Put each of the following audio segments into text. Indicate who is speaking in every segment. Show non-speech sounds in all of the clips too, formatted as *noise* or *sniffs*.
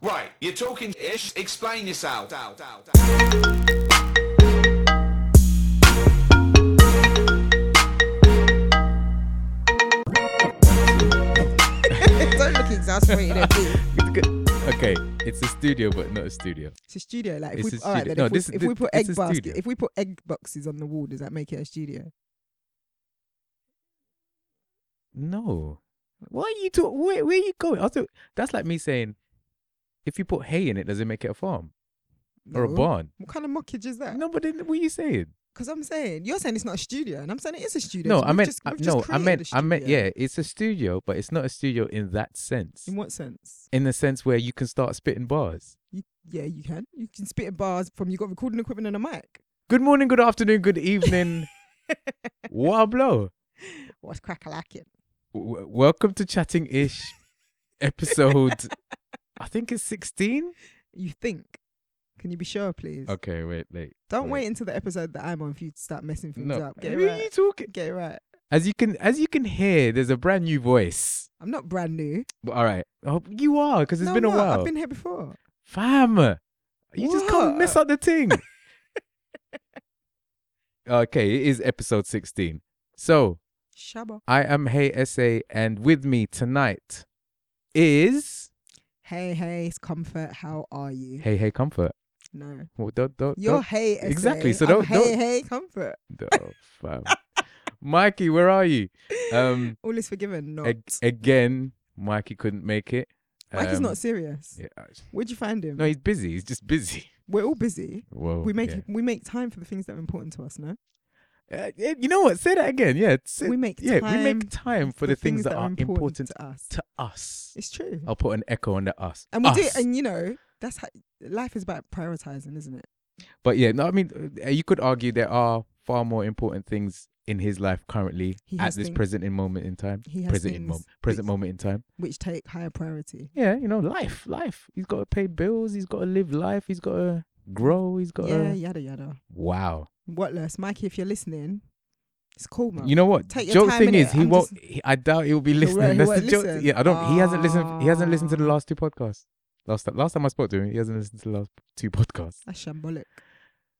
Speaker 1: Right, you're talking ish. Explain yourself.
Speaker 2: *laughs* Don't look exasperated at me.
Speaker 3: Okay, it's a studio, but not a studio.
Speaker 2: It's a studio. Like, if
Speaker 3: It's
Speaker 2: we,
Speaker 3: a
Speaker 2: all right,
Speaker 3: studio.
Speaker 2: then
Speaker 3: No,
Speaker 2: if, we,
Speaker 3: this-
Speaker 2: if
Speaker 3: thi-
Speaker 2: we put
Speaker 3: it's
Speaker 2: egg
Speaker 3: a
Speaker 2: basket,
Speaker 3: studio.
Speaker 2: if we put egg boxes on the wall, does that make it a studio?
Speaker 3: No. What are you talking? Where, where are you going? Also, that's like me saying, if you put hay in it, does it make it a farm or a
Speaker 2: No.
Speaker 3: barn?
Speaker 2: What kind of mockage is that?
Speaker 3: No, but then what are you saying?
Speaker 2: Because I'm saying you're saying it's not a studio, and I'm saying it is a studio.
Speaker 3: No,
Speaker 2: so
Speaker 3: I
Speaker 2: we've
Speaker 3: meant
Speaker 2: just-
Speaker 3: I-
Speaker 2: we've just
Speaker 3: no, I
Speaker 2: created
Speaker 3: meant
Speaker 2: a
Speaker 3: I meant
Speaker 2: studio.
Speaker 3: yeah, it's a studio, but it's not a studio in that sense.
Speaker 2: In what sense?
Speaker 3: In the sense where you can start spitting bars.
Speaker 2: You, yeah, you can. You can spit at bars from you got recording equipment and a mic.
Speaker 3: Good morning, good afternoon, good *laughs* evening. what a blow!
Speaker 2: What's crack a lacking?
Speaker 3: W- w- welcome to Chatting Ish, *laughs* episode. I think it's sixteen.
Speaker 2: You think? Can you be sure, please?
Speaker 3: Okay, wait, wait.
Speaker 2: Don't
Speaker 3: wait.
Speaker 2: wait until the episode that I'm on for you to start messing things
Speaker 3: No,
Speaker 2: up. Get
Speaker 3: Who
Speaker 2: it
Speaker 3: are you
Speaker 2: right.
Speaker 3: talking?
Speaker 2: Get it right.
Speaker 3: As you can, as you can hear, there's a brand new voice.
Speaker 2: I'm not brand new.
Speaker 3: But, all right, I hope you are, because
Speaker 2: It's
Speaker 3: it's been a while.
Speaker 2: I've been here before.
Speaker 3: Fam, you just can't mess
Speaker 2: What?
Speaker 3: up
Speaker 2: *laughs*
Speaker 3: the thing. okay, it is episode 16. So
Speaker 2: Shabba.
Speaker 3: I am Hey SA, and with me tonight is
Speaker 2: Hey, hey, it's comfort. How are you?
Speaker 3: Hey Hey Comfort.
Speaker 2: No.
Speaker 3: Well, don't, don't,
Speaker 2: You're hey, SA.
Speaker 3: Exactly, so
Speaker 2: I'm
Speaker 3: don't-
Speaker 2: hey,
Speaker 3: don't-
Speaker 2: hey, comfort.
Speaker 3: don't- oh, fam. Mikey, where are you? Um,
Speaker 2: *laughs* All is forgiven. Not.
Speaker 3: ag- again, Mikey couldn't make it.
Speaker 2: Like he's
Speaker 3: Um,
Speaker 2: not serious.
Speaker 3: yeah, I-
Speaker 2: Where'd you find him?
Speaker 3: no, he's busy. He's just busy.
Speaker 2: We're all busy.
Speaker 3: Well,
Speaker 2: we make
Speaker 3: yeah.
Speaker 2: we make time for the things that are important to us. No,
Speaker 3: Uh, yeah, you know what? Say that again. Yeah, say-
Speaker 2: we make
Speaker 3: yeah,
Speaker 2: time
Speaker 3: we make time for the, things, that, are important,
Speaker 2: to us.
Speaker 3: to us.
Speaker 2: It's true,
Speaker 3: I'll put an echo on the us.
Speaker 2: and we do.
Speaker 3: Us.
Speaker 2: And you know, that's how life is about prioritizing, isn't it?
Speaker 3: but yeah, no, I mean, uh, you could argue there are far more important things in his life currently
Speaker 2: He
Speaker 3: at
Speaker 2: has
Speaker 3: this
Speaker 2: thing-
Speaker 3: present in moment in time.
Speaker 2: He has
Speaker 3: Present in
Speaker 2: things
Speaker 3: moment. Present
Speaker 2: which-
Speaker 3: moment in time.
Speaker 2: Which take higher priority.
Speaker 3: Yeah, you know, life, life. He's got to pay bills. He's got to live life. He's got to grow. He's got
Speaker 2: Yeah,
Speaker 3: to.
Speaker 2: yada yada.
Speaker 3: Wow.
Speaker 2: What less, Mikey? If you're listening, it's cool, man.
Speaker 3: You know what?
Speaker 2: Take your
Speaker 3: joke
Speaker 2: time,
Speaker 3: thing
Speaker 2: innit?
Speaker 3: is, he
Speaker 2: I'm
Speaker 3: won't.
Speaker 2: just-
Speaker 3: he- I doubt he'll be
Speaker 2: won't-
Speaker 3: listening.
Speaker 2: he
Speaker 3: That's
Speaker 2: won't
Speaker 3: the joke.
Speaker 2: listen.
Speaker 3: Yeah, I don't. He hasn't listened. He hasn't listened to the
Speaker 2: Ah.
Speaker 3: last two podcasts. Last ti- last time I spoke to him, he hasn't listened to the last two podcasts.
Speaker 2: that's shambolic.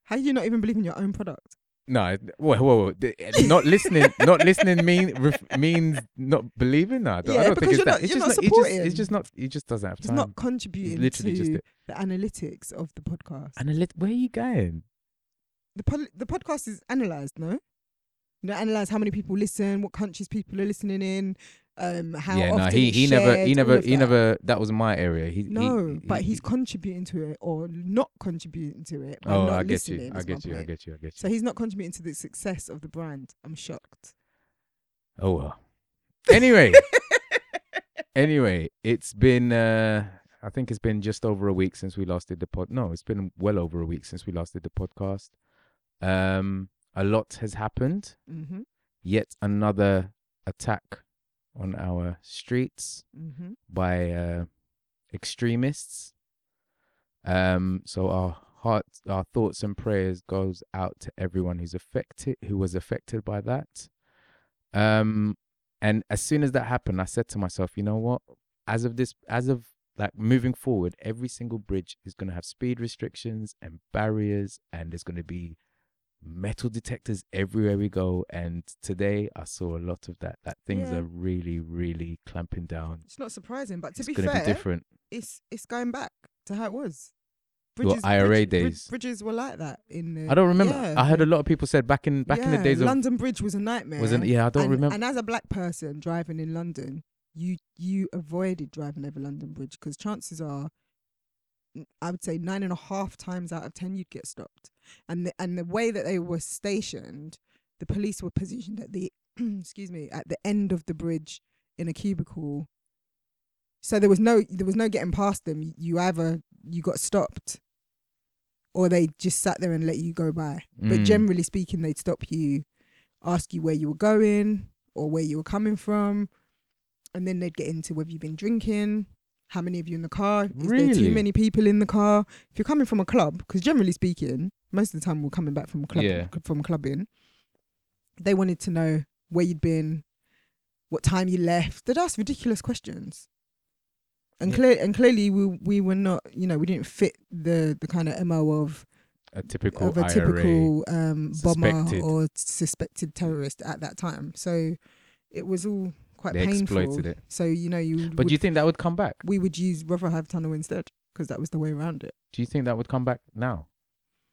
Speaker 2: How do you not even believe in your own product?
Speaker 3: No, whoa, whoa, whoa. The- not listening, not listening mean ref, means not believing. No, I don't, I
Speaker 2: Yeah,
Speaker 3: don't think
Speaker 2: because
Speaker 3: it's
Speaker 2: you're
Speaker 3: that.
Speaker 2: not-
Speaker 3: it's
Speaker 2: you're not
Speaker 3: just not, it's just,
Speaker 2: supporting.
Speaker 3: it's just not. He just doesn't have
Speaker 2: Just
Speaker 3: time.
Speaker 2: not
Speaker 3: He's
Speaker 2: contributing
Speaker 3: literally just
Speaker 2: to
Speaker 3: it.
Speaker 2: the analytics of the podcast.
Speaker 3: Analyt- where are you going?
Speaker 2: the pod- the podcast is analyzed, no? You know, analyze how many people listen, what countries people are listening in, um, how
Speaker 3: yeah,
Speaker 2: often
Speaker 3: no, he
Speaker 2: it's
Speaker 3: he never he
Speaker 2: shared, all
Speaker 3: never
Speaker 2: of
Speaker 3: he
Speaker 2: that.
Speaker 3: never. That was my area. He, he-
Speaker 2: No,
Speaker 3: he-
Speaker 2: but
Speaker 3: he-
Speaker 2: he's contributing to it or not contributing to it. By
Speaker 3: Oh,
Speaker 2: not
Speaker 3: I get
Speaker 2: listening,
Speaker 3: you.
Speaker 2: is
Speaker 3: I
Speaker 2: my
Speaker 3: get you. I
Speaker 2: point.
Speaker 3: get you. I get you.
Speaker 2: So he's not contributing to the success of the brand. I'm shocked.
Speaker 3: Oh well. Anyway, anyway, it's been uh I think it's been just over a week since we last did the pod. No, it's been well over a week since we last did the podcast. Um a lot has happened.
Speaker 2: Mm-hmm.
Speaker 3: Yet another attack on our streets
Speaker 2: Mm-hmm.
Speaker 3: by uh extremists. Um so our hearts our thoughts and prayers goes out to everyone who's affected who was affected by that. Um, and as soon as that happened, I said to myself, you know what? As of this, as of like moving forward, every single bridge is going to have speed restrictions and barriers, and there's going to be metal detectors everywhere we go. And today, I saw a lot of that. That things
Speaker 2: Yeah.
Speaker 3: are really, really clamping down.
Speaker 2: It's not surprising, but to
Speaker 3: it's
Speaker 2: be
Speaker 3: going to
Speaker 2: fair,
Speaker 3: be different.
Speaker 2: it's it's going back to how it was.
Speaker 3: Your IRA
Speaker 2: bridge- brid-
Speaker 3: days.
Speaker 2: Bridges were like that in the.
Speaker 3: I don't remember.
Speaker 2: Mm. Yeah.
Speaker 3: I heard a lot of people said back in back in the
Speaker 2: Yeah,
Speaker 3: days of
Speaker 2: London Bridge was a nightmare.
Speaker 3: wasn't yeah. I don't
Speaker 2: and,
Speaker 3: remember.
Speaker 2: And as a black person driving in London, you you avoided driving over London Bridge because chances are, n- I would say nine and a half times out of ten you'd get stopped. And the, and the way that they were stationed, the police were positioned at the *clears throat* excuse me at the end of the bridge in a cubicle. So there was no there was no getting past them. You- You either you got stopped, or they just sat there and let you go by. But
Speaker 3: Mm.
Speaker 2: generally speaking, they'd stop you, ask you where you were going or where you were coming from, and then they'd get into whether you've been drinking, how many of you in the car, is there
Speaker 3: Really?
Speaker 2: too many people in the car? If you're coming from a club, because generally speaking, most of the time we're coming back from club
Speaker 3: Yeah.
Speaker 2: from clubbing, they wanted to know where you'd been, what time you left. They'd ask ridiculous questions. and
Speaker 3: Yeah.
Speaker 2: clear and clearly we we were not you know we didn't fit the the kind of mo of
Speaker 3: a typical
Speaker 2: of a
Speaker 3: IRA.
Speaker 2: typical um bomber
Speaker 3: suspected.
Speaker 2: or suspected terrorist at that time so it was all quite
Speaker 3: They
Speaker 2: painful
Speaker 3: exploited it.
Speaker 2: so you know you
Speaker 3: But
Speaker 2: would,
Speaker 3: do you think that would come back?
Speaker 2: we would use Rotherhithe tunnel instead because that was the way around it
Speaker 3: Do you think that would come back now?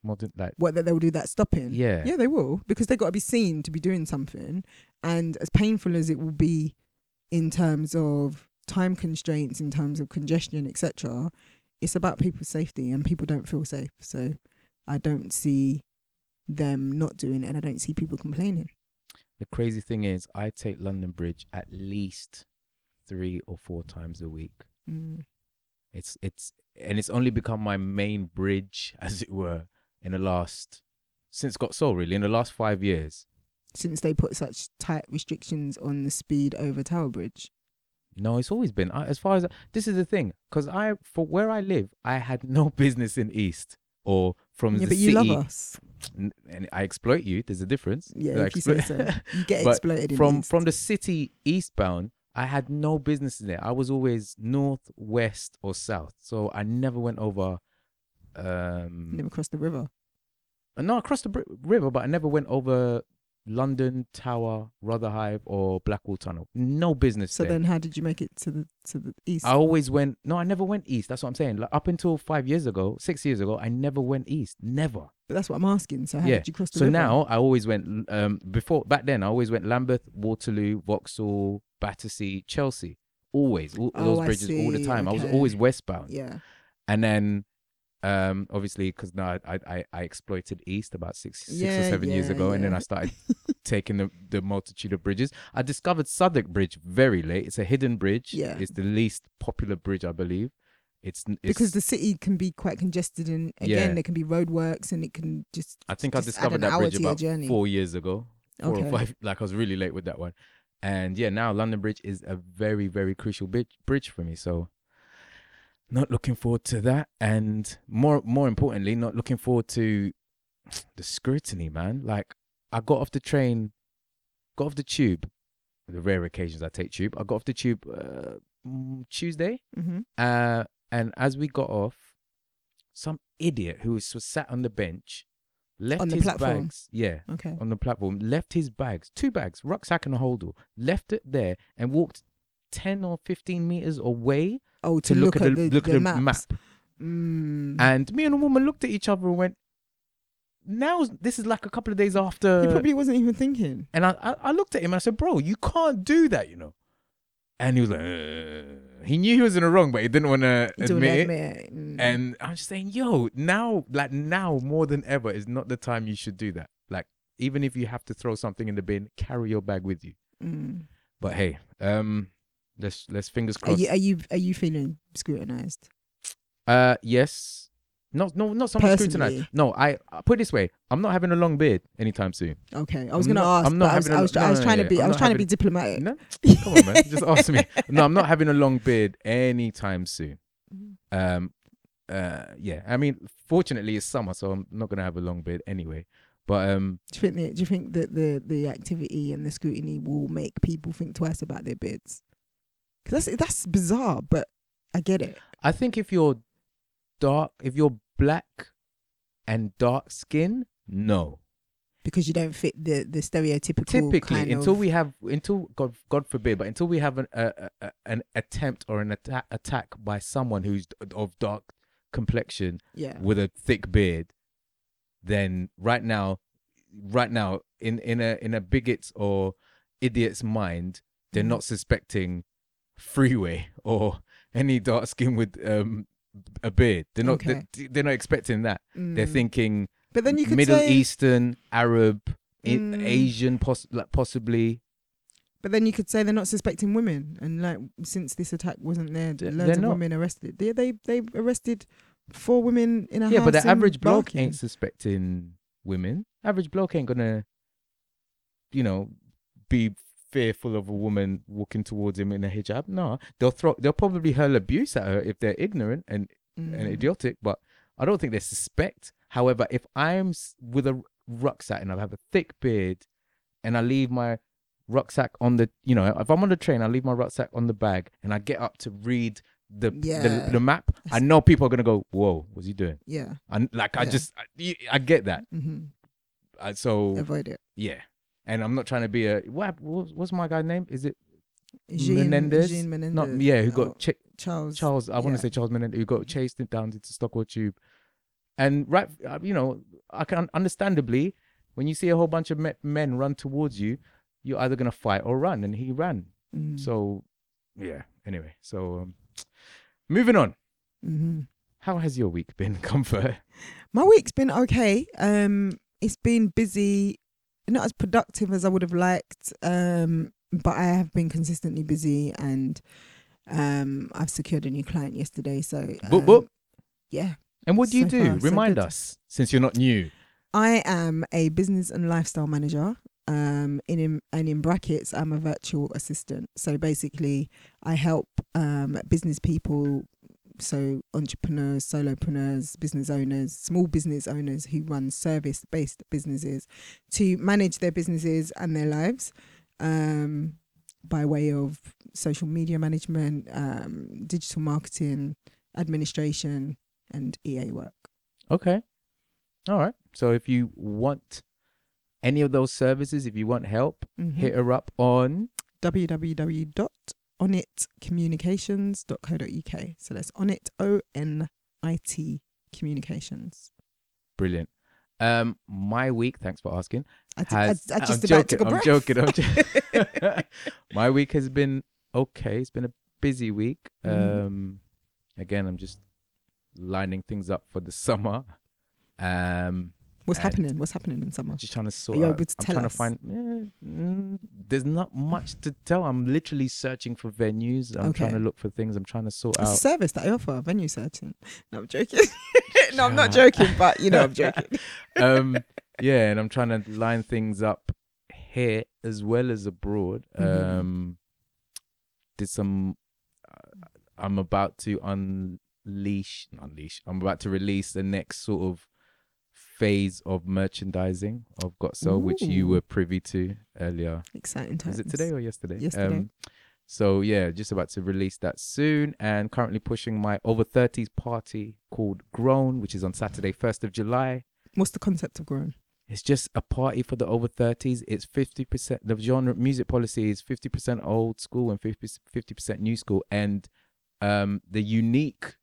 Speaker 3: More than like
Speaker 2: what that they'll do that stopping
Speaker 3: Yeah.
Speaker 2: Mm. yeah they will because they got to be seen to be doing something and as painful as it will be in terms of time constraints in terms of congestion etc it's about people's safety and people don't feel safe so i don't see them not doing it and i don't see people complaining
Speaker 3: the crazy thing is, I take London Bridge at least three or four times a week.
Speaker 2: mm.
Speaker 3: It's it's and it's only become my main bridge, *laughs* as it were, in the last since got soul really in the last five years.
Speaker 2: since they put such tight restrictions on the speed over tower bridge
Speaker 3: No, it's always been I, as far as this is the thing because I for where I live, I had no *laughs* business in East or from
Speaker 2: yeah
Speaker 3: the
Speaker 2: but
Speaker 3: city.
Speaker 2: you love us
Speaker 3: N- and I exploit you. There's a difference.
Speaker 2: Yeah,
Speaker 3: I
Speaker 2: if you say
Speaker 3: exploit- *laughs*
Speaker 2: so. You get
Speaker 3: But
Speaker 2: exploited in
Speaker 3: from
Speaker 2: East.
Speaker 3: from the city eastbound. I had no business in it. I was always north, west, or south. So I never went over. Um,
Speaker 2: never cross the river
Speaker 3: no, across the br- river, but I never went over London Tower, Rotherhithe, or Blackwall Tunnel. No business
Speaker 2: so
Speaker 3: there.
Speaker 2: then how did you make it to the to the east
Speaker 3: I always went. No, I never went east. That's what I'm saying. Like up until five years ago, six years ago, I never went east. Never.
Speaker 2: But that's what I'm asking. So how
Speaker 3: yeah.
Speaker 2: did you cross the
Speaker 3: so
Speaker 2: river?
Speaker 3: now I always went um before back then I always went Lambeth, Waterloo, Vauxhall, Battersea, Chelsea. Always all,
Speaker 2: Oh,
Speaker 3: those
Speaker 2: I
Speaker 3: bridges all the
Speaker 2: see.
Speaker 3: time. I was
Speaker 2: Okay.
Speaker 3: always westbound,
Speaker 2: yeah,
Speaker 3: and then um obviously because now I, I I exploited east about six six
Speaker 2: Yeah,
Speaker 3: or seven years
Speaker 2: yeah,
Speaker 3: ago, and then
Speaker 2: yeah.
Speaker 3: I
Speaker 2: *laughs*
Speaker 3: started taking the the multitude of bridges. I discovered Southwark Bridge very late. It's a hidden bridge.
Speaker 2: Yeah.
Speaker 3: it's the least popular bridge I believe. It's, it's
Speaker 2: because the city can be quite congested, and again
Speaker 3: Yeah.
Speaker 2: there can be roadworks, and it can just.
Speaker 3: I think I
Speaker 2: just add an
Speaker 3: discovered that
Speaker 2: hour
Speaker 3: bridge
Speaker 2: to your
Speaker 3: about
Speaker 2: journey.
Speaker 3: four years ago. Four
Speaker 2: Okay.
Speaker 3: or five. Like I was really late with that one. And yeah, now London Bridge is a very, very crucial bridge, bridge for me. So not looking forward to that. And more more importantly, not looking forward to *sniffs* the scrutiny, man. Like I got off the train, got off the tube. The rare occasions I take tube. I got off the tube uh, mm, Tuesday.
Speaker 2: hmm
Speaker 3: Uh, and as we got off, some idiot who was was sat on the bench left
Speaker 2: On the
Speaker 3: his
Speaker 2: platform?
Speaker 3: bags. Yeah,
Speaker 2: Okay.
Speaker 3: on the platform, left his bags, two bags, rucksack and a holdall, left it there and walked ten or fifteen meters away
Speaker 2: Oh,
Speaker 3: to, look, at the, look at the
Speaker 2: maps.
Speaker 3: map.
Speaker 2: Mm.
Speaker 3: And me and the woman looked at each other and went, "Now this is like a couple of days after."
Speaker 2: he probably wasn't even thinking.
Speaker 3: And I, I, I looked at him and I said, bro, you can't do that, you know. And he was like, "Uh." he knew he was in the wrong, but he didn't want to
Speaker 2: He don't
Speaker 3: admit it.
Speaker 2: admit it. Mm.
Speaker 3: And I'm just saying, yo, now, like now more than ever is not the time you should do that. Like, even if you have to throw something in the bin, carry your bag with you.
Speaker 2: Mm.
Speaker 3: But hey, um, let's let's fingers
Speaker 2: Are
Speaker 3: crossed.
Speaker 2: you are you are you feeling scrutinized?
Speaker 3: Uh, yes. No, no, not so much scrutinized.
Speaker 2: Personally.
Speaker 3: No, I, I put it this way. I'm not having a long beard anytime soon.
Speaker 2: Okay, I was
Speaker 3: I'm
Speaker 2: gonna
Speaker 3: not-
Speaker 2: ask,
Speaker 3: I'm
Speaker 2: but
Speaker 3: not
Speaker 2: I was,
Speaker 3: having a
Speaker 2: I was,
Speaker 3: look-
Speaker 2: I
Speaker 3: no,
Speaker 2: was
Speaker 3: no,
Speaker 2: trying
Speaker 3: yeah,
Speaker 2: to be
Speaker 3: I'm
Speaker 2: I was
Speaker 3: not
Speaker 2: trying to
Speaker 3: having-
Speaker 2: be diplomatic.
Speaker 3: No, come on, man. Just ask me. No, I'm not having a long beard anytime soon. Um, uh, yeah. I mean, fortunately, it's summer, so I'm not gonna have a long beard anyway. But um,
Speaker 2: Do you think the, do you think that the the activity and the scrutiny will make people think twice about their bids? Because that's that's bizarre, but I get it.
Speaker 3: I think if you're dark, if you're black and dark skin, no.
Speaker 2: because you don't fit the the stereotypical
Speaker 3: Typically,
Speaker 2: kind
Speaker 3: until
Speaker 2: of,
Speaker 3: we have, until God, God forbid, but until we have an a, a- a, an attempt or an atta- attack by someone who's d- of dark complexion,
Speaker 2: yeah
Speaker 3: with a thick beard, then right now, right now, in in a in a bigot's or idiot's mind, they're
Speaker 2: Mhm.
Speaker 3: not suspecting freeway or *laughs* any dark skin with um a beard. They're not
Speaker 2: Okay.
Speaker 3: they're, they're not expecting that. They're
Speaker 2: Mm.
Speaker 3: thinking
Speaker 2: but then you could
Speaker 3: Middle
Speaker 2: say,
Speaker 3: Eastern, Arab, I-
Speaker 2: Mm.
Speaker 3: Asian, poss- like possibly.
Speaker 2: but then you could say they're not suspecting women and like since this attack wasn't there
Speaker 3: They're-
Speaker 2: loads
Speaker 3: they're
Speaker 2: of
Speaker 3: not.
Speaker 2: women arrested they they they arrested four women in a
Speaker 3: yeah,
Speaker 2: house
Speaker 3: but the
Speaker 2: in
Speaker 3: average bloke
Speaker 2: Barking.
Speaker 3: ain't suspecting women. Average bloke ain't gonna, you know, be fearful of a woman walking towards him in a hijab. No, they'll throw, they'll probably hurl abuse at her if they're ignorant and and
Speaker 2: Mm.
Speaker 3: idiotic. But I don't think they suspect. However, if I'm s- with a rucksack and I have a thick beard, and I leave my rucksack on the, you know, if I'm on the train, I leave my rucksack on the bag, and I get up to read the
Speaker 2: Yeah.
Speaker 3: the, the map, I know people are gonna go, "Whoa, what's he doing?"
Speaker 2: Yeah.
Speaker 3: And like, I
Speaker 2: Yeah.
Speaker 3: just, I, I get that.
Speaker 2: hmm
Speaker 3: I, so
Speaker 2: Avoid it.
Speaker 3: yeah, and I'm not trying to be a what. hap- What's what's my guy's name? Is it
Speaker 2: Jean
Speaker 3: Menendez?
Speaker 2: Jean Menendez.
Speaker 3: not? Yeah, who
Speaker 2: Oh,
Speaker 3: got chi-
Speaker 2: Charles.
Speaker 3: Charles, I want
Speaker 2: yeah.
Speaker 3: to say Charles Menendez, who got chased down into Stockwell Tube. And right, uh, you know, I can understandably, when you see a whole bunch of me- men run towards you, you're either gonna fight or run, and he ran.
Speaker 2: Mm.
Speaker 3: So, yeah. Anyway, so um, moving on.
Speaker 2: hmm
Speaker 3: How has your week been, *laughs* Comfort?
Speaker 2: My week's been okay. Um, it's been busy, not as productive as I would have liked. Um, but I have been consistently busy, and um, I've secured a new client yesterday. So, um,
Speaker 3: Boop, boop.
Speaker 2: yeah,
Speaker 3: And what do you
Speaker 2: So
Speaker 3: do?
Speaker 2: far, so
Speaker 3: Remind
Speaker 2: good.
Speaker 3: us, since you're not new.
Speaker 2: I am a business and lifestyle manager. Um, in, in and in brackets, I'm a virtual assistant. So basically, I help um, business people, so entrepreneurs, solopreneurs, business owners, small business owners who run service-based businesses, to manage their businesses and their lives um, by way of social media management, um, digital marketing, administration, and EA work.
Speaker 3: Okay. All right. So if you want any of those services, if you want help,
Speaker 2: Mhm.
Speaker 3: hit her up on
Speaker 2: www.onitcommunications.co.uk. So that's on it, O N I T communications.
Speaker 3: Brilliant. Um, my week. Thanks for asking.
Speaker 2: I, t- I, I
Speaker 3: has,
Speaker 2: just about
Speaker 3: I'm joking,
Speaker 2: took a
Speaker 3: I'm
Speaker 2: breath.
Speaker 3: joking. I'm
Speaker 2: *laughs*
Speaker 3: joking. *laughs* My week has been okay. It's been a busy week.
Speaker 2: Mhm.
Speaker 3: Um, again, I'm just lining things up for the *laughs* summer. Um,
Speaker 2: What's
Speaker 3: And-
Speaker 2: happening? What's happening in summer?
Speaker 3: I'm just trying to sort.
Speaker 2: you
Speaker 3: out-
Speaker 2: able to
Speaker 3: I'm
Speaker 2: tell
Speaker 3: trying
Speaker 2: us?
Speaker 3: to find. eh, mm, there's not much to tell. I'm literally searching for venues. I'm trying to
Speaker 2: Okay.
Speaker 3: look for things. I'm trying
Speaker 2: *laughs*
Speaker 3: to sort
Speaker 2: It's a
Speaker 3: out.
Speaker 2: service that I offer, venue searching. No, I'm joking. *laughs* no, I'm not
Speaker 3: Yeah.
Speaker 2: joking, but you know,
Speaker 3: *laughs*
Speaker 2: I'm joking.
Speaker 3: um, yeah, and I'm trying to line things up here as well as abroad.
Speaker 2: Mhm.
Speaker 3: Um, did some. Uh, I'm about to unleash, not unleash. I'm about to release the next sort of phase of merchandising of Got Soul, which you
Speaker 2: Ooh.
Speaker 3: were privy to earlier.
Speaker 2: Exciting times.
Speaker 3: Is it today or yesterday? Um,
Speaker 2: Yesterday.
Speaker 3: so yeah, just about to release that soon, and currently pushing my over thirties party called Grown, which is on Saturday, first of July.
Speaker 2: What's the concept of growing?
Speaker 3: It's just a party for the over 30s. It's 50%. The genre music policy is 50% old school and 50, 50% new school. And um, the unique,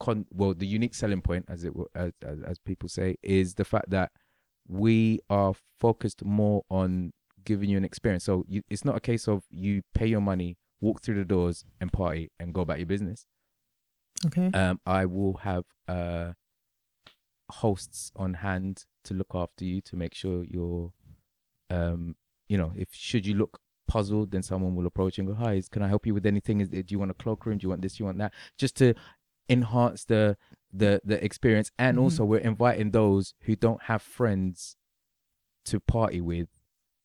Speaker 3: con- well, the unique selling point, as it were, as, as, as people say, is the fact that we are focused more on giving you an experience. So you, it's not a case of you pay your money, walk through the doors, and party and go about your business
Speaker 2: Okay.
Speaker 3: um, I will have uh, hosts on hand to look after you to make sure you're, um, you know, if should you look puzzled, then someone will approach you and go, "Hi, is, can I help you with anything? Is, do you want a cloakroom? Do you want this? Do you want that?" Just to enhance the the the experience, and
Speaker 2: Mhm.
Speaker 3: also we're inviting those who don't have friends to party with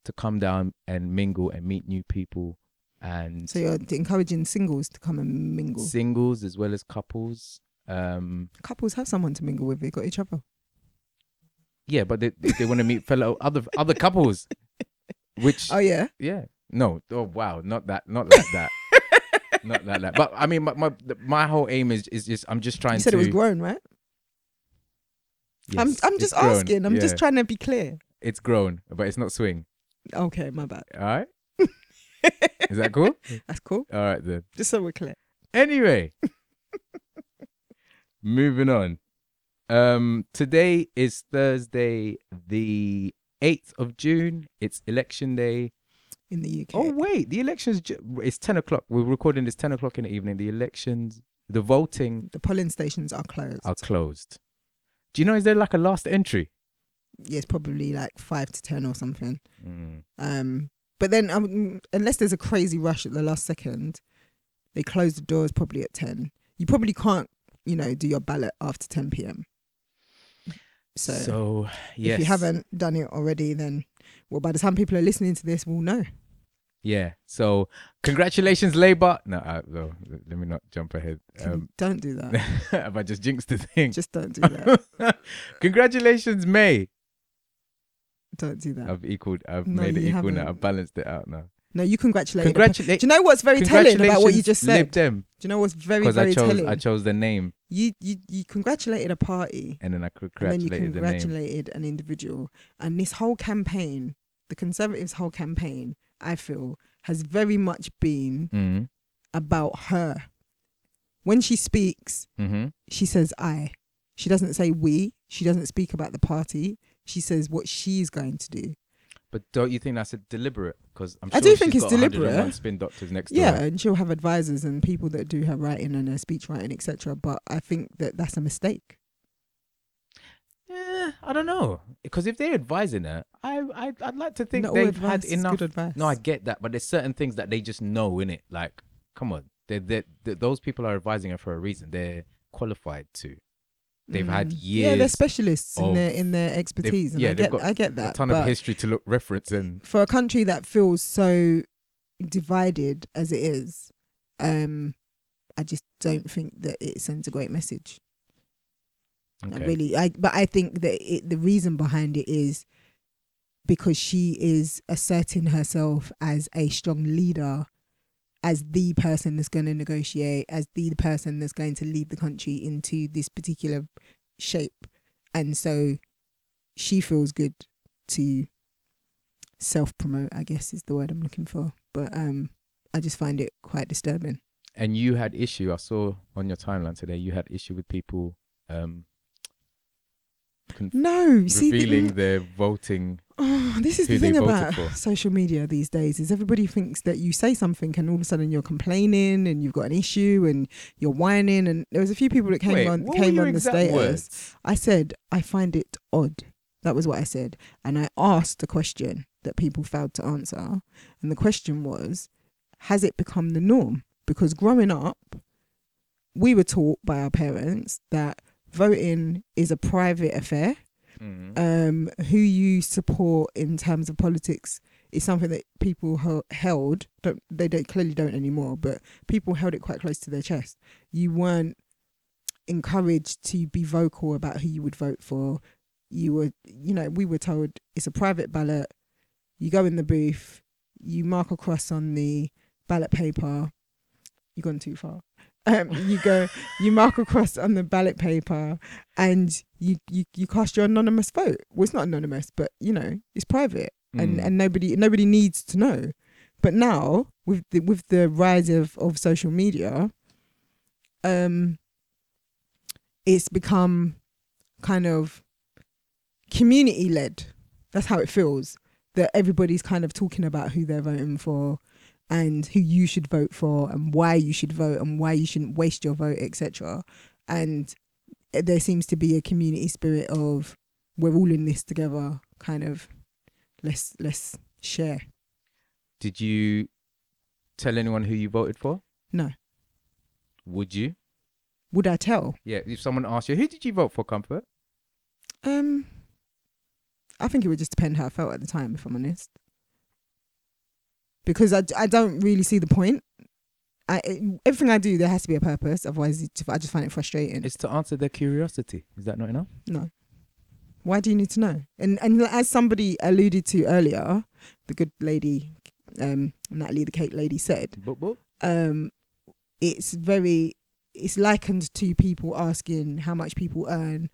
Speaker 3: to come down and mingle and meet new people and
Speaker 2: So you're encouraging singles to come and mingle.
Speaker 3: singles as well as couples. Um,
Speaker 2: Couples have someone to mingle with. They got each other.
Speaker 3: Yeah, but they they want to meet fellow other
Speaker 2: *laughs*
Speaker 3: other couples, which
Speaker 2: Oh yeah.
Speaker 3: yeah, no, oh wow, not that, not like
Speaker 2: *laughs*
Speaker 3: that, not like that. But I mean, my my, the- my whole aim is is just I'm just trying
Speaker 2: You said
Speaker 3: to.
Speaker 2: it was grown, right?
Speaker 3: Yes,
Speaker 2: I'm I'm
Speaker 3: it's
Speaker 2: just
Speaker 3: grown,
Speaker 2: asking. I'm just
Speaker 3: yeah.
Speaker 2: trying to be clear.
Speaker 3: It's grown, but it's not swing.
Speaker 2: Okay, my bad. *laughs*
Speaker 3: All right, is that cool?
Speaker 2: That's cool.
Speaker 3: All right then.
Speaker 2: Just so we're clear.
Speaker 3: *laughs* Anyway, moving on. Um, today is Thursday, the eighth of June. It's election day.
Speaker 2: in the UK.
Speaker 3: Oh wait, the elections. ju- It's ten o'clock. We're recording this ten o'clock in the evening. The elections, the voting
Speaker 2: the polling stations are closed.
Speaker 3: are closed. Do you know? Is there like a last entry?
Speaker 2: Yeah, it's probably like five to ten or something.
Speaker 3: Mm.
Speaker 2: Um, but then um, unless there's a crazy rush at the last second, they close the doors probably at ten. You probably can't, you know, do your ballot after ten p.m. So,
Speaker 3: So, yes,
Speaker 2: if you haven't done it already, then well, by the time people are listening to this, we'll know.
Speaker 3: yeah. So congratulations, Labour. No, uh, no, let me not jump ahead.
Speaker 2: Can you-
Speaker 3: Um, *laughs*
Speaker 2: don't do that.
Speaker 3: have I just jinxed the thing?
Speaker 2: Just don't do
Speaker 3: *laughs*
Speaker 2: that.
Speaker 3: congratulations, May.
Speaker 2: Don't do that.
Speaker 3: I've equaled. I've
Speaker 2: No,
Speaker 3: made it
Speaker 2: you
Speaker 3: equal now.
Speaker 2: haven't.
Speaker 3: I've balanced it out now.
Speaker 2: No, you congratulated. the per-
Speaker 3: Congratulate.
Speaker 2: Do you know what's very telling about what you
Speaker 3: congratulations,
Speaker 2: just said?
Speaker 3: Lib Dem,
Speaker 2: Do you know what's very
Speaker 3: because I
Speaker 2: very
Speaker 3: chose
Speaker 2: telling?
Speaker 3: I chose the name
Speaker 2: you you you congratulated a party,
Speaker 3: and then I
Speaker 2: and then you
Speaker 3: congratulated the name.
Speaker 2: congratulated an individual, and this whole campaign, the Conservatives' whole campaign, I feel, has very much been
Speaker 3: Mm,
Speaker 2: about her. When she speaks,
Speaker 3: mm-hmm.
Speaker 2: she says I. She doesn't say we. She doesn't speak about the party. She says what she's going to do.
Speaker 3: But don't you think that's a deliberate? Because I'm
Speaker 2: I
Speaker 3: sure
Speaker 2: do think
Speaker 3: she's
Speaker 2: it's
Speaker 3: got 101
Speaker 2: deliberate.
Speaker 3: Spin doctors next
Speaker 2: Yeah,
Speaker 3: door.
Speaker 2: and she'll have advisors and people that do her writing and her speech writing, etc. But I think that that's a mistake.
Speaker 3: Eh, I don't know. Because if they're advising her, I, I I'd like to think
Speaker 2: Not all
Speaker 3: they've
Speaker 2: advice
Speaker 3: had
Speaker 2: is good
Speaker 3: enough.
Speaker 2: advice.
Speaker 3: No, I get that, but there's certain things that they just know in it. Like, come on, they they those people are advising her for a reason. They're qualified to. They've had years.
Speaker 2: Mm-hmm. yeah, they're specialists in
Speaker 3: of-
Speaker 2: their in their
Speaker 3: they've-
Speaker 2: expertise, and
Speaker 3: yeah,
Speaker 2: I
Speaker 3: they've
Speaker 2: get
Speaker 3: got
Speaker 2: I get that.
Speaker 3: a ton
Speaker 2: but
Speaker 3: of history to look reference and
Speaker 2: for a country that feels so divided as it is, um, I just don't think that it sends a great message. I
Speaker 3: okay.
Speaker 2: really i but i think that it, the reason behind it is because she is asserting herself as a strong leader as the person that's going to negotiate as the person that's going to lead the country into this particular shape and so she feels good to self promote i guess is the word i'm looking for but um i just find it quite disturbing
Speaker 3: and you had issue. I saw on your timeline today. You had issue with people um
Speaker 2: no see the-
Speaker 3: revealing their voting.
Speaker 2: Oh, *sighs* this is the
Speaker 3: who they
Speaker 2: thing
Speaker 3: voted
Speaker 2: about
Speaker 3: for.
Speaker 2: social media these days is everybody thinks that you say something and all of a sudden you're complaining and you've got an issue and you're whining and there was a few people that came
Speaker 3: Wait,
Speaker 2: on
Speaker 3: what were
Speaker 2: came
Speaker 3: your
Speaker 2: on the
Speaker 3: exact
Speaker 2: status.
Speaker 3: words?
Speaker 2: I said I find it odd. That was what I said, and I asked the question that people failed to answer, and the question was, has it become the norm? Because growing up, we were taught by our parents that voting is a private affair
Speaker 3: Mm.
Speaker 2: um, who you support in terms of politics is something that people ho- held. Don't they don't clearly don't anymore, but people held it quite close to their chest. You weren't encouraged to be vocal about who you would vote for. You were, you know, we were told it's a private ballot. You go in the booth, you mark a cross on the ballot paper. You've gone too far. Um, you go, you mark a cross on the ballot paper and you, you you cast your anonymous vote. Well, it's not anonymous, but you know it's private, and
Speaker 3: Mm.
Speaker 2: and nobody nobody needs to know. But now with the with the rise of of social media, um, it's become kind of community led. That's how it feels that everybody's kind of talking about who they're voting for and who you should vote for and why you should vote and why you shouldn't waste your vote etc and there seems to be a community spirit of we're all in this together kind of let's let's share
Speaker 3: Did you tell anyone who you voted for?
Speaker 2: No.
Speaker 3: Would you?
Speaker 2: would i tell
Speaker 3: Yeah. If someone asked you, who did you vote for, Comfort?
Speaker 2: um i think it would just depend how i felt at the time if i'm honest because i, I don't really see the point I, it- everything I do, there has to be a purpose. Otherwise, it- I just find it frustrating.
Speaker 3: It's to answer their curiosity. Is that not enough?
Speaker 2: why do you need to know? And and as somebody alluded to earlier, the good lady, um, Natalie, the cake lady said,
Speaker 3: Boop, boop.
Speaker 2: um, it's very it's likened to people asking how much people earn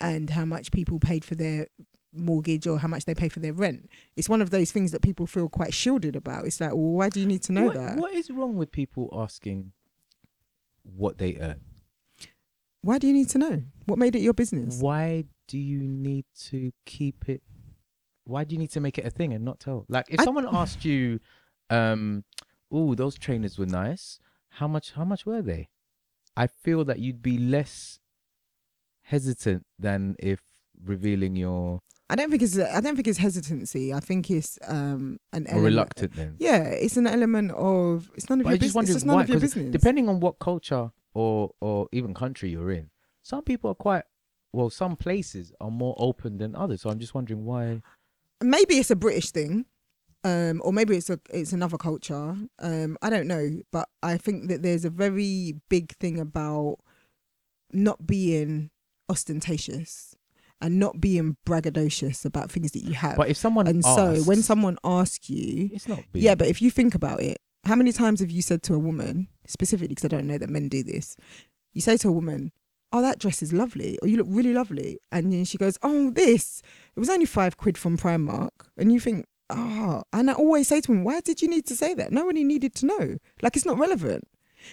Speaker 2: and how much people paid for their mortgage or how much they pay for their rent. It's one of those things that people feel quite shielded about. It's like, well, why do you need to know
Speaker 3: What-
Speaker 2: that?
Speaker 3: what is wrong with people asking what they earn?
Speaker 2: Why do you need to know? What made it your business?
Speaker 3: Why do you need to keep it? Why do you need to make it a thing and not tell? Like, if
Speaker 2: I-
Speaker 3: someone asked you, um, "Oh, those trainers were nice. How much? How much were they?" I feel that you'd be less hesitant than if revealing your
Speaker 2: I don't think it's I don't think it's hesitancy. I think it's um an
Speaker 3: or
Speaker 2: element-
Speaker 3: reluctant. Then,
Speaker 2: Yeah, it's an element of it's none of
Speaker 3: But I
Speaker 2: your business.
Speaker 3: just wondered
Speaker 2: It's just none
Speaker 3: why,
Speaker 2: of your
Speaker 3: 'cause
Speaker 2: business.
Speaker 3: depending on what culture or or even country you're in, some people are quite well. Some places are more open than others. So I'm just wondering why.
Speaker 2: maybe it's a British thing, um, or maybe it's a it's another culture. Um, I don't know, but I think that there's a very big thing about not being ostentatious. and not being braggadocious about things that you have.
Speaker 3: But if someone
Speaker 2: Uh, and so when
Speaker 3: asks,
Speaker 2: someone asks you,
Speaker 3: it's not big.
Speaker 2: yeah, but if you think about it, how many times have you said to a woman, specifically because I don't know that men do this, you say to a woman, Oh, that dress is lovely, or you look really lovely. And then she goes, Oh, this, it was only five quid from Primark. And you think, Oh, and I always say to him, Why did you need to say that? Nobody needed to know. Like, it's not relevant.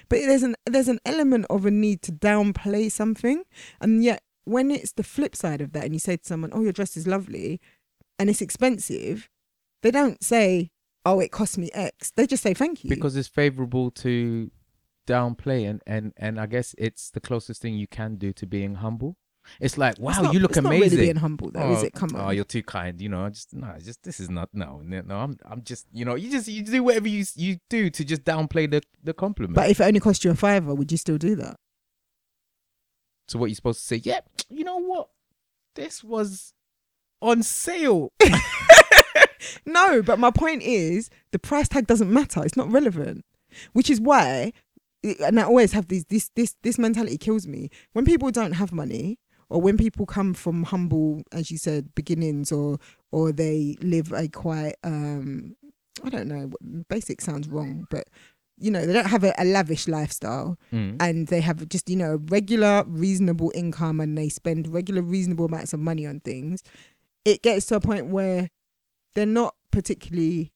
Speaker 2: But there's an there's an element of a need to downplay something, and yet when it's the flip side of that, and you say to someone, "Oh, your dress is lovely," and it's expensive, they don't say, "Oh, it cost me X." They just say, "Thank you."
Speaker 3: because it's favorable to downplay and and and I guess it's the closest thing you can do to being humble. It's like wow,
Speaker 2: It's not-
Speaker 3: you look
Speaker 2: it's
Speaker 3: amazing.
Speaker 2: Not really being humble, though, is
Speaker 3: Oh,
Speaker 2: it? Come on.
Speaker 3: Oh, you're too kind. You know, I just no, it's just this is not no, no, no. I'm I'm just you know, you just you do whatever you s- you do to just downplay the the compliment.
Speaker 2: but if it only cost you a fiver, would you still do that?
Speaker 3: so what you're supposed to say? Yeah, you know what? This was on sale.
Speaker 2: No, but my point is the price tag doesn't matter. It's not relevant, which is why, and I always have these this this this mentality kills me when people don't have money or when people come from humble, as you said, beginnings or or they live a quite um I don't know what- basic sounds wrong, but you know they don't have a, a lavish lifestyle
Speaker 3: Mm.
Speaker 2: and they have just you know a regular reasonable income and they spend regular reasonable amounts of money on things it gets to a point where they're not particularly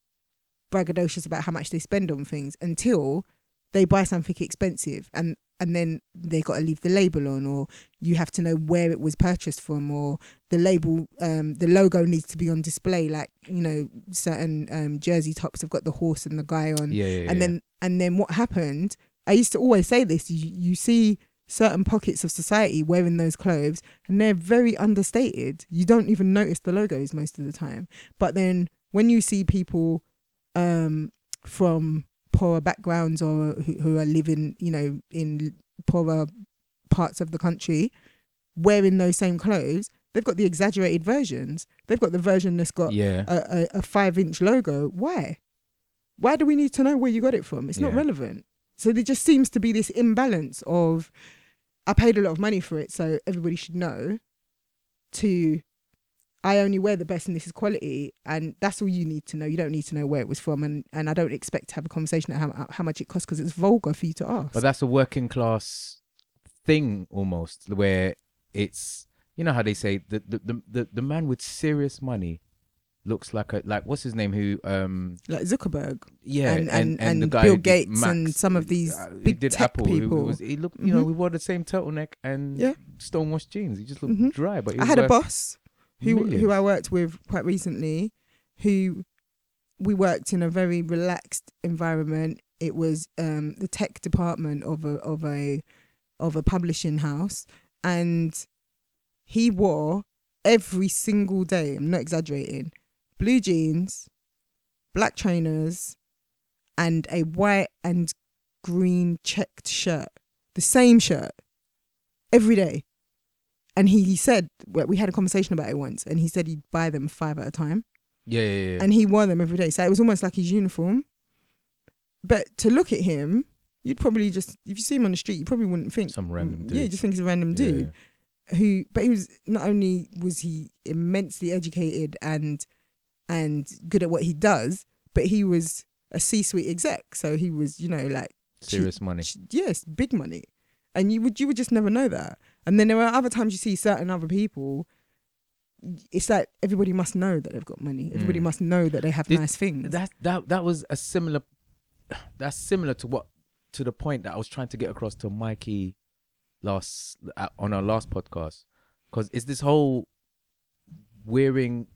Speaker 2: braggadocious about how much they spend on things until they buy something expensive and and then they got to leave the label on or you have to know where it was purchased from or the label um the logo needs to be on display like you know certain um jersey tops have got the horse and the guy on
Speaker 3: Yeah, yeah,
Speaker 2: and
Speaker 3: yeah.
Speaker 2: then and then what happened i used to always say this you, you see certain pockets of society wearing those clothes and they're very understated you don't even notice the logos most of the time but then when you see people um from poorer backgrounds or who, who are living you know in poorer parts of the country wearing those same clothes they've got the exaggerated versions they've got the version that's got
Speaker 3: yeah.
Speaker 2: a, a, a five inch logo. Why? Why do we need to know where you got it from? It's not
Speaker 3: Yeah.
Speaker 2: relevant. So there just seems to be this imbalance of I paid a lot of money for it, so everybody should know to I only wear the best and this is quality and that's all you need to know. You don't need to know where it was from and, and I don't expect to have a conversation at how, how much it costs because it's vulgar for you to ask.
Speaker 3: But that's a working class thing almost, where it's you know how they say the the, the, the, the man with serious money looks like a like what's his name who um
Speaker 2: like Zuckerberg.
Speaker 3: yeah
Speaker 2: And- and-
Speaker 3: the
Speaker 2: and
Speaker 3: guy
Speaker 2: Bill
Speaker 3: who did
Speaker 2: Gates and some of these
Speaker 3: who
Speaker 2: big
Speaker 3: did
Speaker 2: tech
Speaker 3: Apple, who- who
Speaker 2: people.
Speaker 3: was- he looked you know
Speaker 2: Mhm.
Speaker 3: he wore the same turtleneck and
Speaker 2: Yeah.
Speaker 3: stonewashed jeans he just looked
Speaker 2: Mhm.
Speaker 3: dry but he
Speaker 2: I
Speaker 3: was
Speaker 2: had a
Speaker 3: worth
Speaker 2: boss who who
Speaker 3: millions.
Speaker 2: I worked with quite recently, who we worked in a very relaxed environment. It was um, the tech department of a of a of a publishing house, and he wore every single day. I'm not exaggerating. Blue jeans, black trainers, and a white and green checked shirt. The same shirt every day and he, he said we we had a conversation about it once and he said he'd buy them five at a time
Speaker 3: yeah yeah, yeah.
Speaker 2: and he wore them every day so it was almost like his uniform but to look at him you'd probably just if you see him on the street you probably wouldn't think mm,
Speaker 3: some random dude
Speaker 2: yeah you just think he's a random
Speaker 3: Yeah,
Speaker 2: dude
Speaker 3: yeah.
Speaker 2: who but he was not only was he immensely educated and and good at what he does but he was a c-suite exec so he was you know like
Speaker 3: serious money
Speaker 2: sh- Yes, big money. And you would you would just never know that. And then there are other times you see certain other people. It's like everybody must know that they've got money. Everybody
Speaker 3: Mm.
Speaker 2: must know that they have
Speaker 3: Did-
Speaker 2: nice things.
Speaker 3: that that that was a similar that's similar to what to the point that I was trying to get across to Mikey last uh, on our last podcast because it's this whole wearing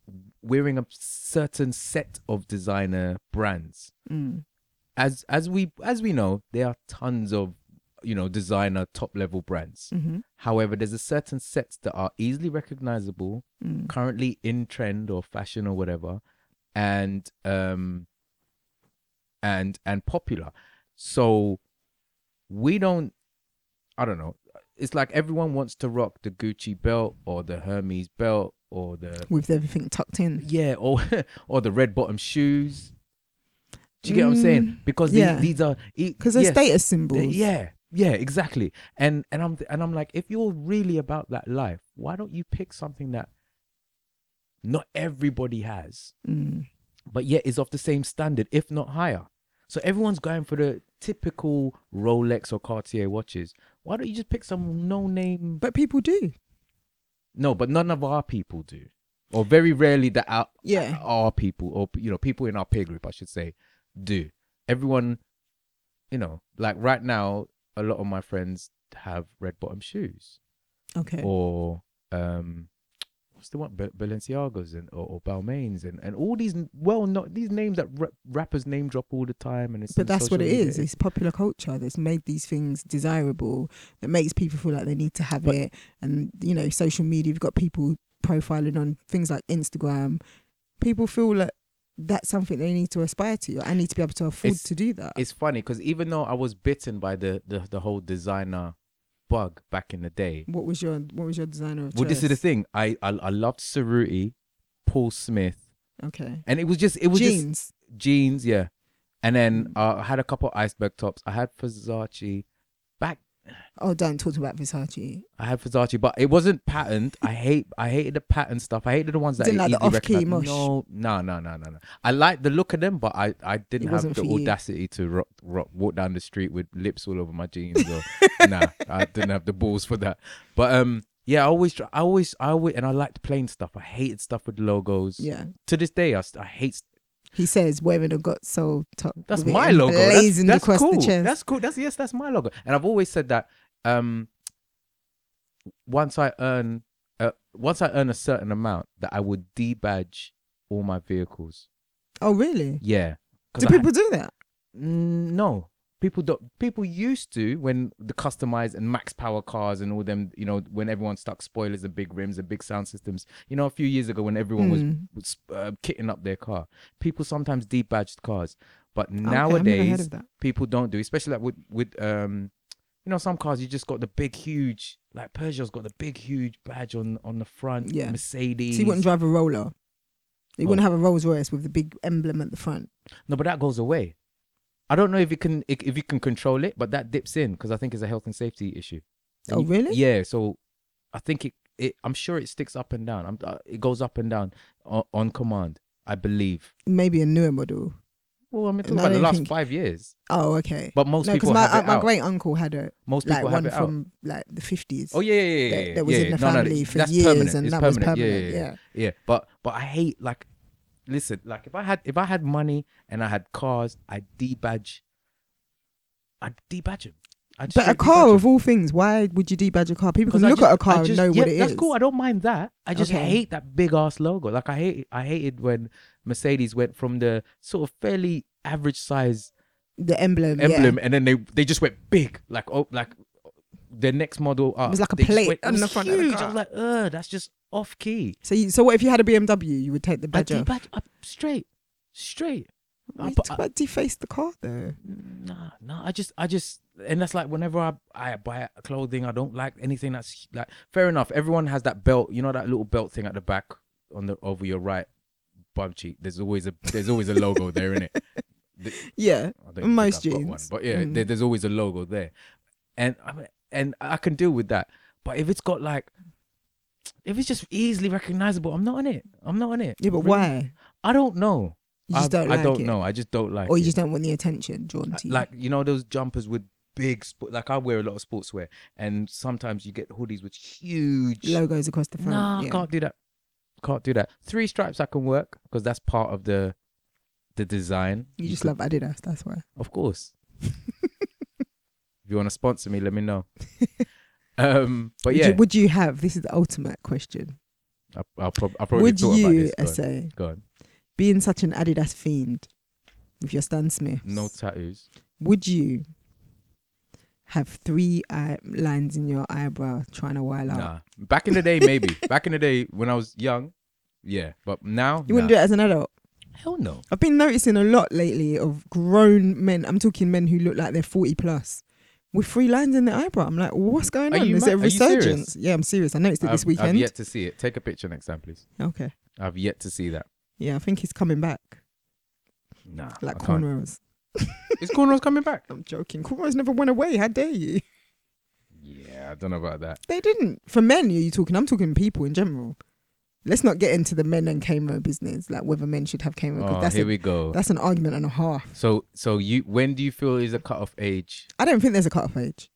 Speaker 3: wearing a certain set of designer brands
Speaker 2: Mm.
Speaker 3: as as we as we know there are tons of you know designer top level brands
Speaker 2: Mhm.
Speaker 3: however there's a certain sets that are easily recognizable
Speaker 2: Mm.
Speaker 3: currently in trend or fashion or whatever and um and and popular so we don't i don't know it's like everyone wants to rock the gucci belt or the hermes belt or the
Speaker 2: With everything tucked in.
Speaker 3: yeah or *laughs* or the red bottom shoes do you get what i'm saying
Speaker 2: Mm,
Speaker 3: because
Speaker 2: yeah.
Speaker 3: these, these are
Speaker 2: Because they're
Speaker 3: yes,
Speaker 2: status symbols.
Speaker 3: they- yeah yeah exactly and and i'm and i'm like if you're really about that life why don't you pick something that not everybody has
Speaker 2: Mm.
Speaker 3: but yet is of the same standard if not higher so everyone's going for the typical rolex or cartier watches why don't you just pick some no name
Speaker 2: But people do.
Speaker 3: no but none of our people do or very rarely that our,
Speaker 2: Yeah.
Speaker 3: our people or you know people in our peer group i should say do everyone you know like right now a lot of my friends have red bottom shoes
Speaker 2: Okay.
Speaker 3: or um what's the one Ba- balenciagas and or, or balmains and and all these n- well not these names that rap, rappers name drop all the time and it's
Speaker 2: but
Speaker 3: in
Speaker 2: that's what it
Speaker 3: social
Speaker 2: is.
Speaker 3: media.
Speaker 2: It's popular culture that's made these things desirable. That makes people feel like they need to have
Speaker 3: But-
Speaker 2: it. And you know, social media. You've got people profiling on things like Instagram. People feel like that's something they need to aspire to. I need to be able to afford
Speaker 3: It's-
Speaker 2: to do that.
Speaker 3: it's funny because even though i was bitten by the, the the whole designer bug back in the day
Speaker 2: What was your What was your designer of
Speaker 3: well this is the
Speaker 2: choice?
Speaker 3: thing i i, I loved Saruti, paul smith
Speaker 2: Okay.
Speaker 3: and it was just it was just
Speaker 2: Jeans.
Speaker 3: jeans, yeah. And then uh, I had a couple iceberg tops. I had Versace back.
Speaker 2: Oh, don't talk about Versace.
Speaker 3: I had Versace, but it wasn't patterned. I hate, I hated the pattern stuff. I hated the ones that
Speaker 2: Didn't
Speaker 3: I
Speaker 2: like the
Speaker 3: easily
Speaker 2: off-key
Speaker 3: recognised.
Speaker 2: mush.
Speaker 3: No, no, no, no, no, no. I liked the look of them, but I, I didn't
Speaker 2: It
Speaker 3: have
Speaker 2: wasn't
Speaker 3: the
Speaker 2: for you.
Speaker 3: audacity to rock, rock, walk down the street with lips all over my jeans.
Speaker 2: *laughs*
Speaker 3: Or, nah, I didn't have the balls for that. But um, yeah, I always, try- I always, I always, and I liked plain stuff. I hated stuff with logos.
Speaker 2: Yeah.
Speaker 3: To this day, I, st- I hate
Speaker 2: He says wearing a got soul top.
Speaker 3: that's
Speaker 2: with it
Speaker 3: my logo. That's,
Speaker 2: emblazoned
Speaker 3: that's
Speaker 2: across
Speaker 3: cool.
Speaker 2: the chest.
Speaker 3: That's cool. That's yes, that's my logo. And I've always said that um once I earn uh, once I earn a certain amount that I would debadge all my vehicles.
Speaker 2: oh, really?
Speaker 3: Yeah. 'Cause
Speaker 2: Do
Speaker 3: I-
Speaker 2: people do that?
Speaker 3: Mm, no. People don't people used to when the customized and max power cars and all them, you know, when everyone stuck spoilers and big rims and big sound systems. You know, a few years ago when everyone was
Speaker 2: Mm.
Speaker 3: was uh, kitting up their car. People sometimes debadged cars, but
Speaker 2: Okay, I've never heard
Speaker 3: nowadays
Speaker 2: of that.
Speaker 3: people don't do, especially like with with um, you know, some cars you just got the big huge like Peugeot's got the big huge badge on on the front.
Speaker 2: Yeah.
Speaker 3: Mercedes.
Speaker 2: So you wouldn't drive a roller. You
Speaker 3: Oh.
Speaker 2: wouldn't have a Rolls Royce with the big emblem at the front.
Speaker 3: no, but that goes away. I don't know if you can if, if you can control it, but that dips in because I think it's a health and safety issue. And
Speaker 2: Oh,
Speaker 3: you-
Speaker 2: really?
Speaker 3: Yeah. So I think it, it I'm sure it sticks up and down. I'm, uh, it goes up and down on, on command. I believe.
Speaker 2: Maybe a newer model.
Speaker 3: Well, I'm talking
Speaker 2: No, I
Speaker 3: about the
Speaker 2: don't
Speaker 3: last
Speaker 2: think-
Speaker 3: five years,
Speaker 2: Oh, okay.
Speaker 3: but most
Speaker 2: no, because
Speaker 3: people
Speaker 2: my
Speaker 3: have
Speaker 2: uh,
Speaker 3: it
Speaker 2: my
Speaker 3: out.
Speaker 2: great uncle had a
Speaker 3: most people
Speaker 2: like
Speaker 3: have
Speaker 2: one
Speaker 3: it out.
Speaker 2: from like the fifties.
Speaker 3: Oh yeah, yeah, yeah, yeah.
Speaker 2: that-
Speaker 3: yeah,
Speaker 2: that was
Speaker 3: yeah,
Speaker 2: in the
Speaker 3: yeah. No, no,
Speaker 2: family for
Speaker 3: that's
Speaker 2: years
Speaker 3: permanent.
Speaker 2: and
Speaker 3: It's
Speaker 2: that was
Speaker 3: Yeah,
Speaker 2: permanent,
Speaker 3: yeah, yeah, yeah. But but I hate like, listen, like if I had if I had money and I had cars, I would debadge. I would debadge them. I just
Speaker 2: But a
Speaker 3: straight
Speaker 2: car
Speaker 3: debadge 'em.
Speaker 2: of all things, why would you debadge a car? People can
Speaker 3: I
Speaker 2: look
Speaker 3: just-
Speaker 2: at a car
Speaker 3: I just-
Speaker 2: and know
Speaker 3: yeah,
Speaker 2: what it is.
Speaker 3: That's cool. I don't mind that. I just
Speaker 2: Okay.
Speaker 3: hate that big ass logo. Like I hate I hated when Mercedes went from the sort of fairly average size
Speaker 2: The emblem,
Speaker 3: emblem
Speaker 2: Yeah.
Speaker 3: and then they they just went big like oh like the next model up.
Speaker 2: was like a
Speaker 3: they just
Speaker 2: plate
Speaker 3: went- it
Speaker 2: on
Speaker 3: was
Speaker 2: the front of the
Speaker 3: huge. I
Speaker 2: car.
Speaker 3: was like, uh, that's just off key.
Speaker 2: So, you, so what if you had a BMW? You would take the
Speaker 3: I
Speaker 2: badge off.
Speaker 3: debadge- I- straight, straight. I
Speaker 2: You
Speaker 3: put- I-
Speaker 2: but deface the car though.
Speaker 3: Nah, nah. I just, I just, and that's like whenever I, I buy clothing, I don't like anything that's like. Fair enough. Everyone has that belt, you know, that little belt thing at the back on the over your right bum cheek. There's always a, there's always a logo there, in it.
Speaker 2: Yeah,
Speaker 3: I don't
Speaker 2: In
Speaker 3: even
Speaker 2: most
Speaker 3: think I've got one,
Speaker 2: jeans.
Speaker 3: but yeah,
Speaker 2: Mm.
Speaker 3: there, there's always a logo there, and I mean, and I can deal with that. But if it's got like, if it's just easily recognizable, I'm not on it. I'm not on it.
Speaker 2: yeah, but
Speaker 3: Really.
Speaker 2: why?
Speaker 3: I don't know.
Speaker 2: You just
Speaker 3: I,
Speaker 2: don't.
Speaker 3: I
Speaker 2: like
Speaker 3: don't
Speaker 2: it.
Speaker 3: know. I just don't like.
Speaker 2: or
Speaker 3: it.
Speaker 2: you just don't want the attention drawn to you.
Speaker 3: like you know those jumpers with big sp- like I wear a lot of sportswear, and sometimes you get hoodies with huge.
Speaker 2: logos across the front.
Speaker 3: nah,
Speaker 2: yeah.
Speaker 3: can't do that. Can't do that. Three stripes I can work because that's part of the the design.
Speaker 2: You just
Speaker 3: could-
Speaker 2: love Adidas, that's why. *laughs*
Speaker 3: of course. if you want to sponsor me, let me
Speaker 2: *laughs*
Speaker 3: know. Um, but
Speaker 2: would,
Speaker 3: yeah,
Speaker 2: you, would you have? This is the ultimate question.
Speaker 3: I, I'll, prob- I'll probably
Speaker 2: would
Speaker 3: talk about
Speaker 2: you,
Speaker 3: this. Go on.
Speaker 2: essay,
Speaker 3: Go on.
Speaker 2: being such an Adidas fiend with your Stan Smith,
Speaker 3: No tattoos.
Speaker 2: would you have three eye lines in your eyebrow trying to while out?
Speaker 3: Nah. Back in the day, maybe. Back in the day when I was young, yeah. But now,
Speaker 2: You wouldn't do it as an adult.
Speaker 3: it. Hell no.
Speaker 2: I've been noticing a lot lately of grown men. I'm talking men who look like they're 40 plus with three lines in their eyebrow. I'm like, what's going
Speaker 3: Are
Speaker 2: on?
Speaker 3: you
Speaker 2: Is it a
Speaker 3: mad? Are you serious?
Speaker 2: resurgence? Yeah, I'm serious. I noticed it this
Speaker 3: I've-
Speaker 2: weekend.
Speaker 3: I've yet to see it. Take a picture next time, please.
Speaker 2: Okay.
Speaker 3: I've yet to see that.
Speaker 2: Yeah, I think he's coming back.
Speaker 3: Nah,
Speaker 2: Like
Speaker 3: I can't.
Speaker 2: cornrows.
Speaker 3: Is Cornwall's coming back?
Speaker 2: I'm joking. Cornrows never went away. How dare you? *laughs*
Speaker 3: Yeah, I don't know about that.
Speaker 2: They didn't. For men, are you talking? I'm talking people in general. Let's not get into the men and camo business, like whether men should have camo. 'cause
Speaker 3: Oh,
Speaker 2: that's,
Speaker 3: here
Speaker 2: a,
Speaker 3: we go.
Speaker 2: that's an argument and a half.
Speaker 3: So, so you when do you feel is a cut off age?
Speaker 2: I don't think there's a cut off age.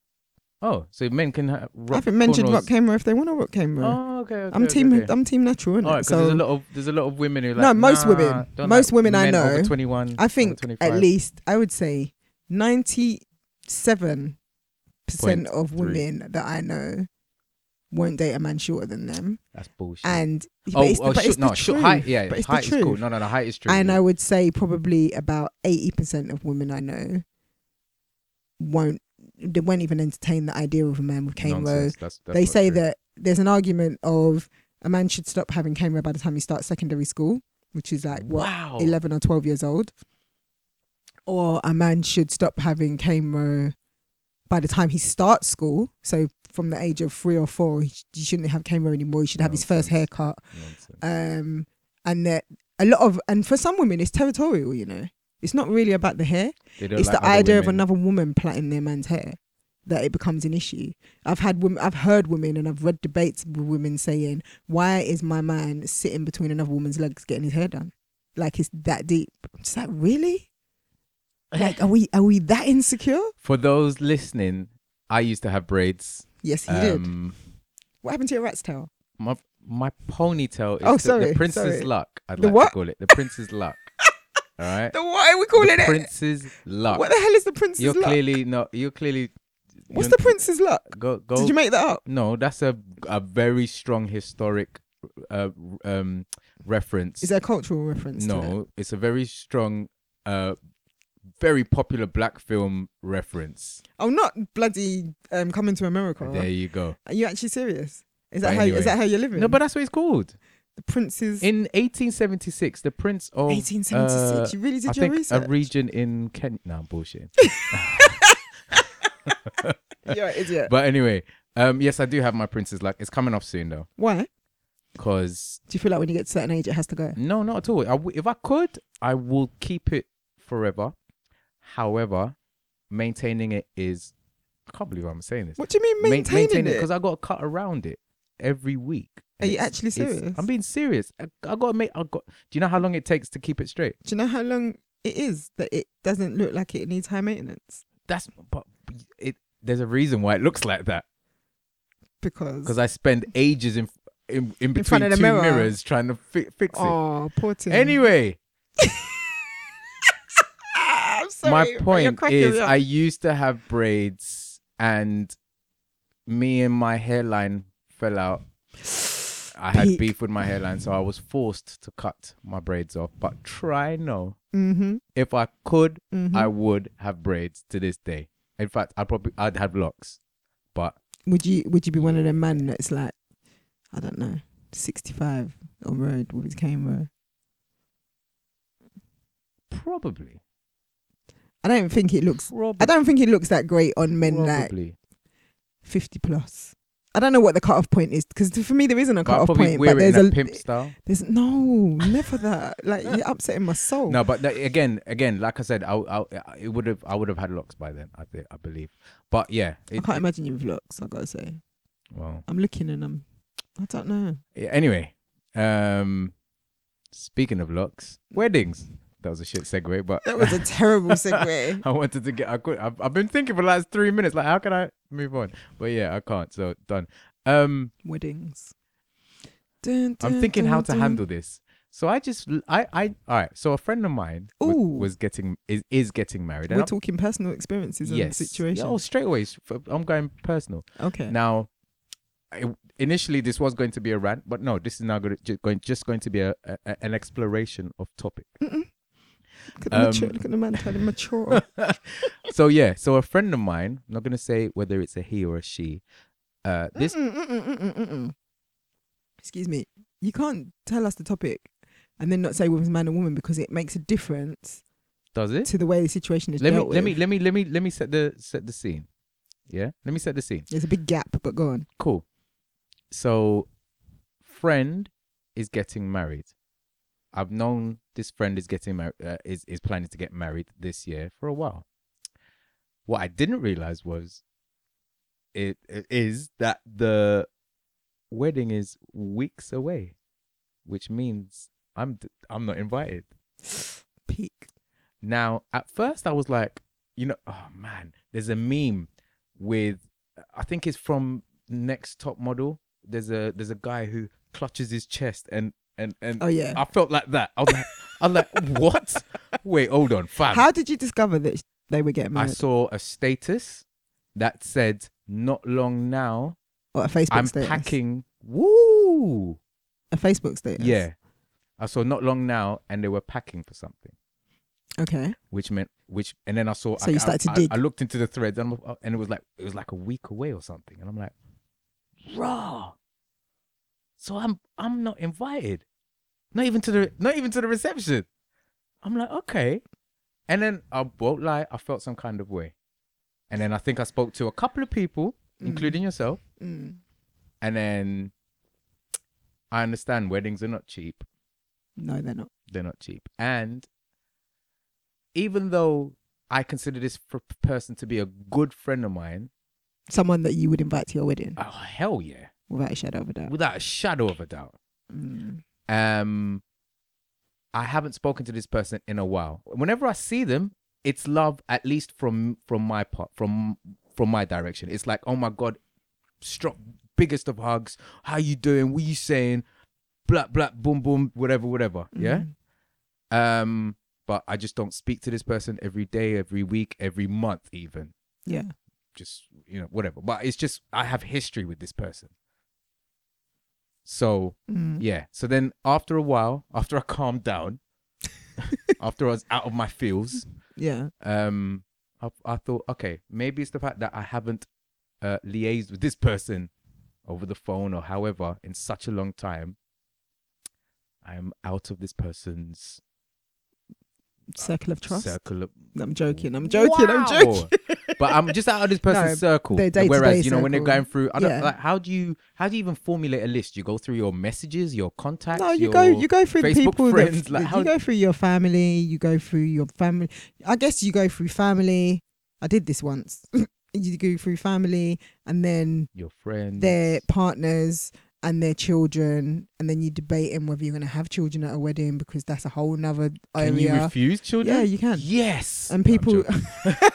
Speaker 3: Oh, so men can ha- rock.
Speaker 2: I think men should rock
Speaker 3: cornrows.
Speaker 2: camo if they want to rock camo.
Speaker 3: Oh, okay. okay
Speaker 2: I'm
Speaker 3: okay,
Speaker 2: team.
Speaker 3: Okay.
Speaker 2: I'm team natural, innit?
Speaker 3: All right, because
Speaker 2: so
Speaker 3: there's a lot of there's a lot of women who are
Speaker 2: No,
Speaker 3: like,
Speaker 2: most women-
Speaker 3: "Nah, don't
Speaker 2: most
Speaker 3: like
Speaker 2: women I
Speaker 3: men over
Speaker 2: know,
Speaker 3: 21.
Speaker 2: I
Speaker 3: over
Speaker 2: think
Speaker 3: 25."
Speaker 2: at least I would say ninety-seven percent
Speaker 3: Point
Speaker 2: of
Speaker 3: three.
Speaker 2: women that I know won't date a man shorter than them,
Speaker 3: that's bullshit.
Speaker 2: and
Speaker 3: oh,
Speaker 2: but it's, the-
Speaker 3: oh
Speaker 2: but
Speaker 3: shit,
Speaker 2: it's the
Speaker 3: no, shit, height,
Speaker 2: truth.
Speaker 3: yeah,
Speaker 2: but it's the
Speaker 3: height is cool.
Speaker 2: truth.
Speaker 3: No, no, no, height is true.
Speaker 2: and
Speaker 3: yeah.
Speaker 2: I would say probably about eighty percent of women I know won't they won't even entertain the idea of a man with camo.
Speaker 3: Nonsense, that's- that's
Speaker 2: They
Speaker 3: not
Speaker 2: say
Speaker 3: true.
Speaker 2: that there's an argument of a man should stop having camo by the time he starts secondary school, which is like what
Speaker 3: wow,
Speaker 2: 11 or 12 years old, or a man should stop having camo by the time he starts school. So from the age of three or four, he sh- you shouldn't have camo anymore. He should have his first
Speaker 3: Nonsense.
Speaker 2: haircut.
Speaker 3: Nonsense.
Speaker 2: Um, and that a lot of, and for some women, it's territorial, you know. It's not really about the hair.
Speaker 3: They don't
Speaker 2: it's
Speaker 3: like
Speaker 2: the
Speaker 3: other
Speaker 2: idea of
Speaker 3: women.
Speaker 2: another woman plaiting their man's hair that it becomes an issue. I've had women, I've heard women, and I've read debates with women saying, "Why is my man sitting between another woman's legs getting his hair done? Like it's that deep." It's like really, like are we are we that insecure?
Speaker 3: For those listening, I used to have braids.
Speaker 2: Yes, he did.
Speaker 3: Um,
Speaker 2: What happened to your rat's tail?
Speaker 3: my my ponytail is
Speaker 2: Oh,
Speaker 3: the-
Speaker 2: sorry,
Speaker 3: the prince's
Speaker 2: sorry.
Speaker 3: luck. I'd
Speaker 2: The
Speaker 3: like
Speaker 2: what?
Speaker 3: to call it the
Speaker 2: *laughs*
Speaker 3: prince's luck. All right,
Speaker 2: The what are we calling
Speaker 3: the
Speaker 2: it?
Speaker 3: prince's luck.
Speaker 2: What the hell is the prince's
Speaker 3: you're
Speaker 2: luck?
Speaker 3: clearly not. You're clearly.
Speaker 2: What's
Speaker 3: you're- Oh.
Speaker 2: the prince's luck?
Speaker 3: Go go.
Speaker 2: Did you make that up?
Speaker 3: no, that's a a very strong historic, uh, um, reference.
Speaker 2: Is there a cultural reference? to it?
Speaker 3: no, it's a very strong, uh, very popular black film reference.
Speaker 2: Oh, not bloody um, coming to America.
Speaker 3: There you go.
Speaker 2: Are you actually serious? Is that
Speaker 3: But
Speaker 2: how
Speaker 3: anyway.
Speaker 2: is that how you're living?
Speaker 3: No, but that's what it's called.
Speaker 2: the prince's
Speaker 3: In 1876, the prince of uh,
Speaker 2: 1876. you really did
Speaker 3: I
Speaker 2: your
Speaker 3: think
Speaker 2: research.
Speaker 3: a region in Kent. No, I'm
Speaker 2: *laughs*
Speaker 3: bullshitting.
Speaker 2: you're an idiot.
Speaker 3: but anyway, um, yes, I do have my prince's luck. It's coming off soon though,
Speaker 2: Why? Do
Speaker 3: because
Speaker 2: you feel like when you get to a certain age, it has to go?
Speaker 3: no, not at all. I w- if I could, I will keep it forever. However, maintaining it is. I can't believe I'm saying this.
Speaker 2: What do you mean
Speaker 3: Ma-
Speaker 2: maintaining, it?
Speaker 3: because I got to cut around it every week.
Speaker 2: Are you
Speaker 3: It's-
Speaker 2: actually
Speaker 3: it's-
Speaker 2: serious?
Speaker 3: I'm being serious. I, I got to make. I got. Do you know how long it takes to keep it straight?
Speaker 2: Do you know how long it is that it doesn't look like it needs high maintenance?
Speaker 3: That's but it. There's a reason why it looks like that.
Speaker 2: Because
Speaker 3: because I spend ages in in, in between
Speaker 2: front of the
Speaker 3: two
Speaker 2: mirror.
Speaker 3: mirrors trying to fi- fix it.
Speaker 2: oh, poor Tim.
Speaker 3: *laughs* Anyway,
Speaker 2: *laughs* I'm sorry, but
Speaker 3: my
Speaker 2: you're
Speaker 3: point
Speaker 2: cracking me
Speaker 3: is,
Speaker 2: up.
Speaker 3: I used to have braids, and me and my hairline fell out. I had
Speaker 2: Peak.
Speaker 3: beef with my hairline, so I was forced to cut my braids off. But try no,
Speaker 2: Mhm,
Speaker 3: if I could,
Speaker 2: mhm.
Speaker 3: I would have braids to this day. In fact, I probably I'd have locks, but
Speaker 2: would you would you be one of them men that's like, I don't know, sixty five on road with his camera?
Speaker 3: probably,
Speaker 2: I don't think it looks.
Speaker 3: probably,
Speaker 2: I don't think it looks that great on men like
Speaker 3: probably.
Speaker 2: 50 plus. I don't know what the cutoff point is because for me there isn't a
Speaker 3: But I'd
Speaker 2: cutoff
Speaker 3: probably
Speaker 2: point.
Speaker 3: wear
Speaker 2: But
Speaker 3: it
Speaker 2: there's
Speaker 3: in a,
Speaker 2: a
Speaker 3: pimp style.
Speaker 2: there's no never that
Speaker 3: *laughs*
Speaker 2: like you're upsetting my soul.
Speaker 3: No, but that, again, again, like I said, I, I it would have I would have had locks by then. I think I believe, but yeah,
Speaker 2: I
Speaker 3: it,
Speaker 2: can't imagine you with looks. I gotta say,
Speaker 3: well,
Speaker 2: I'm looking and I'm I don't know.
Speaker 3: yeah, anyway, um, speaking of locks, weddings. That was a shit segue, but *laughs*
Speaker 2: That was a terrible segue.
Speaker 3: I wanted to get. I could. I've, I've been thinking for the last three minutes. Like, how can I move on? But yeah, I can't. So done. Um,
Speaker 2: Weddings. Dun,
Speaker 3: I'm
Speaker 2: dun,
Speaker 3: thinking how
Speaker 2: dun,
Speaker 3: to
Speaker 2: dun.
Speaker 3: handle this. So I just I I all right. So a friend of mine was,
Speaker 2: Ooh.
Speaker 3: was getting is is getting married. and
Speaker 2: We're
Speaker 3: I'm-
Speaker 2: talking personal experiences and
Speaker 3: yes.
Speaker 2: situations.
Speaker 3: Oh, straight away. s- f- I'm going personal.
Speaker 2: okay.
Speaker 3: Now, I- initially, this was going to be a rant, but no, this is now going, to, going just going to be a, a a- an exploration of
Speaker 2: *laughs*
Speaker 3: topic.
Speaker 2: Mm-mm. Look, at the mature,
Speaker 3: Um,
Speaker 2: look at the man
Speaker 3: *laughs*
Speaker 2: trying to mature.
Speaker 3: so yeah, so a friend of mine, I'm not going to say whether it's a he or a she. Uh, this
Speaker 2: Mm-mm, mm-mm, mm-mm, mm-mm. Excuse me. You can't tell us the topic and then not say whether it's man or woman because it makes a difference
Speaker 3: does it.
Speaker 2: to the way the situation is
Speaker 3: Let me
Speaker 2: dealt
Speaker 3: let me
Speaker 2: with.
Speaker 3: let me let me let me set the set the scene. Yeah, let me set the scene.
Speaker 2: There's a big gap, but go on.
Speaker 3: Cool. So, friend is getting married. I've known this friend is getting married, uh, is is planning to get married this year for a while. What I didn't realize was, it, it is that the wedding is weeks away, which means I'm d- I'm not invited.
Speaker 2: Peak.
Speaker 3: Now, at first, I was like, you know, oh man, there's a meme with, I think it's from Next Top Model. There's a there's a guy who clutches his chest and and and
Speaker 2: Oh yeah.
Speaker 3: I felt like that. I was like, I'm like,
Speaker 2: *laughs*
Speaker 3: what? Wait, hold on, fam.
Speaker 2: How did you discover that they were getting
Speaker 3: Um, I
Speaker 2: married?
Speaker 3: saw a status that said, "Not long now,
Speaker 2: Or a Facebook
Speaker 3: I'm
Speaker 2: status.
Speaker 3: packing." Woo!
Speaker 2: A Facebook status.
Speaker 3: Yeah, I saw not long now, and they were packing for something.
Speaker 2: Okay.
Speaker 3: which meant which and then i saw
Speaker 2: So
Speaker 3: I,
Speaker 2: you
Speaker 3: I-
Speaker 2: started to
Speaker 3: I,
Speaker 2: dig.
Speaker 3: I looked into the threads and, I'm- and it was like it was like a week away or something and i'm like raw so i'm i'm not invited not even to the not even to the reception i'm like okay and then i won't lie i felt some kind of way and then i think i spoke to a couple of people including yourself
Speaker 2: Mm.
Speaker 3: and then i understand weddings are not cheap
Speaker 2: No, they're not.
Speaker 3: they're not cheap. And even though I consider this fr- person to be a good friend of mine,
Speaker 2: Someone that you would invite to your wedding
Speaker 3: oh hell yeah,
Speaker 2: without a shadow of a doubt.
Speaker 3: without a shadow of a doubt.
Speaker 2: Mm.
Speaker 3: Um, I haven't spoken to this person in a while. Whenever I see them, it's love, at least from from my part, from from my direction. It's like, oh my god, strong, biggest of hugs. How you doing? What you saying? Blah blah, boom boom, whatever, whatever.
Speaker 2: Mm-hmm.
Speaker 3: Yeah. Um, but I just don't speak to this person every day, every week, every month, even.
Speaker 2: Yeah.
Speaker 3: Just you know, whatever. But it's just I have history with this person. So
Speaker 2: Mm.
Speaker 3: yeah. So then after a while, after I calmed down, *laughs* after I was out of my feels,
Speaker 2: Yeah.
Speaker 3: um, I, I thought, okay, maybe it's the fact that I haven't uh, liaised with this person over the phone or however in such a long time. I'm out of this person's
Speaker 2: Circle of trust.
Speaker 3: circle of
Speaker 2: I'm joking. I'm joking. I'm joking.
Speaker 3: Wow. but I'm just out of
Speaker 2: *laughs*
Speaker 3: this person's circle.
Speaker 2: their day-to-day
Speaker 3: Whereas you know when they're
Speaker 2: circle.
Speaker 3: going through, I don't,
Speaker 2: Yeah.
Speaker 3: like how do you how do you even formulate a list? You go through your messages, your contacts.
Speaker 2: No, you
Speaker 3: your,
Speaker 2: go you go through the
Speaker 3: Facebook
Speaker 2: people that-
Speaker 3: friends,
Speaker 2: that,
Speaker 3: like, how-
Speaker 2: you go through your family, you go through your family. I guess you go through family. I did this once. *laughs* you go through family and then
Speaker 3: your friends.
Speaker 2: their partners and their children and then you debating whether you're going to have children at a wedding because that's a whole nother
Speaker 3: Can you
Speaker 2: area
Speaker 3: refuse children?
Speaker 2: Yeah, you can.
Speaker 3: Yes.
Speaker 2: and
Speaker 3: No, I'm
Speaker 2: people
Speaker 3: joking.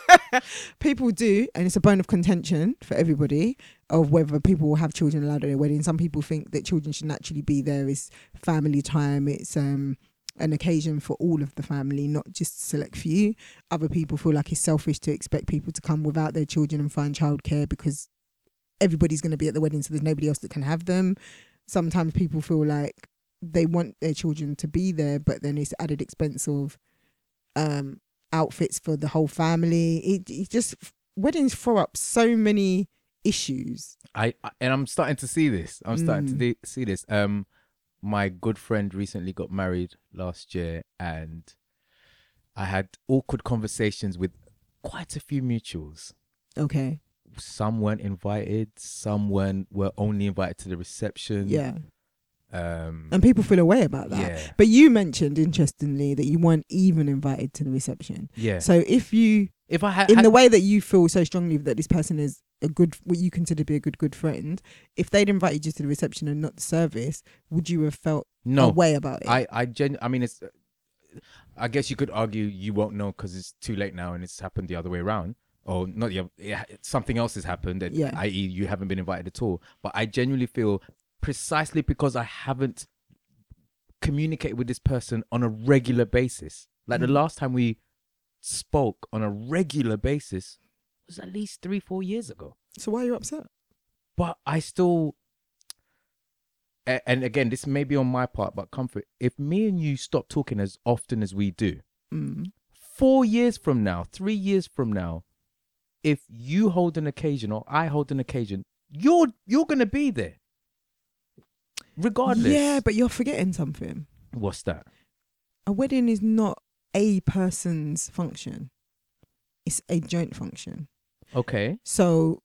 Speaker 2: *laughs* people do and it's a bone of contention for everybody of whether people will have children allowed at their wedding some people think that children should naturally be there it's family time it's um an occasion for all of the family not just select few other people feel like it's selfish to expect people to come without their children and find childcare because everybody's going to be at the wedding so there's nobody else that can have them sometimes people feel like they want their children to be there but then it's added expense of um outfits for the whole family. It, it just weddings throw up so many issues.
Speaker 3: I, I and I'm starting to see this. I'm starting to
Speaker 2: Mm.
Speaker 3: de- see this. Um, my good friend recently got married last year, and I had awkward conversations with quite a few mutuals.
Speaker 2: Okay.
Speaker 3: some weren't invited some weren't were only invited to the reception
Speaker 2: Yeah.
Speaker 3: um
Speaker 2: And people feel away about that.
Speaker 3: yeah
Speaker 2: But you mentioned interestingly that you weren't even invited to the reception.
Speaker 3: yeah
Speaker 2: So if you
Speaker 3: if i had,
Speaker 2: in
Speaker 3: had-
Speaker 2: the way that you feel so strongly that this person is a good what you consider to be a good good friend, if they'd invited you to the reception and not the service, would you have felt
Speaker 3: no
Speaker 2: away about it?
Speaker 3: i i gen i mean it's uh, i guess you could argue you won't know because it's too late now and it's happened the other way around or not the other, yeah, something else has happened and
Speaker 2: Yeah.
Speaker 3: i.e you haven't been invited at all but i genuinely feel precisely because i haven't communicated with this person on a regular basis like the
Speaker 2: Mm.
Speaker 3: last time we spoke on a regular basis was at least three four years ago
Speaker 2: so why are you upset?
Speaker 3: but I still, a- and again, this may be on my part, but comfort. If me and you stop talking as often as we do,
Speaker 2: Mm.
Speaker 3: four years from now, three years from now, if you hold an occasion or I hold an occasion, you're you're gonna be there, regardless.
Speaker 2: Yeah, but you're forgetting something.
Speaker 3: what's that?
Speaker 2: a wedding is not a person's function it's a joint function
Speaker 3: Okay,
Speaker 2: so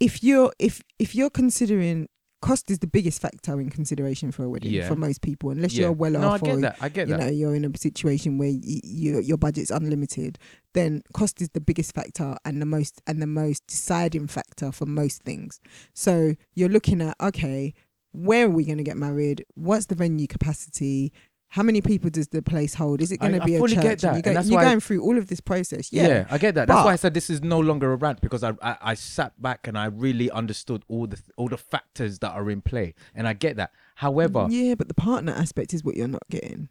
Speaker 2: if you're if if you're considering cost is the biggest factor in consideration for a wedding
Speaker 3: Yeah.
Speaker 2: for most people, unless
Speaker 3: Yeah.
Speaker 2: you're well
Speaker 3: no, I
Speaker 2: off or
Speaker 3: get that. I get
Speaker 2: you
Speaker 3: that.
Speaker 2: know you're in a situation where y- you, your budget's unlimited then cost is the biggest factor and the most and the most deciding factor for most things so you're looking at okay where are we going to get married what's the venue capacity how many people does the place hold is it
Speaker 3: I-
Speaker 2: going to
Speaker 3: I
Speaker 2: be a
Speaker 3: fully
Speaker 2: church
Speaker 3: get that,
Speaker 2: you
Speaker 3: and that's
Speaker 2: are
Speaker 3: why-
Speaker 2: going through all of this process
Speaker 3: Yeah.
Speaker 2: yeah,
Speaker 3: I get that. That's
Speaker 2: But-
Speaker 3: why I said this is no longer a rant because I, I I sat back and I really understood all the all the factors that are in play, and I get that. However,
Speaker 2: Yeah, but the partner aspect is what you're not getting.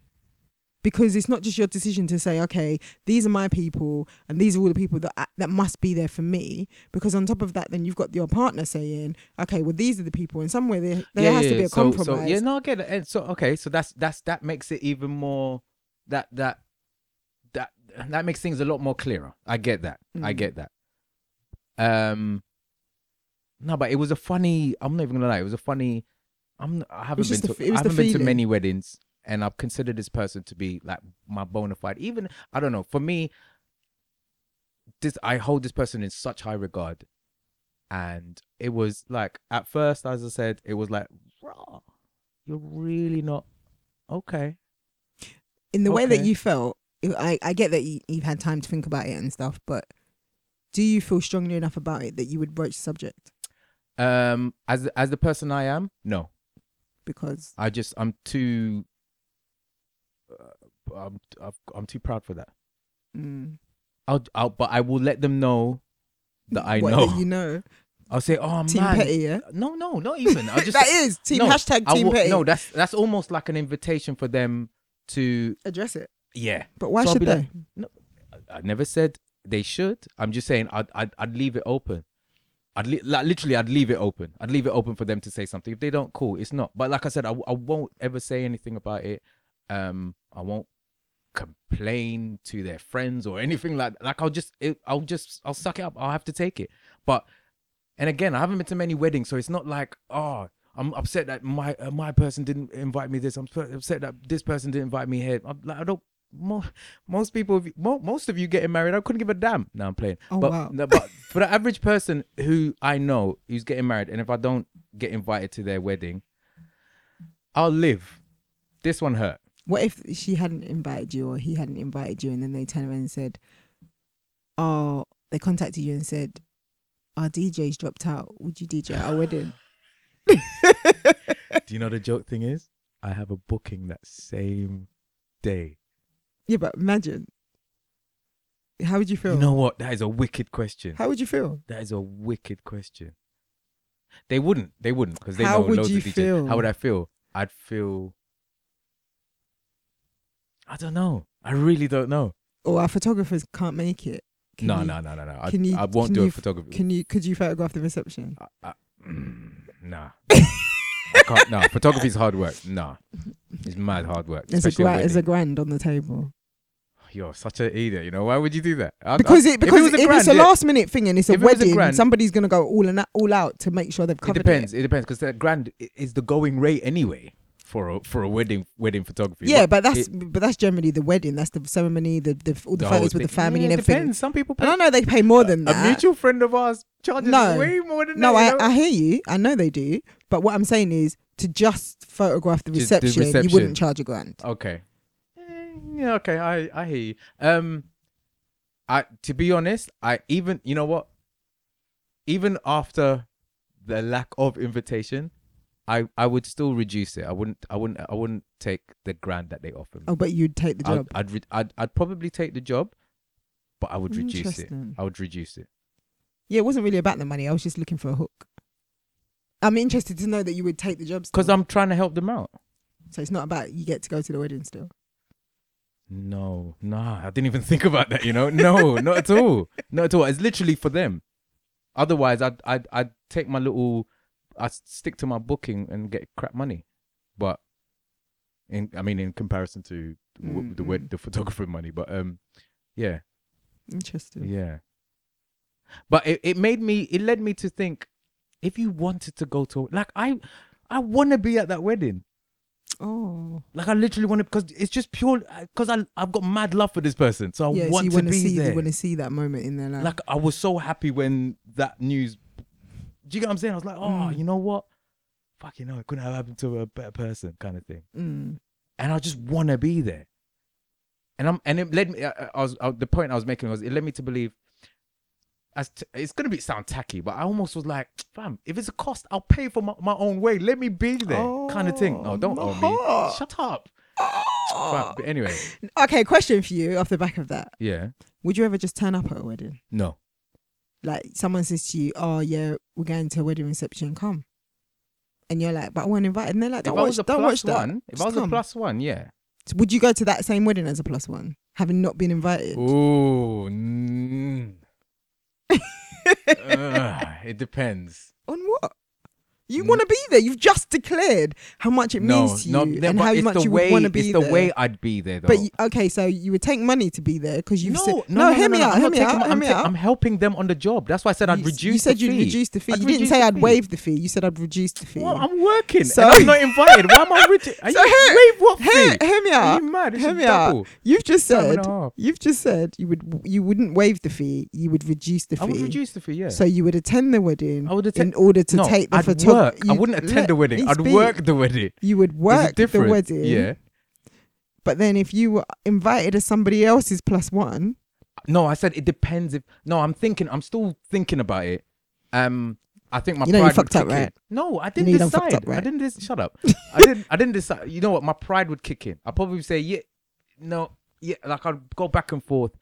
Speaker 2: Because it's not just your decision to say, okay, these are my people and these are all the people that I- that must be there for me. Because on top of that, then you've got your partner saying, okay, well these are the people, and somewhere there there has to be a
Speaker 3: so,
Speaker 2: compromise.
Speaker 3: So, yeah, no, I get it. And so okay, so that's that's that makes it even more that that that that makes things a lot more clearer. I get that. I
Speaker 2: Mm.
Speaker 3: get that. Um No, but it was a funny I'm not even gonna lie, it was a funny I'm I haven't been
Speaker 2: just the
Speaker 3: to
Speaker 2: f- it
Speaker 3: I
Speaker 2: was the
Speaker 3: haven't been to
Speaker 2: feeling.
Speaker 3: many weddings and I've considered this person to be like my bona fide even I don't know, for me this I hold this person in such high regard and it was like at first as i said it was like raw you're really not okay
Speaker 2: In the way that
Speaker 3: okay.
Speaker 2: you felt, I, I get that you, you've had time to think about it and stuff, but do you feel strongly enough about it that you would broach the subject?
Speaker 3: um as as the person i am no
Speaker 2: Because
Speaker 3: i just i'm too uh, I'm, I've- I'm too proud for that
Speaker 2: mm,
Speaker 3: I'll, I'll but i will let them know that i
Speaker 2: what,
Speaker 3: know
Speaker 2: you know,
Speaker 3: i'll say oh
Speaker 2: Team
Speaker 3: man
Speaker 2: Petty, yeah.
Speaker 3: no no not
Speaker 2: *laughs*
Speaker 3: even i just
Speaker 2: that is team
Speaker 3: no,
Speaker 2: hashtag
Speaker 3: I
Speaker 2: team
Speaker 3: will-
Speaker 2: petty.
Speaker 3: no that's that's almost like an invitation for them to
Speaker 2: address it.
Speaker 3: yeah
Speaker 2: But why
Speaker 3: So I'll
Speaker 2: should
Speaker 3: be
Speaker 2: they?
Speaker 3: like, I never said they should. I'm just saying I'd I'd, I'd leave it open. I'd li- like, literally I'd leave it open. I'd leave it open for them to say something. If they don't, cool. It's not. But like I said, I, w- I won't ever say anything about it. Um, I won't complain to their friends or anything like like I'll just it, I'll just I'll suck it up. I'll have to take it. But and again, I haven't been to many weddings, so it's not like oh. I'm upset that my uh, my person didn't invite me this. I'm upset- upset that this person didn't invite me here. I'm, like I don't mo most people, of you- mo- most of you getting married, I couldn't give a damn. No, I'm playing.
Speaker 2: Oh,
Speaker 3: but,
Speaker 2: wow.
Speaker 3: no, but for the average person who I know who's getting married, and if I don't get invited to their wedding, I'll live. This one hurt.
Speaker 2: What if she hadn't invited you or he hadn't invited you and then they turned around and said, Oh, they contacted you and said, Our DJ's dropped out. Would you DJ at our
Speaker 3: *sighs*
Speaker 2: wedding?
Speaker 3: Do you know the joke thing is? I have a booking that same day.
Speaker 2: Yeah, but imagine. How would you feel?
Speaker 3: You know what? That is a wicked question.
Speaker 2: How would you feel?
Speaker 3: That is a wicked question. They wouldn't. They wouldn't because they
Speaker 2: How
Speaker 3: know
Speaker 2: would
Speaker 3: loads
Speaker 2: you
Speaker 3: of DJs. How
Speaker 2: feel?
Speaker 3: would I feel? I'd feel. I don't know. I really don't know.
Speaker 2: Or our photographers can't make it. Can
Speaker 3: no,
Speaker 2: you-
Speaker 3: no, no, no, no. I,
Speaker 2: can you-
Speaker 3: I won't
Speaker 2: can
Speaker 3: do a
Speaker 2: you-
Speaker 3: photography.
Speaker 2: Can you could you photograph the reception?
Speaker 3: I, I, mm, *clears throat* nah. I can't. No, photography's hard work. Nah, it's mad hard work.
Speaker 2: There's a,
Speaker 3: especially
Speaker 2: gra- there's a
Speaker 3: wedding.
Speaker 2: grand on the table.
Speaker 3: You're such an idiot. You know why would you do that? I- I-
Speaker 2: Because it
Speaker 3: if
Speaker 2: because
Speaker 3: was
Speaker 2: if
Speaker 3: grand,
Speaker 2: it's a
Speaker 3: yeah.
Speaker 2: last minute thing and it's a
Speaker 3: If it was a
Speaker 2: wedding,
Speaker 3: grand-
Speaker 2: somebody's gonna go all and all out to make sure they've
Speaker 3: It
Speaker 2: covered
Speaker 3: depends. It, depends because that grand i- is the going rate anyway for a, for a wedding wedding photography.
Speaker 2: Yeah,
Speaker 3: What-
Speaker 2: but that's
Speaker 3: it-
Speaker 2: but that's generally the wedding. That's the ceremony, the, the all the,
Speaker 3: whole
Speaker 2: photos with the
Speaker 3: thing.
Speaker 2: family
Speaker 3: Yeah,
Speaker 2: and
Speaker 3: it
Speaker 2: everything.
Speaker 3: Depends. Some people.
Speaker 2: And I
Speaker 3: pay-
Speaker 2: know they pay more than
Speaker 3: A
Speaker 2: that.
Speaker 3: mutual friend of ours charges
Speaker 2: No.
Speaker 3: way more than
Speaker 2: no,
Speaker 3: that. you
Speaker 2: I,
Speaker 3: know?
Speaker 2: I hear you. I know they do. But what I'm saying is to just photograph the
Speaker 3: Just the
Speaker 2: reception, you
Speaker 3: reception.
Speaker 2: wouldn't charge a grand.
Speaker 3: *laughs* Okay. Eh, Yeah, okay, I, I hear you. Um I to be honest, I even you know what? Even after the lack of invitation, I I would still reduce it. I wouldn't I wouldn't I wouldn't take the grand that they offer me.
Speaker 2: Oh, but you'd take the
Speaker 3: I'd
Speaker 2: job.
Speaker 3: I'd, re- I'd I'd probably take the job, but I would reduce it.
Speaker 2: Interesting.
Speaker 3: I would reduce it.
Speaker 2: Yeah, it wasn't really about the money. I was just looking for a hook. I'm interested to know that you would take the job
Speaker 3: Cuz
Speaker 2: still.
Speaker 3: I'm trying to help them out.
Speaker 2: so it's not about you get to go to the wedding still.
Speaker 3: No, nah, I didn't even *laughs* think about that. You know, *laughs* no, not at all, not at all. It's literally for them. Otherwise, I'd I'd, I'd take my little, I would stick to my booking and get crap money. But in I mean, in comparison to w- the wed-
Speaker 2: Mm-mm.
Speaker 3: the photographer money, but um, yeah,
Speaker 2: Interesting.
Speaker 3: yeah. But it, it made me it led me to think, if you wanted to go to like I, I want to be at that wedding.
Speaker 2: Oh.
Speaker 3: Like I literally want to because it's just pure because I I've got mad love for this person, so I
Speaker 2: Yeah, so
Speaker 3: want
Speaker 2: you
Speaker 3: to
Speaker 2: want to
Speaker 3: be
Speaker 2: see
Speaker 3: there.
Speaker 2: you want to see that moment in their life.
Speaker 3: Like I was so happy when that news. Do you get what I'm saying? I was like, oh,
Speaker 2: Mm.
Speaker 3: you know what? fucking hell, it couldn't have happened to a better person kind of thing.
Speaker 2: Mm.
Speaker 3: And I just want to be there. And I'm, and it led me. I, I- I was I, the point I was making was it led me to believe. As t- it's gonna be sound tacky, but I almost was like, fam, if it's a cost, I'll pay for my, my own way. Let me be there, kind of thing. No,
Speaker 2: Oh,
Speaker 3: don't
Speaker 2: my
Speaker 3: owe me.
Speaker 2: heart. Oh.
Speaker 3: Shut up. Fam, But anyway,
Speaker 2: Okay, question for you off the back of that.
Speaker 3: yeah,
Speaker 2: Would you ever just turn up at a wedding?
Speaker 3: no,
Speaker 2: Like someone says to you, "Oh yeah, we're going to a wedding reception. Come," and you're like, "But I weren't invited." And they're like,
Speaker 3: if
Speaker 2: "Don't
Speaker 3: I
Speaker 2: watch,
Speaker 3: was a
Speaker 2: don't
Speaker 3: plus
Speaker 2: watch that."
Speaker 3: one, if I
Speaker 2: Just
Speaker 3: was a
Speaker 2: come.
Speaker 3: plus one, yeah.
Speaker 2: So would you go to that same wedding as a plus one, having not been invited?
Speaker 3: Ooh, mm. *laughs* Ugh, it depends.
Speaker 2: On what? You
Speaker 3: N-
Speaker 2: want to be there. You've just declared how much it
Speaker 3: no,
Speaker 2: means to
Speaker 3: no,
Speaker 2: you
Speaker 3: no,
Speaker 2: and
Speaker 3: but
Speaker 2: how
Speaker 3: it's
Speaker 2: much
Speaker 3: the
Speaker 2: you
Speaker 3: way.
Speaker 2: would want to be
Speaker 3: it's the
Speaker 2: there.
Speaker 3: way I'd be there, though.
Speaker 2: but you, okay, so you would take money to be there because you've
Speaker 3: no,
Speaker 2: said
Speaker 3: no, no, no,
Speaker 2: hear
Speaker 3: no,
Speaker 2: me
Speaker 3: no,
Speaker 2: out,
Speaker 3: I'm
Speaker 2: hear
Speaker 3: not
Speaker 2: me
Speaker 3: taking
Speaker 2: out,
Speaker 3: my-
Speaker 2: hear
Speaker 3: I'm
Speaker 2: me
Speaker 3: ta-
Speaker 2: out.
Speaker 3: I'm helping them on the job. That's why I said I'd
Speaker 2: you, s-
Speaker 3: reduce.
Speaker 2: you said
Speaker 3: the
Speaker 2: you'd
Speaker 3: fee.
Speaker 2: reduce the fee.
Speaker 3: I'd
Speaker 2: you didn't
Speaker 3: reduce
Speaker 2: say
Speaker 3: the
Speaker 2: I'd
Speaker 3: fee.
Speaker 2: waive the fee. You said I'd reduce the fee.
Speaker 3: Well, I'm working. So
Speaker 2: So-
Speaker 3: I'm not invited. Why
Speaker 2: *laughs*
Speaker 3: am I reducing? Are
Speaker 2: So
Speaker 3: you
Speaker 2: here-
Speaker 3: wave what
Speaker 2: hear,
Speaker 3: fee?
Speaker 2: hear me
Speaker 3: Are
Speaker 2: out.
Speaker 3: you mad? It's
Speaker 2: hear
Speaker 3: a
Speaker 2: me out.
Speaker 3: double.
Speaker 2: You've just
Speaker 3: Time and a
Speaker 2: said
Speaker 3: half.
Speaker 2: you've just said you would you wouldn't waive the fee. You would reduce the fee.
Speaker 3: I would reduce the fee. Yeah.
Speaker 2: So you would attend the wedding
Speaker 3: I would
Speaker 2: in
Speaker 3: attend-
Speaker 2: order to
Speaker 3: no,
Speaker 2: take the
Speaker 3: I'd
Speaker 2: photography.
Speaker 3: work. I wouldn't attend the wedding. I'd work the wedding.
Speaker 2: You would
Speaker 3: There's a
Speaker 2: work the
Speaker 3: difference.
Speaker 2: wedding.
Speaker 3: Yeah.
Speaker 2: But then if you were invited as somebody else's plus one,
Speaker 3: No, I said it depends if no, I'm thinking I'm still thinking about it. Um I think my
Speaker 2: You know you
Speaker 3: pride would
Speaker 2: fucked up,
Speaker 3: kick in.
Speaker 2: right?
Speaker 3: No, I didn't
Speaker 2: know you done fucked
Speaker 3: decide.
Speaker 2: up,
Speaker 3: I
Speaker 2: right?
Speaker 3: didn't dis-
Speaker 2: *laughs*
Speaker 3: shut up. I didn't I didn't decide you know what, my pride would kick in. I'd probably say, yeah, no, yeah, like I'd go back and forth.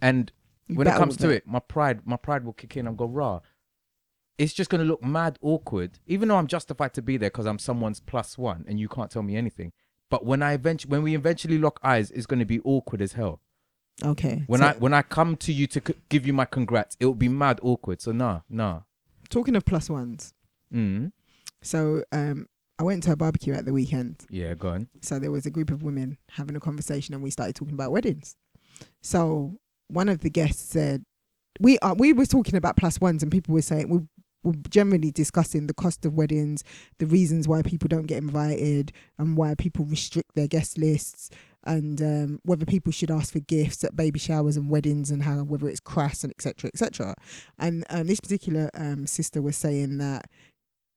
Speaker 3: And
Speaker 2: You
Speaker 3: when it
Speaker 2: battle
Speaker 3: comes
Speaker 2: with
Speaker 3: to
Speaker 2: it.
Speaker 3: it, my pride, my pride will kick in and go, rah. It's just gonna look mad awkward, even though I'm justified to be there because I'm someone's plus one and you can't tell me anything. But when I eventually, when we eventually lock eyes, it's gonna be awkward as hell.
Speaker 2: okay.
Speaker 3: When
Speaker 2: so
Speaker 3: I when I come to you to c- give you my congrats, it will be mad awkward. So nah, nah.
Speaker 2: talking of plus ones, Hmm.
Speaker 3: Mm.
Speaker 2: so um, I went to a barbecue at the weekend.
Speaker 3: Yeah, go on.
Speaker 2: So there was a group of women having a conversation, and we started talking about weddings. So one of the guests said, "We are we were talking about plus ones, and people were saying we were generally discussing the cost of weddings, the reasons why people don't get invited, and why people restrict their guest lists, and um, whether people should ask for gifts at baby showers and weddings, and how whether it's crass and etc. etc. And um, this particular um, sister was saying that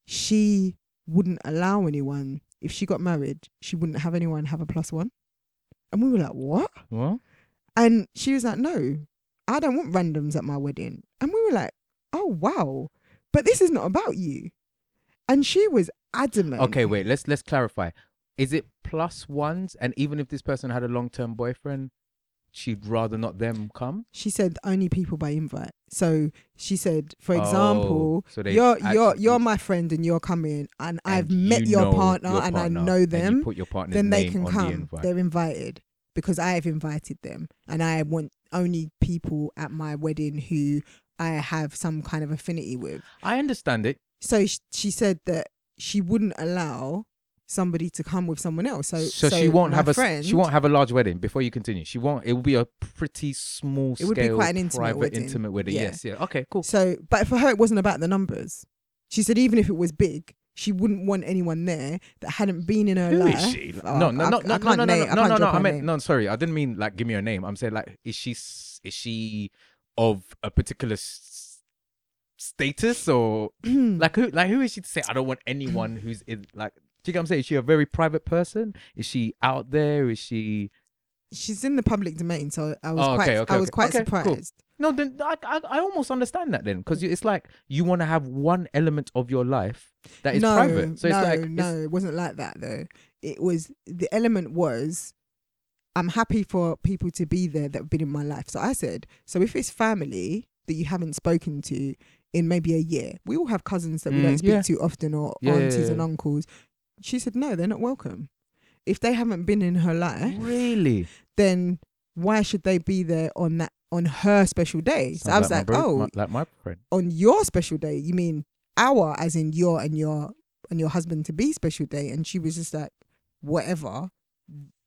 Speaker 2: she wouldn't allow anyone if she got married, she wouldn't have anyone have a plus one. And we were like, what?
Speaker 3: Well,
Speaker 2: And she was like, no, I don't want randoms at my wedding. And we were like, oh, wow. But this is not about you. And she was adamant.
Speaker 3: okay, wait. Let's let's clarify. Is it plus ones? And even if this person had a long term boyfriend, she'd rather not them come.
Speaker 2: She said only people by invite. So she said, for
Speaker 3: Oh,
Speaker 2: example,
Speaker 3: so they
Speaker 2: you're you're
Speaker 3: actually-
Speaker 2: you're my friend and you're coming and, I've
Speaker 3: And
Speaker 2: met
Speaker 3: you
Speaker 2: your
Speaker 3: know
Speaker 2: partner, and I
Speaker 3: partner,
Speaker 2: know
Speaker 3: And
Speaker 2: them.
Speaker 3: you put your partner's
Speaker 2: then they
Speaker 3: name
Speaker 2: can
Speaker 3: on The
Speaker 2: come.
Speaker 3: invite.
Speaker 2: They're invited because I have invited them, and I want only people at my wedding who I have some kind of affinity with.
Speaker 3: I understand it.
Speaker 2: So sh- she said that she wouldn't allow somebody to come with someone else. So,
Speaker 3: So, she won't
Speaker 2: my
Speaker 3: have a s-
Speaker 2: friend,
Speaker 3: she won't have a large wedding. Before you continue, she won't. It will be a pretty small
Speaker 2: It would be
Speaker 3: scale,
Speaker 2: quite an intimate
Speaker 3: private,
Speaker 2: wedding.
Speaker 3: intimate wedding.
Speaker 2: Yeah.
Speaker 3: Yes, yeah. Okay, cool.
Speaker 2: So, but for her, it wasn't about the numbers. She said even if it was big, she wouldn't want anyone there that hadn't been in her
Speaker 3: Who
Speaker 2: life.
Speaker 3: is she?
Speaker 2: Oh,
Speaker 3: no, no,
Speaker 2: I-
Speaker 3: no,
Speaker 2: I
Speaker 3: no,
Speaker 2: can't
Speaker 3: no, no, no,
Speaker 2: name-
Speaker 3: no,
Speaker 2: I
Speaker 3: no,
Speaker 2: can't
Speaker 3: no.
Speaker 2: drop
Speaker 3: I
Speaker 2: her
Speaker 3: meant
Speaker 2: name.
Speaker 3: no. Sorry, I didn't mean like give me her name. I'm saying like, is she s- is she of a particular s- status or
Speaker 2: Mm.
Speaker 3: like who like who is she to say? I don't want
Speaker 2: *clears throat*
Speaker 3: anyone who's in like. Do you get what I'm saying? Is she a very private person? Is she out there? Is she?
Speaker 2: She's in the public domain, so I was
Speaker 3: Oh,
Speaker 2: quite,
Speaker 3: okay, okay,
Speaker 2: I was
Speaker 3: okay.
Speaker 2: quite
Speaker 3: Okay, cool.
Speaker 2: surprised.
Speaker 3: No, then I I, I almost understand that then because it's like you want to have one element of your life that is
Speaker 2: no,
Speaker 3: private. So
Speaker 2: no,
Speaker 3: it's like it's-
Speaker 2: no, it wasn't like that though. It was the element was I'm happy for people to be there that have been in my life. So I said, so if it's family that you haven't spoken to in maybe a year, we all have cousins that we
Speaker 3: Mm,
Speaker 2: don't speak
Speaker 3: yeah.
Speaker 2: to often or
Speaker 3: Yeah, yeah,
Speaker 2: aunties
Speaker 3: yeah.
Speaker 2: and uncles. She said, no, they're not welcome. If they haven't been in her life,
Speaker 3: really.
Speaker 2: then why should they be there on that on her special day? So I was
Speaker 3: Sounds
Speaker 2: like,
Speaker 3: my bro-
Speaker 2: oh,
Speaker 3: my- like my friend.
Speaker 2: on your special day you mean our as in your and your and your husband to be special day and she was just like whatever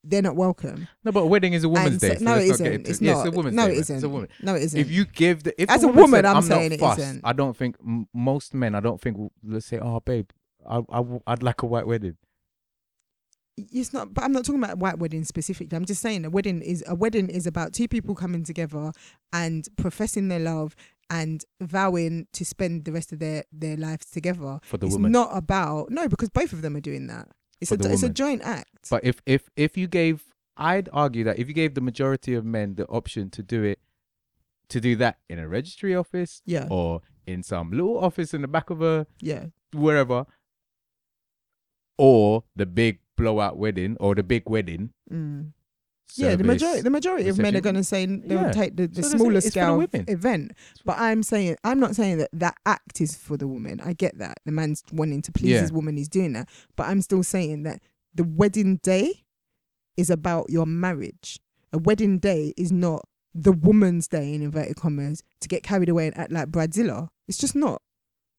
Speaker 2: they're not welcome
Speaker 3: No, but a wedding is a
Speaker 2: And
Speaker 3: woman's
Speaker 2: so-
Speaker 3: day. So
Speaker 2: no it
Speaker 3: let's not
Speaker 2: isn't
Speaker 3: get into-
Speaker 2: it's
Speaker 3: yeah,
Speaker 2: not
Speaker 3: It's a woman's
Speaker 2: no
Speaker 3: day.
Speaker 2: it
Speaker 3: man.
Speaker 2: isn't
Speaker 3: It's a woman.
Speaker 2: no it isn't
Speaker 3: If you give the if
Speaker 2: As a
Speaker 3: said,
Speaker 2: woman, I'm saying
Speaker 3: not
Speaker 2: it
Speaker 3: fussed,"
Speaker 2: isn't.
Speaker 3: I don't think m- most men. I don't think will- let's say, oh babe, I, I w- I'd like a white wedding.
Speaker 2: it's not but i'm not talking about a white wedding specifically i'm just saying a wedding is a wedding is about two people coming together and professing their love and vowing to spend the rest of their their lives together.
Speaker 3: for the
Speaker 2: it's
Speaker 3: woman.
Speaker 2: not about no, because both of them are doing that. It's
Speaker 3: For
Speaker 2: a
Speaker 3: the
Speaker 2: it's a
Speaker 3: woman.
Speaker 2: joint act.
Speaker 3: But if if if you gave, I'd argue that if you gave the majority of men the option to do it, to do that in a registry office
Speaker 2: yeah,
Speaker 3: or in some little office in the back of a
Speaker 2: yeah,
Speaker 3: wherever, or the big blowout wedding or the big wedding.
Speaker 2: mm. yeah. The
Speaker 3: service,
Speaker 2: majority the majority of men are
Speaker 3: reception.
Speaker 2: going to say n- they'll
Speaker 3: Yeah.
Speaker 2: take the, the
Speaker 3: So that's it,
Speaker 2: smaller
Speaker 3: it's for the
Speaker 2: scale
Speaker 3: women.
Speaker 2: event. But I'm saying I'm not saying that that act is for the woman. I get that the man's wanting to please
Speaker 3: Yeah.
Speaker 2: his woman, he's doing that. But I'm still saying that the wedding day is about your marriage. A wedding day is not the woman's day in inverted commas to get carried away and act like Bradzilla. It's just not.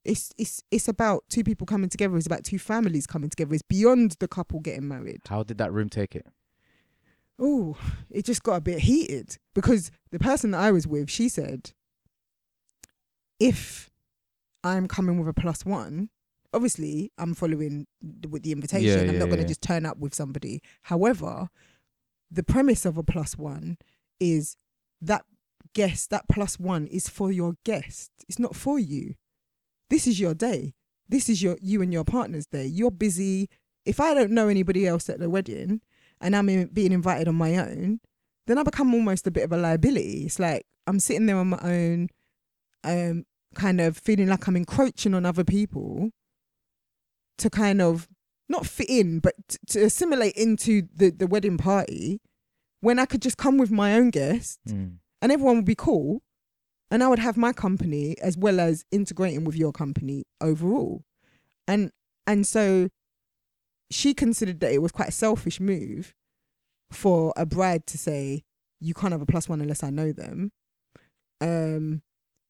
Speaker 2: It's it's it's about two people coming together. It's about two families coming together. It's beyond the couple getting married.
Speaker 3: How did that room take it?
Speaker 2: Oh, it just got a bit heated because the person that I was with, she said, if I'm coming with a plus one, obviously I'm following the, with the invitation. I'm
Speaker 3: yeah,
Speaker 2: not going to
Speaker 3: yeah.
Speaker 2: just turn up with somebody. However, the premise of a plus one is that guest, that plus one is for your guest. It's not for you. This is your day. This is your you and your partner's day. You're busy. If I don't know anybody else at the wedding and I'm in, being invited on my own, then I become almost a bit of a liability. It's like I'm sitting there on my own, um, kind of feeling like I'm encroaching on other people to kind of not fit in, but t- to assimilate into the, the wedding party when I could just come with my own guest and everyone would be cool. And I would have my company as well as integrating with your company overall. And and so she considered that it was quite a selfish move for a bride to say, You can't have a plus one unless I know them. Um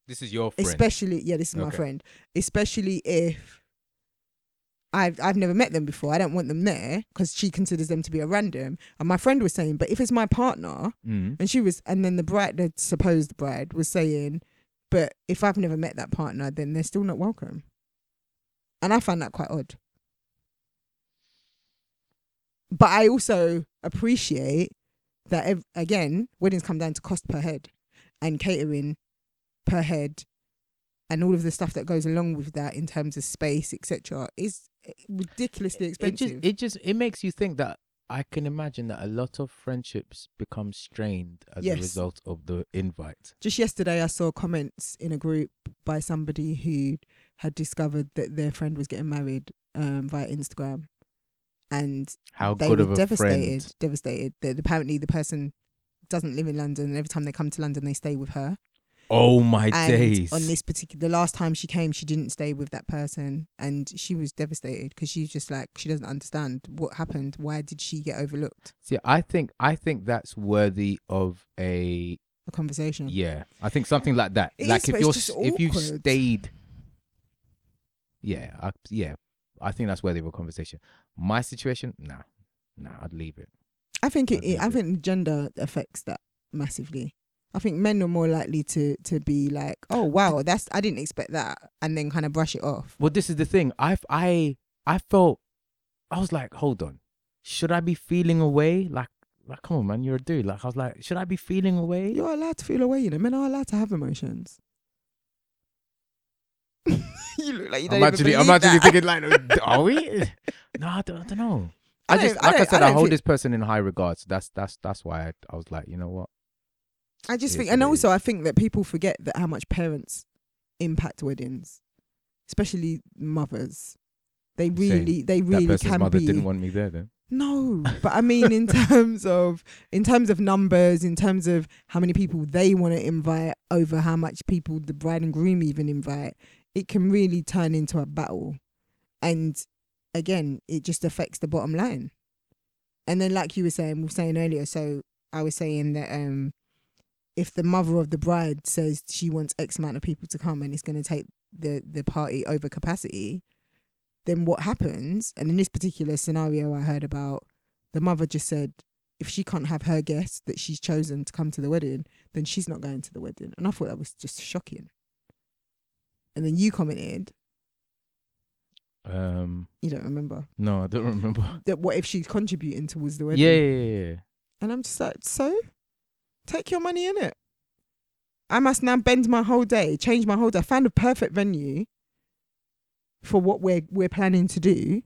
Speaker 3: This is your friend.
Speaker 2: especially yeah, this is my
Speaker 3: Okay.
Speaker 2: friend. Especially if I've I've never met them before. I don't want them there because she considers them to be a random. And my friend was saying, but if it's my partner,
Speaker 3: Mm.
Speaker 2: and she was, and then the bride, the supposed bride, was saying, "But if I've never met that partner, then they're still not welcome." And I found that quite odd. But I also appreciate that ev- again, weddings come down to cost per head, and catering per head, and all of the stuff that goes along with that in terms of space, etc., is ridiculously
Speaker 3: It just
Speaker 2: expensive.
Speaker 3: it just it makes you think that I can imagine that a lot of friendships become strained as
Speaker 2: Yes.
Speaker 3: a result of the invite.
Speaker 2: just yesterday I saw comments in a group by somebody who had discovered that their friend was getting married um, via Instagram and
Speaker 3: How
Speaker 2: they
Speaker 3: good
Speaker 2: were
Speaker 3: of a
Speaker 2: devastated,
Speaker 3: friend.
Speaker 2: devastated that apparently the person doesn't live in London and every time they come to London they stay with her.
Speaker 3: Oh my
Speaker 2: and
Speaker 3: days.
Speaker 2: on this particular the last time she came she didn't stay with that person and she was devastated because she's just like she doesn't understand what happened. Why did she get overlooked?
Speaker 3: See, I think I think that's worthy of a
Speaker 2: A conversation.
Speaker 3: yeah. I think something like that.
Speaker 2: Mm. It
Speaker 3: like
Speaker 2: is,
Speaker 3: if
Speaker 2: but
Speaker 3: you're
Speaker 2: it's
Speaker 3: s-
Speaker 2: just
Speaker 3: if you
Speaker 2: awkward.
Speaker 3: stayed. Yeah, I, yeah. I think that's worthy of a conversation. My situation, nah, nah. I'd leave it.
Speaker 2: I think it,
Speaker 3: I'd
Speaker 2: it. I
Speaker 3: leave it.
Speaker 2: think gender affects that massively. I think men are more likely to to be like, "Oh wow, that's I didn't expect that," and then kind of brush it off.
Speaker 3: Well, this is the thing. I f- I I felt I was like, hold on, should I be feeling away? Like, like, come on, man, you're a dude. Like, I was like, should I be feeling away?
Speaker 2: You're allowed to feel away, you know. Men are allowed to have emotions. *laughs* you look like you don't even
Speaker 3: I'm actually, I'm
Speaker 2: believe
Speaker 3: actually
Speaker 2: that.
Speaker 3: thinking like,
Speaker 2: *laughs*
Speaker 3: are we? No, I don't, I don't know. I,
Speaker 2: don't-
Speaker 3: just,
Speaker 2: I
Speaker 3: like I,
Speaker 2: don't-
Speaker 3: said,
Speaker 2: I
Speaker 3: I,
Speaker 2: don't
Speaker 3: hold
Speaker 2: think-
Speaker 3: this person in high regards. That's that's that's why I, I was like, you know what?
Speaker 2: I just
Speaker 3: Yes,
Speaker 2: think,
Speaker 3: it
Speaker 2: and also I think that people forget that how much parents impact weddings, especially mothers. They really, they really
Speaker 3: that person's
Speaker 2: can
Speaker 3: mother
Speaker 2: be.
Speaker 3: didn't want me there. Then
Speaker 2: No, but I mean in terms of in terms of numbers, in terms of how many people they want to invite over how much people the bride and groom even invite, it can really turn into a battle. And again, it just affects the bottom line. And then like you were saying, we were saying earlier, so I was saying that um if the mother of the bride says she wants X amount of people to come and it's gonna take the, the party over capacity, then what happens? And in this particular scenario, I heard about the mother just said, if she can't have her guest that she's chosen to come to the wedding, then she's not going to the wedding. And I thought that was just shocking. And then you commented,
Speaker 3: um,
Speaker 2: you don't remember,
Speaker 3: no, I don't remember.
Speaker 2: that what if she's contributing towards the *laughs* wedding?
Speaker 3: Yeah, yeah, yeah, yeah.
Speaker 2: And I'm just like, so take your money in it. I must now bend my whole day, change my whole day, find a perfect venue for what we're we're planning to do.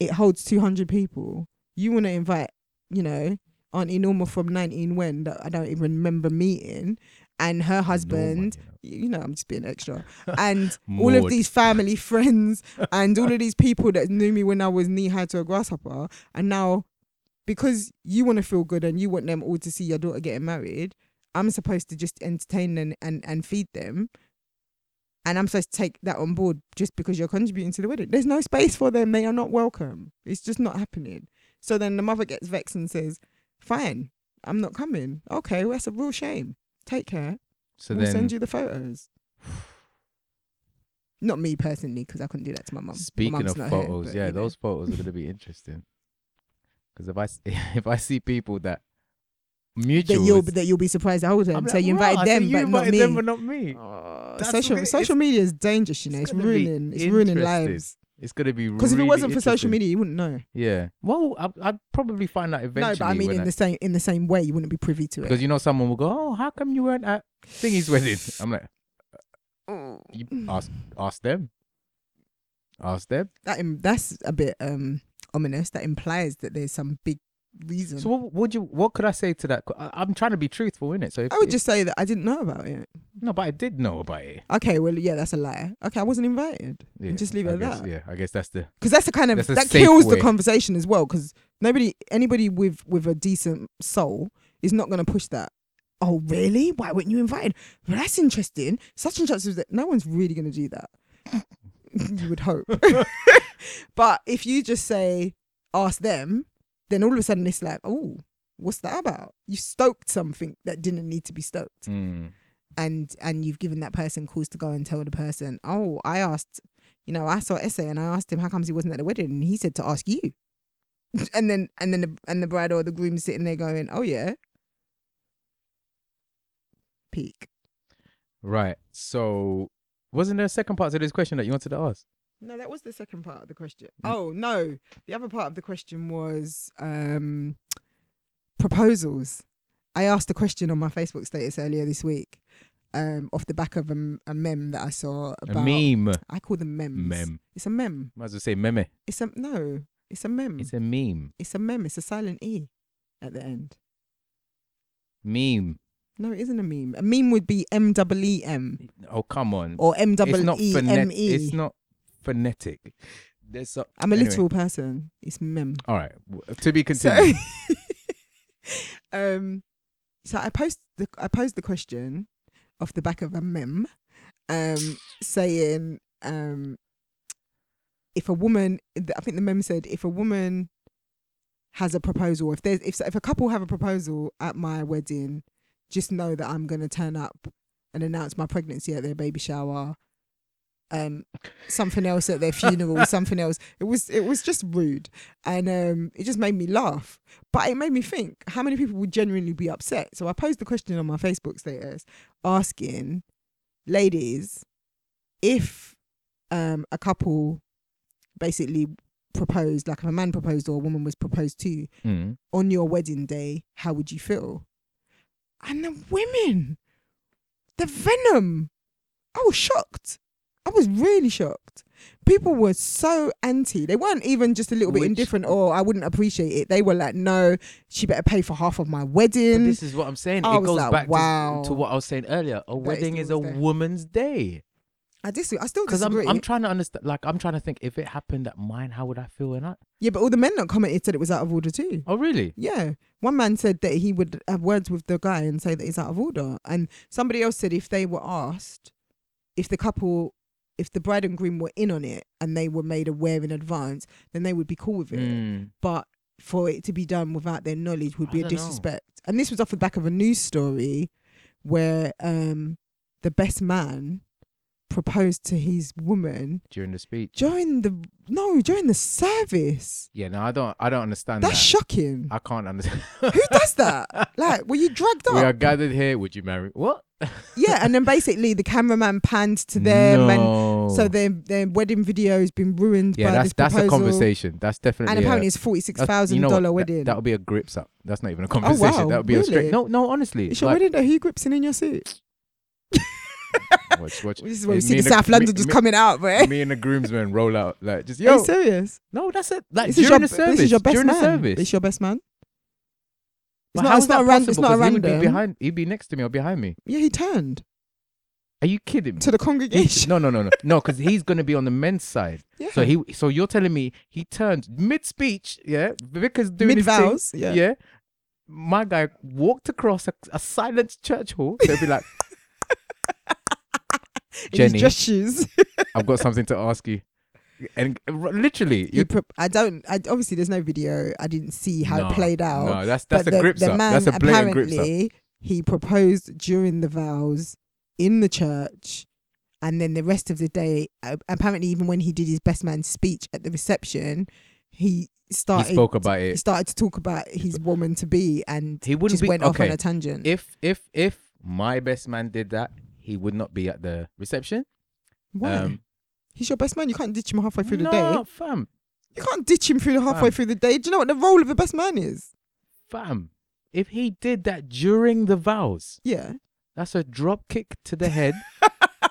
Speaker 2: It holds two hundred people. You want to invite, you know, Auntie Norma from nineteen when that I don't even remember meeting, and her husband. you you know, I'm just being extra. *laughs* And all of
Speaker 3: Maud.
Speaker 2: these family friends and all of these people that knew me when I was knee high to a grasshopper, and now because you want to feel good and you want them all to see your daughter getting married, I'm supposed to just entertain and, and, and feed them. And I'm supposed to take that on board just because you're contributing to the wedding. There's no space for them. They are not welcome. It's just not happening. So then the mother gets vexed and says, Fine, I'm not coming. Okay, well, that's a real shame. Take care.
Speaker 3: So
Speaker 2: we'll
Speaker 3: then,
Speaker 2: send you the photos. *sighs* Not me personally, because I couldn't do that to my mum. My
Speaker 3: speaking
Speaker 2: mum's
Speaker 3: of
Speaker 2: not here,
Speaker 3: photos,
Speaker 2: but,
Speaker 3: yeah,
Speaker 2: you know.
Speaker 3: those photos are gonna be interesting. Because if I s- *laughs* if I see people that mutual,
Speaker 2: that you'll that you'll be surprised I hold them. so you invited them, but not me.
Speaker 3: them, but not me. That's
Speaker 2: Oh, social
Speaker 3: okay.
Speaker 2: social media is dangerous, you know.
Speaker 3: it's
Speaker 2: It's,
Speaker 3: gonna be
Speaker 2: ruining it's ruining
Speaker 3: interesting.
Speaker 2: lives.
Speaker 3: It's gonna be
Speaker 2: Because if it wasn't for social
Speaker 3: interesting.
Speaker 2: media, you wouldn't know.
Speaker 3: yeah. Well, I, I'd probably find out eventually.
Speaker 2: no, but I mean
Speaker 3: when
Speaker 2: in the same in the same way, you wouldn't be privy to
Speaker 3: because
Speaker 2: it.
Speaker 3: you know someone will go, "Oh, how come you weren't at
Speaker 2: *laughs*
Speaker 3: Thingy's wedding?" I'm like,
Speaker 2: *clears throat*
Speaker 3: you ask ask them, ask them.
Speaker 2: That im- that's a bit um ominous. That implies that there's some big reason.
Speaker 3: So what would you? What could I say to that? I, I'm trying to be truthful in it. So if,
Speaker 2: I would
Speaker 3: if-
Speaker 2: just say that I didn't know about it.
Speaker 3: no, but I did know about it.
Speaker 2: Okay, well, yeah, that's a lie. Okay, I wasn't invited.
Speaker 3: Yeah,
Speaker 2: just leave
Speaker 3: I
Speaker 2: it at
Speaker 3: guess-
Speaker 2: that.
Speaker 3: Yeah, I guess that's the
Speaker 2: because that's the kind of
Speaker 3: That's a
Speaker 2: that
Speaker 3: safe
Speaker 2: kills
Speaker 3: way.
Speaker 2: the conversation as well. Because nobody, anybody with with a decent soul is not going to push that. Oh, really? Why weren't you invited? Well, that's interesting. Such and such was that. No one's really going to do that. *laughs* you would hope, *laughs* but if you just say ask them, then all of a sudden it's like, oh, what's that about? You stoked something that didn't need to be stoked
Speaker 3: mm,
Speaker 2: and and you've given that person cause to go and tell the person, oh, I asked, you know, I saw Essay and I asked him how comes he wasn't at the wedding, and he said to ask you, *laughs* and then and then the, and the bride or the groom sitting there going, oh yeah, peak.
Speaker 3: right. So wasn't there a second part to this question that you wanted to ask?
Speaker 2: No, that was the second part of the question. Oh no, the other part of the question was um, proposals. I asked a question on my Facebook status earlier this week, um, off the back of a, m- a mem that I saw
Speaker 3: A
Speaker 2: about.
Speaker 3: meme,
Speaker 2: I call them memes.
Speaker 3: mem.
Speaker 2: It's a mem.
Speaker 3: Might as well say meme.
Speaker 2: It's a no. It's a mem. It's
Speaker 3: It's
Speaker 2: a,
Speaker 3: a meme,
Speaker 2: mem. It's a silent e at the end.
Speaker 3: meme.
Speaker 2: No, it isn't a meme. A meme would be m double e m
Speaker 3: Oh come on.
Speaker 2: or m
Speaker 3: it's
Speaker 2: double
Speaker 3: not
Speaker 2: e
Speaker 3: phonet-
Speaker 2: m e.
Speaker 3: It's not phonetic. There's so-
Speaker 2: I'm a
Speaker 3: anyway.
Speaker 2: literal person. It's mem.
Speaker 3: All right. w- To be
Speaker 2: So, *laughs*
Speaker 3: continued.
Speaker 2: um, so I post the I posed the question off the back of a mem, um, saying um, if a woman, I think the mem said, if a woman has a proposal, if there's if if a couple have a proposal at my wedding, just know that I'm gonna turn up and announce my pregnancy at their baby shower. Um, something else at their funeral, something else. It was it was just rude, and um, it just made me laugh. But it made me think how many people would genuinely be upset. So I posed the question on my Facebook status asking, ladies, if um, a couple basically proposed, like if a man proposed or a woman was proposed to
Speaker 3: Mm.
Speaker 2: on your wedding day, how would you feel? And the women, the venom. I was shocked. I was really shocked. People were so anti. They weren't even just a little bit
Speaker 3: Which-
Speaker 2: indifferent or I wouldn't appreciate it. They were like, no, she better pay for half of my
Speaker 3: But
Speaker 2: wedding.
Speaker 3: this is what I'm saying.
Speaker 2: I
Speaker 3: it
Speaker 2: was
Speaker 3: goes
Speaker 2: like,
Speaker 3: back to-
Speaker 2: wow.
Speaker 3: to, what I was saying earlier. A wedding is a
Speaker 2: woman's day.
Speaker 3: woman's day.
Speaker 2: I disagree. I still
Speaker 3: Because I'm,
Speaker 2: disagree.
Speaker 3: I'm trying to understand. Like I'm trying to think if it happened at mine, how would I feel? And I.
Speaker 2: yeah, but all the men that commented said it was out of order too.
Speaker 3: Oh really?
Speaker 2: Yeah. One man said that he would have words with the guy and say that it's out of order. And somebody else said if they were asked, if the couple, if the bride and groom were in on it and they were made aware in advance, then they would be cool with it.
Speaker 3: Mm.
Speaker 2: But for it to be done without their knowledge would
Speaker 3: I
Speaker 2: be a
Speaker 3: don't know.
Speaker 2: disrespect. And this was off the back of a news story where um, the best man proposed to his woman
Speaker 3: During the speech.
Speaker 2: during the no during the service.
Speaker 3: Yeah. No, I don't. I don't understand
Speaker 2: That's
Speaker 3: that.
Speaker 2: shocking.
Speaker 3: I can't
Speaker 2: *laughs*
Speaker 3: understand.
Speaker 2: Who does that? Like, were you dragged up?
Speaker 3: we are gathered here. Would you marry? What?
Speaker 2: yeah, and then basically the cameraman panned to them,
Speaker 3: no.
Speaker 2: and so their their wedding video has been ruined
Speaker 3: yeah,
Speaker 2: by
Speaker 3: that's
Speaker 2: this
Speaker 3: that's
Speaker 2: proposal.
Speaker 3: a conversation. That's definitely.
Speaker 2: And
Speaker 3: a-
Speaker 2: apparently it's forty six thousand
Speaker 3: know what?
Speaker 2: dollar
Speaker 3: That-
Speaker 2: wedding. Oh,
Speaker 3: That would be a grips up. That's not even a conversation.
Speaker 2: wow,
Speaker 3: that would be a straight.
Speaker 2: really?
Speaker 3: No, no. Honestly,
Speaker 2: it's your
Speaker 3: like-
Speaker 2: wedding day. Who grips in in your suit?
Speaker 3: Watch, watch.
Speaker 2: This is where *laughs* we
Speaker 3: Me
Speaker 2: see the
Speaker 3: and the-
Speaker 2: South
Speaker 3: me-
Speaker 2: London just
Speaker 3: me-
Speaker 2: coming out, bro.
Speaker 3: Me and the groomsmen roll out like just
Speaker 2: Are
Speaker 3: yo.
Speaker 2: you serious?
Speaker 3: No, that's it. Like
Speaker 2: This is,
Speaker 3: during
Speaker 2: your,
Speaker 3: the service.
Speaker 2: this is your best
Speaker 3: during
Speaker 2: man.
Speaker 3: the service.
Speaker 2: It's your best man.
Speaker 3: But
Speaker 2: it's not-
Speaker 3: how
Speaker 2: it's
Speaker 3: is
Speaker 2: not
Speaker 3: that
Speaker 2: a ran-
Speaker 3: possible?
Speaker 2: it's not a
Speaker 3: 'Cause he would be
Speaker 2: random.
Speaker 3: behind. He'd be next to me or behind me.
Speaker 2: Yeah, he turned
Speaker 3: Are you kidding
Speaker 2: *laughs*
Speaker 3: me?
Speaker 2: to the
Speaker 3: He-
Speaker 2: congregation.
Speaker 3: No, no, no, no, no. Because he's gonna be on the men's side.
Speaker 2: Yeah.
Speaker 3: *laughs*
Speaker 2: *laughs*
Speaker 3: So he. So you're telling me he turned mid speech. Yeah. Vickers doing
Speaker 2: Mid
Speaker 3: his thing,
Speaker 2: vows. Yeah.
Speaker 3: Yeah. My guy walked across a, a silent church hall. They'd be like,
Speaker 2: In his
Speaker 3: Jenny,
Speaker 2: dress shoes.
Speaker 3: I've got something to ask you. And r- literally,
Speaker 2: You pro- I don't. I, obviously, there's no video. I didn't see how
Speaker 3: No,
Speaker 2: it played out.
Speaker 3: No, that's that's
Speaker 2: but
Speaker 3: a
Speaker 2: the,
Speaker 3: grips
Speaker 2: the
Speaker 3: up.
Speaker 2: man
Speaker 3: That's a blatant grips up.
Speaker 2: apparently he proposed during the vows in the church, and then the rest of the day. uh, Apparently, even when he did his best man speech at the reception, he started.
Speaker 3: He spoke about
Speaker 2: he
Speaker 3: it.
Speaker 2: started to talk about his woman to be, and
Speaker 3: He wouldn't
Speaker 2: just
Speaker 3: be
Speaker 2: went off on
Speaker 3: okay.
Speaker 2: a tangent.
Speaker 3: If if if my best man did that, he would not be at the reception.
Speaker 2: Why? He's your best man. You can't ditch him halfway through
Speaker 3: um, no,
Speaker 2: the day.
Speaker 3: fam,
Speaker 2: You can't ditch him through the halfway
Speaker 3: Fam.
Speaker 2: through the day. Do you know what the role of a best man is?
Speaker 3: fam. If he did that during the vows,
Speaker 2: Yeah.
Speaker 3: that's a drop kick to the head,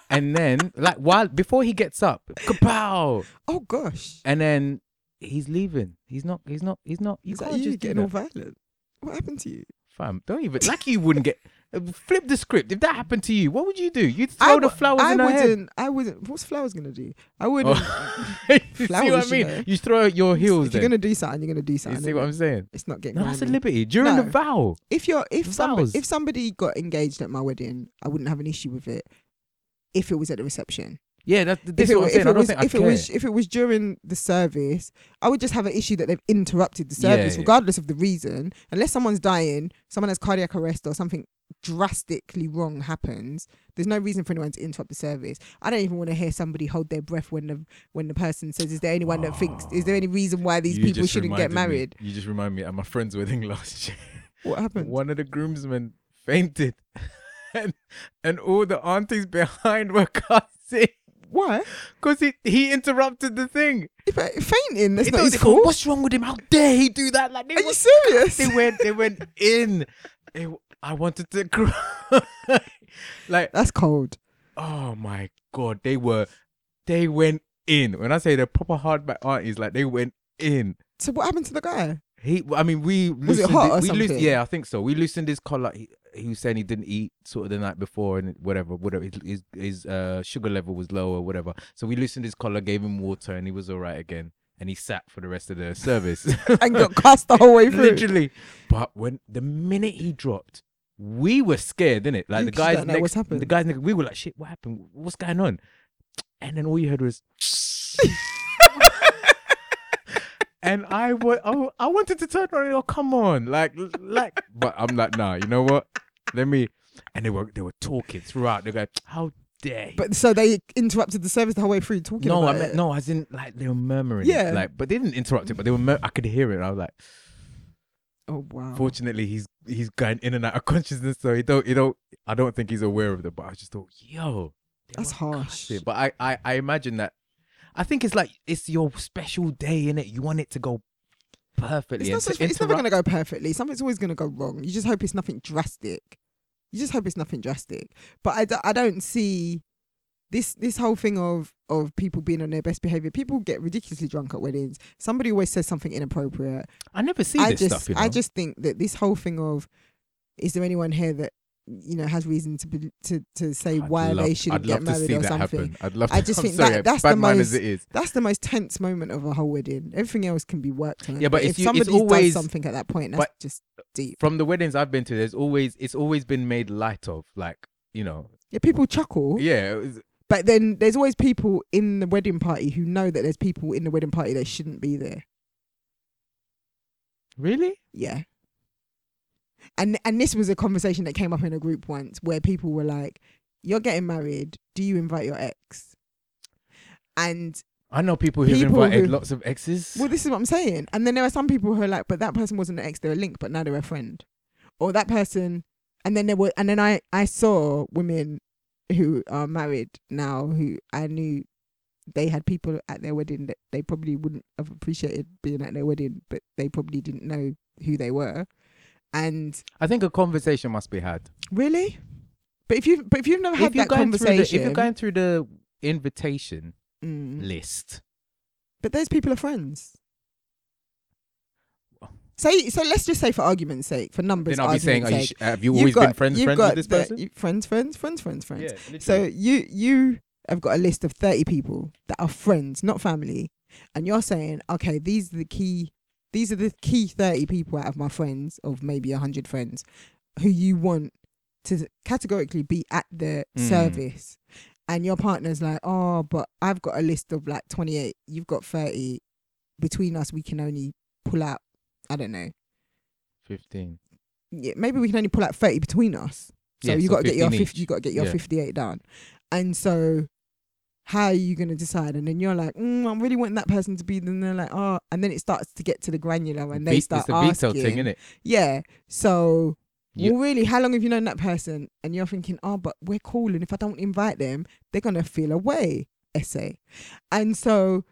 Speaker 3: and then like while before he gets up, kapow,
Speaker 2: Oh gosh.
Speaker 3: and then he's leaving. He's not. He's not. He's not. You
Speaker 2: is
Speaker 3: can't
Speaker 2: that you
Speaker 3: just do
Speaker 2: getting
Speaker 3: that.
Speaker 2: all violent? What happened to you?
Speaker 3: Fam, don't even like you wouldn't get uh, flip the script. If that happened to you, what would you do? You'd throw the
Speaker 2: w-
Speaker 3: flowers
Speaker 2: I
Speaker 3: in her head.
Speaker 2: wouldn't. I wouldn't. What's flowers gonna do? I wouldn't.
Speaker 3: Oh. *laughs* you see what I
Speaker 2: Flowers, you
Speaker 3: mean?
Speaker 2: know.
Speaker 3: You throw out your heels.
Speaker 2: if you're
Speaker 3: Then.
Speaker 2: gonna do something, you're gonna do
Speaker 3: you
Speaker 2: something.
Speaker 3: see what I'm saying?
Speaker 2: It's not getting.
Speaker 3: No, that's a
Speaker 2: violent.
Speaker 3: liberty during the
Speaker 2: No.
Speaker 3: vow.
Speaker 2: if you're if somebody,
Speaker 3: Vows.
Speaker 2: if somebody got engaged at my wedding, I wouldn't have an issue with it. If it was at the reception,
Speaker 3: Yeah, that's this
Speaker 2: if it,
Speaker 3: is what I'm
Speaker 2: if
Speaker 3: saying.
Speaker 2: it
Speaker 3: I don't
Speaker 2: was
Speaker 3: think I
Speaker 2: if
Speaker 3: care.
Speaker 2: it was if it was during the service, I would just have an issue that they've interrupted the
Speaker 3: Yeah,
Speaker 2: service,
Speaker 3: yeah.
Speaker 2: regardless of the reason. Unless someone's dying, someone has cardiac arrest, or something drastically wrong happens, there's no reason for anyone to interrupt the service. I don't even want to hear somebody hold their breath when the when the person says, "Is there anyone that thinks? Is there any reason why these people shouldn't get married?"
Speaker 3: you just remind me at my friend's wedding *laughs* last year.
Speaker 2: What happened?
Speaker 3: One of the groomsmen fainted, *laughs* and and all the aunties behind were *laughs* cussing
Speaker 2: Why?
Speaker 3: because he he interrupted the thing.
Speaker 2: If I, fainting. That's
Speaker 3: He
Speaker 2: not
Speaker 3: told-
Speaker 2: his
Speaker 3: they go,
Speaker 2: fault.
Speaker 3: What's wrong with him? How dare he do that? Like they
Speaker 2: Are
Speaker 3: were
Speaker 2: you serious?
Speaker 3: *laughs* they went they went in. They, I wanted to *laughs* cry. like
Speaker 2: That's cold.
Speaker 3: oh my god, they were they went in. When I say the proper hardback aunties, like they went in.
Speaker 2: So what happened to the guy?
Speaker 3: He, I mean, we
Speaker 2: Was it
Speaker 3: loosened
Speaker 2: hot or
Speaker 3: we loos-
Speaker 2: something?
Speaker 3: yeah, I think so. We loosened his collar. He, he was saying he didn't eat sort of the night before and whatever, whatever. His his, his uh, sugar level was low or whatever. So we loosened his collar, gave him water, and he was all right again. And he sat for the rest of the service.
Speaker 2: *laughs* And got cast the whole way through.
Speaker 3: literally. But when the minute he dropped, we were scared, didn't it? Like
Speaker 2: You
Speaker 3: the
Speaker 2: just don't
Speaker 3: guys
Speaker 2: know
Speaker 3: next,
Speaker 2: what's happened.
Speaker 3: the guys next, we were like, "Shit, what happened? What's going on?" And then all you heard was, *laughs* and I wa- I wa- I wanted to turn around. and go, come on, like, like, but I'm like, nah. You know what? Let me. And they were they were talking throughout. They go, "How dare!" he
Speaker 2: But so they interrupted the service the whole way through talking.
Speaker 3: no,
Speaker 2: about
Speaker 3: I meant
Speaker 2: it.
Speaker 3: no, as in like they were murmuring.
Speaker 2: Yeah.
Speaker 3: like, but they didn't interrupt it. But they were. Mur- I could hear it. And I was like.
Speaker 2: Oh wow.
Speaker 3: Fortunately, he's he's going in and out of *laughs* consciousness, so he don't he don't I don't think he's aware of the. But I just thought, yo, they
Speaker 2: That's
Speaker 3: were
Speaker 2: harsh.
Speaker 3: cussing. But I, I I imagine that. I think it's like it's your special day in it. You want it to go
Speaker 2: It's,
Speaker 3: perfectly. and
Speaker 2: not
Speaker 3: to
Speaker 2: such, it's never
Speaker 3: interrupt-
Speaker 2: gonna go perfectly. Something's always gonna go wrong. You just hope it's nothing drastic. You just hope it's nothing drastic. But I, d- I don't see this this whole thing of of people being on their best behavior. People get ridiculously drunk at weddings. Somebody always says something inappropriate.
Speaker 3: I never see
Speaker 2: I
Speaker 3: this
Speaker 2: just
Speaker 3: stuff. You know?
Speaker 2: I just think that this whole thing of is there anyone here that you know has reason to be, to to say
Speaker 3: I'd
Speaker 2: why
Speaker 3: love-
Speaker 2: they shouldn't
Speaker 3: I'd
Speaker 2: get
Speaker 3: love to
Speaker 2: married
Speaker 3: see
Speaker 2: or
Speaker 3: that
Speaker 2: something.
Speaker 3: happen. I'd love. To,
Speaker 2: I
Speaker 3: *laughs*
Speaker 2: just
Speaker 3: I'm
Speaker 2: think
Speaker 3: sorry,
Speaker 2: that- that's the
Speaker 3: bad man as
Speaker 2: most-
Speaker 3: it is.
Speaker 2: That's the most tense moment of a whole wedding. Everything else can be worked on.
Speaker 3: Yeah, but
Speaker 2: if
Speaker 3: it's u- it's
Speaker 2: somebody
Speaker 3: always-
Speaker 2: does something at that point, that's
Speaker 3: but-
Speaker 2: just deep.
Speaker 3: From the weddings I've been to, there's always it's always been made light of. Like you know,
Speaker 2: Yeah, people chuckle,
Speaker 3: yeah, it was-
Speaker 2: but then there's always people in the wedding party who know that there's people in the wedding party that shouldn't be there.
Speaker 3: really.
Speaker 2: Yeah. And and this was a conversation that came up in a group once where people were like, "You're getting married. Do you invite your ex?" And
Speaker 3: I know people who've
Speaker 2: People
Speaker 3: invited
Speaker 2: who-
Speaker 3: lots of exes.
Speaker 2: Well, this is what I'm saying. And then there are some people who are like, but that person wasn't an ex, they're a link, but now they're a friend. Or that person and then there were and then I, I saw women who are married now who I knew they had people at their wedding that they probably wouldn't have appreciated being at their wedding, but they probably didn't know who they were. And
Speaker 3: I think a conversation must be had.
Speaker 2: really? But if you but if you've never had
Speaker 3: if you're
Speaker 2: that
Speaker 3: going through the, if
Speaker 2: conversation,
Speaker 3: you're going through the invitation
Speaker 2: Mm.
Speaker 3: list,
Speaker 2: but those people are friends.
Speaker 3: Well.
Speaker 2: Say so. Let's just say for argument's sake, for numbers.
Speaker 3: then I'll be saying,
Speaker 2: argument's
Speaker 3: are you,
Speaker 2: sake,
Speaker 3: sh- have you
Speaker 2: you've
Speaker 3: always been
Speaker 2: got-
Speaker 3: friends
Speaker 2: you've
Speaker 3: friends
Speaker 2: got
Speaker 3: with this
Speaker 2: the-
Speaker 3: person?
Speaker 2: you- friends, friends, friends, friends, friends.
Speaker 3: Yeah,
Speaker 2: So
Speaker 3: literally.
Speaker 2: you you have got a list of thirty people that are friends, not family, and you're saying, okay, these are the key, these are the key thirty people out of my friends of maybe hundred friends, who you want to categorically be at the
Speaker 3: Mm.
Speaker 2: service, and your partner's like, oh, but I've got a list of like twenty eight, you've got thirty, between us we can only pull out, I don't know,
Speaker 3: fifteen.
Speaker 2: yeah, maybe we can only pull out thirty between us. So
Speaker 3: Yeah,
Speaker 2: you
Speaker 3: so
Speaker 2: got to get your
Speaker 3: 15 each.
Speaker 2: 50, you got to get your
Speaker 3: Yeah.
Speaker 2: 58 down. And so how are you going to decide? And then you're like, mm, I really want that person to be. Then they're like, oh, and then it starts to get to the granular and they
Speaker 3: Ve-
Speaker 2: start
Speaker 3: it's the
Speaker 2: asking.
Speaker 3: veto thing, isn't it?
Speaker 2: Yeah. So
Speaker 3: You-
Speaker 2: well, really, how long have you known that person? And you're thinking, oh, but we're cool. And if I don't invite them, they're going to feel away, essay. And so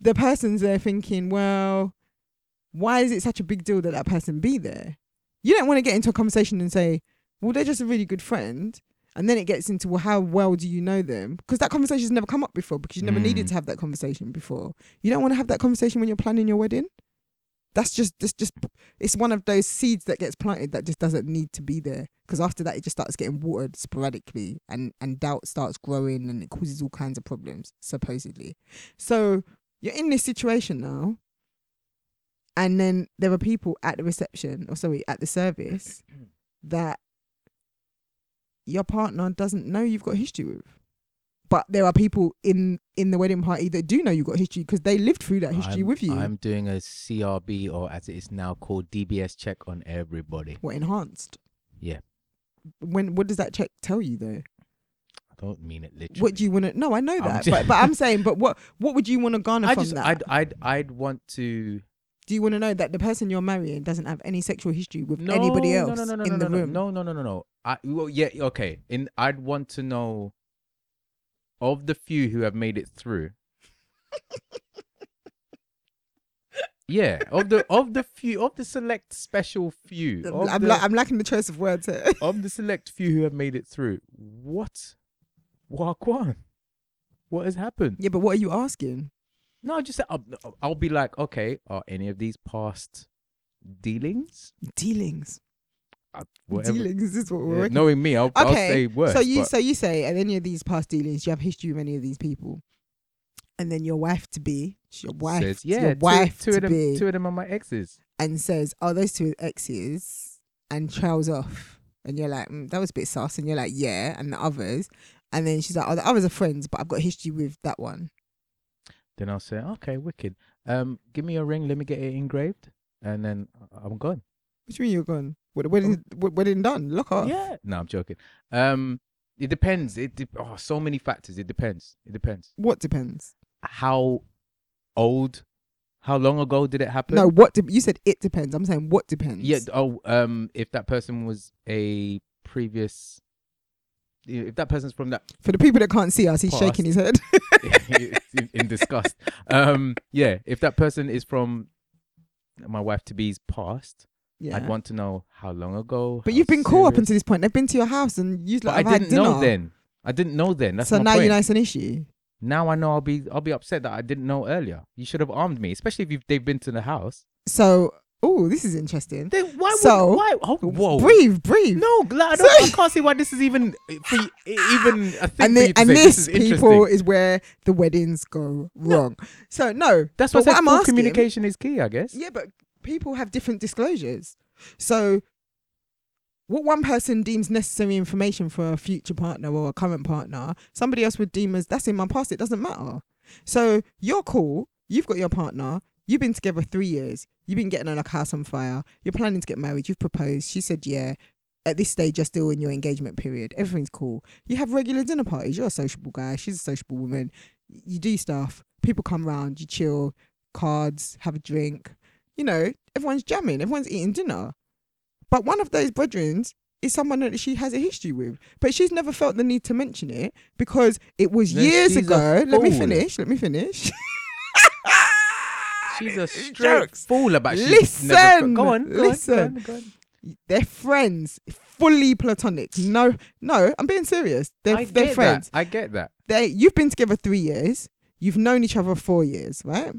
Speaker 2: the person's there thinking, well, why is it such a big deal that that person be there? You don't want to get into a conversation and say, well, they're just a really good friend. And then it gets into, well, how well do you know them? Because that conversation's never come up before because you never needed
Speaker 3: Mm.
Speaker 2: to have that conversation before. You don't want to have that conversation when you're planning your wedding. That's just, that's just, it's one of those seeds that gets planted that just doesn't need to be there. Because after that, it just starts getting watered sporadically and, and doubt starts growing and it causes all kinds of problems, supposedly. So you're in this situation now and then there are people at the reception or sorry at the
Speaker 3: *clears throat*
Speaker 2: service that your partner doesn't know you've got history with but there are people in in the wedding party that do know you've got history because they lived through that history
Speaker 3: I'm-
Speaker 2: with you
Speaker 3: I'm doing a CRB or as it is now called DBS check on everybody.
Speaker 2: what enhanced
Speaker 3: Yeah.
Speaker 2: when what does that check tell you though
Speaker 3: I don't mean it literally.
Speaker 2: what do you want to no i know
Speaker 3: I'm *laughs*
Speaker 2: that
Speaker 3: ju-
Speaker 2: but, but i'm saying but what what would you want to garner
Speaker 3: I
Speaker 2: from
Speaker 3: just
Speaker 2: that
Speaker 3: I'd I'd I'd want to
Speaker 2: do you want to know that the person you're marrying doesn't have any sexual history with
Speaker 3: no,
Speaker 2: anybody
Speaker 3: no,
Speaker 2: else
Speaker 3: no, no, no,
Speaker 2: in
Speaker 3: no,
Speaker 2: the
Speaker 3: no,
Speaker 2: room
Speaker 3: No, no, no, no, no. I well, yeah, okay. In I'd want to know of the few who have made
Speaker 2: *laughs*
Speaker 3: it through. yeah, of the of the few of the select special few of,
Speaker 2: I'm,
Speaker 3: the,
Speaker 2: la- I'm lacking the choice of words
Speaker 3: *laughs*
Speaker 2: here
Speaker 3: of the select few who have made it through. What, Wakwan? What has happened?
Speaker 2: Yeah, but what are you asking?
Speaker 3: No, just I'll, I'll be like, okay, are any of these past dealings?
Speaker 2: Dealings.
Speaker 3: Uh, Whatever.
Speaker 2: Dealings is what we're
Speaker 3: Yeah,
Speaker 2: working.
Speaker 3: knowing me, I'll, I'll say worse.
Speaker 2: so you
Speaker 3: but-
Speaker 2: so you say at any of these past dealings, you have history with any of these people, and then your wife to be, your wife,
Speaker 3: says, yeah,
Speaker 2: your
Speaker 3: two-
Speaker 2: wife
Speaker 3: two,
Speaker 2: to
Speaker 3: of them,
Speaker 2: be,
Speaker 3: two of them are my exes.
Speaker 2: and says, "Oh, those two are exes," and trails off, and you're like, mm, "That was a bit sus," and you're like, "Yeah," and the others, and then she's like, "Oh, the others are friends, but I've got history with that one."
Speaker 3: Then I'll say, okay, wicked. Um, give me your ring. Let me get it engraved, and then I- I'm gone.
Speaker 2: Which mean you're gone? What the wedding? what wedding done? Lock off.
Speaker 3: Oh. Yeah. No, I'm joking. Um, it depends. It de- oh, so many factors. It depends. It depends.
Speaker 2: What depends?
Speaker 3: How old? How long ago did it happen?
Speaker 2: no, what? De- you said it depends. I'm saying what depends.
Speaker 3: Yeah. Oh, um, if that person was a previous, if that person's from that
Speaker 2: For the people that can't see us, he's
Speaker 3: Past.
Speaker 2: shaking his head. *laughs*
Speaker 3: in, *laughs* in disgust. Um, yeah, if that person is from my wife to be's past,
Speaker 2: yeah.
Speaker 3: I'd want to know how long ago.
Speaker 2: but
Speaker 3: how
Speaker 2: you've been cool up
Speaker 3: serious-
Speaker 2: until this point. They've been to your house and you
Speaker 3: But
Speaker 2: like, have
Speaker 3: I
Speaker 2: had
Speaker 3: didn't
Speaker 2: dinner.
Speaker 3: know then. I didn't know then. That's
Speaker 2: so
Speaker 3: my
Speaker 2: now you
Speaker 3: point.
Speaker 2: know it's an issue.
Speaker 3: Now I know I'll be I'll be upset that I didn't know earlier. You should have armed me, especially if you've, they've been to the house.
Speaker 2: So, oh, this is interesting.
Speaker 3: Then why?
Speaker 2: So-
Speaker 3: would, why? Oh, whoa.
Speaker 2: Breathe, breathe.
Speaker 3: No, gl- I, don't, I can't see why this is even eh, for you- even a thing
Speaker 2: and
Speaker 3: for
Speaker 2: thi-
Speaker 3: you to
Speaker 2: and
Speaker 3: say.
Speaker 2: this,
Speaker 3: is
Speaker 2: people,
Speaker 3: interesting.
Speaker 2: is where the weddings go wrong. So no,
Speaker 3: That's
Speaker 2: but
Speaker 3: what, I said,
Speaker 2: I'm
Speaker 3: full
Speaker 2: asking.
Speaker 3: communication is key, I guess.
Speaker 2: Yeah, but people have different disclosures. So, what one person deems necessary information for a future partner or a current partner, somebody else would deem as that's in my past, it doesn't matter. So, you're cool, you've got your partner, you've been together three years, you've been getting on like a house on fire, you're planning to get married, you've proposed, she said, yeah. At this stage, you're still in your engagement period. Everything's cool. You have regular dinner parties. You're a sociable guy. She's a sociable woman. You do stuff. People come round. You chill, cards, have a drink, you know, everyone's jamming, everyone's eating dinner. But one of those brethren is someone that she has a history with, but she's never felt the need to mention it because it was
Speaker 3: Then
Speaker 2: years
Speaker 3: she's a
Speaker 2: ago. Let me
Speaker 3: fool.
Speaker 2: finish. Let me finish. *laughs*
Speaker 3: She's a
Speaker 2: It's
Speaker 3: straight
Speaker 2: jokes.
Speaker 3: fool about she's
Speaker 2: Listen,
Speaker 3: never- go on, go on, go
Speaker 2: listen.
Speaker 3: on, go on.
Speaker 2: They're friends, fully platonic. No, no, I'm being serious. They're,
Speaker 3: I
Speaker 2: they're
Speaker 3: get
Speaker 2: friends.
Speaker 3: That. I get that.
Speaker 2: They, you've been together three years. You've known each other four years, right?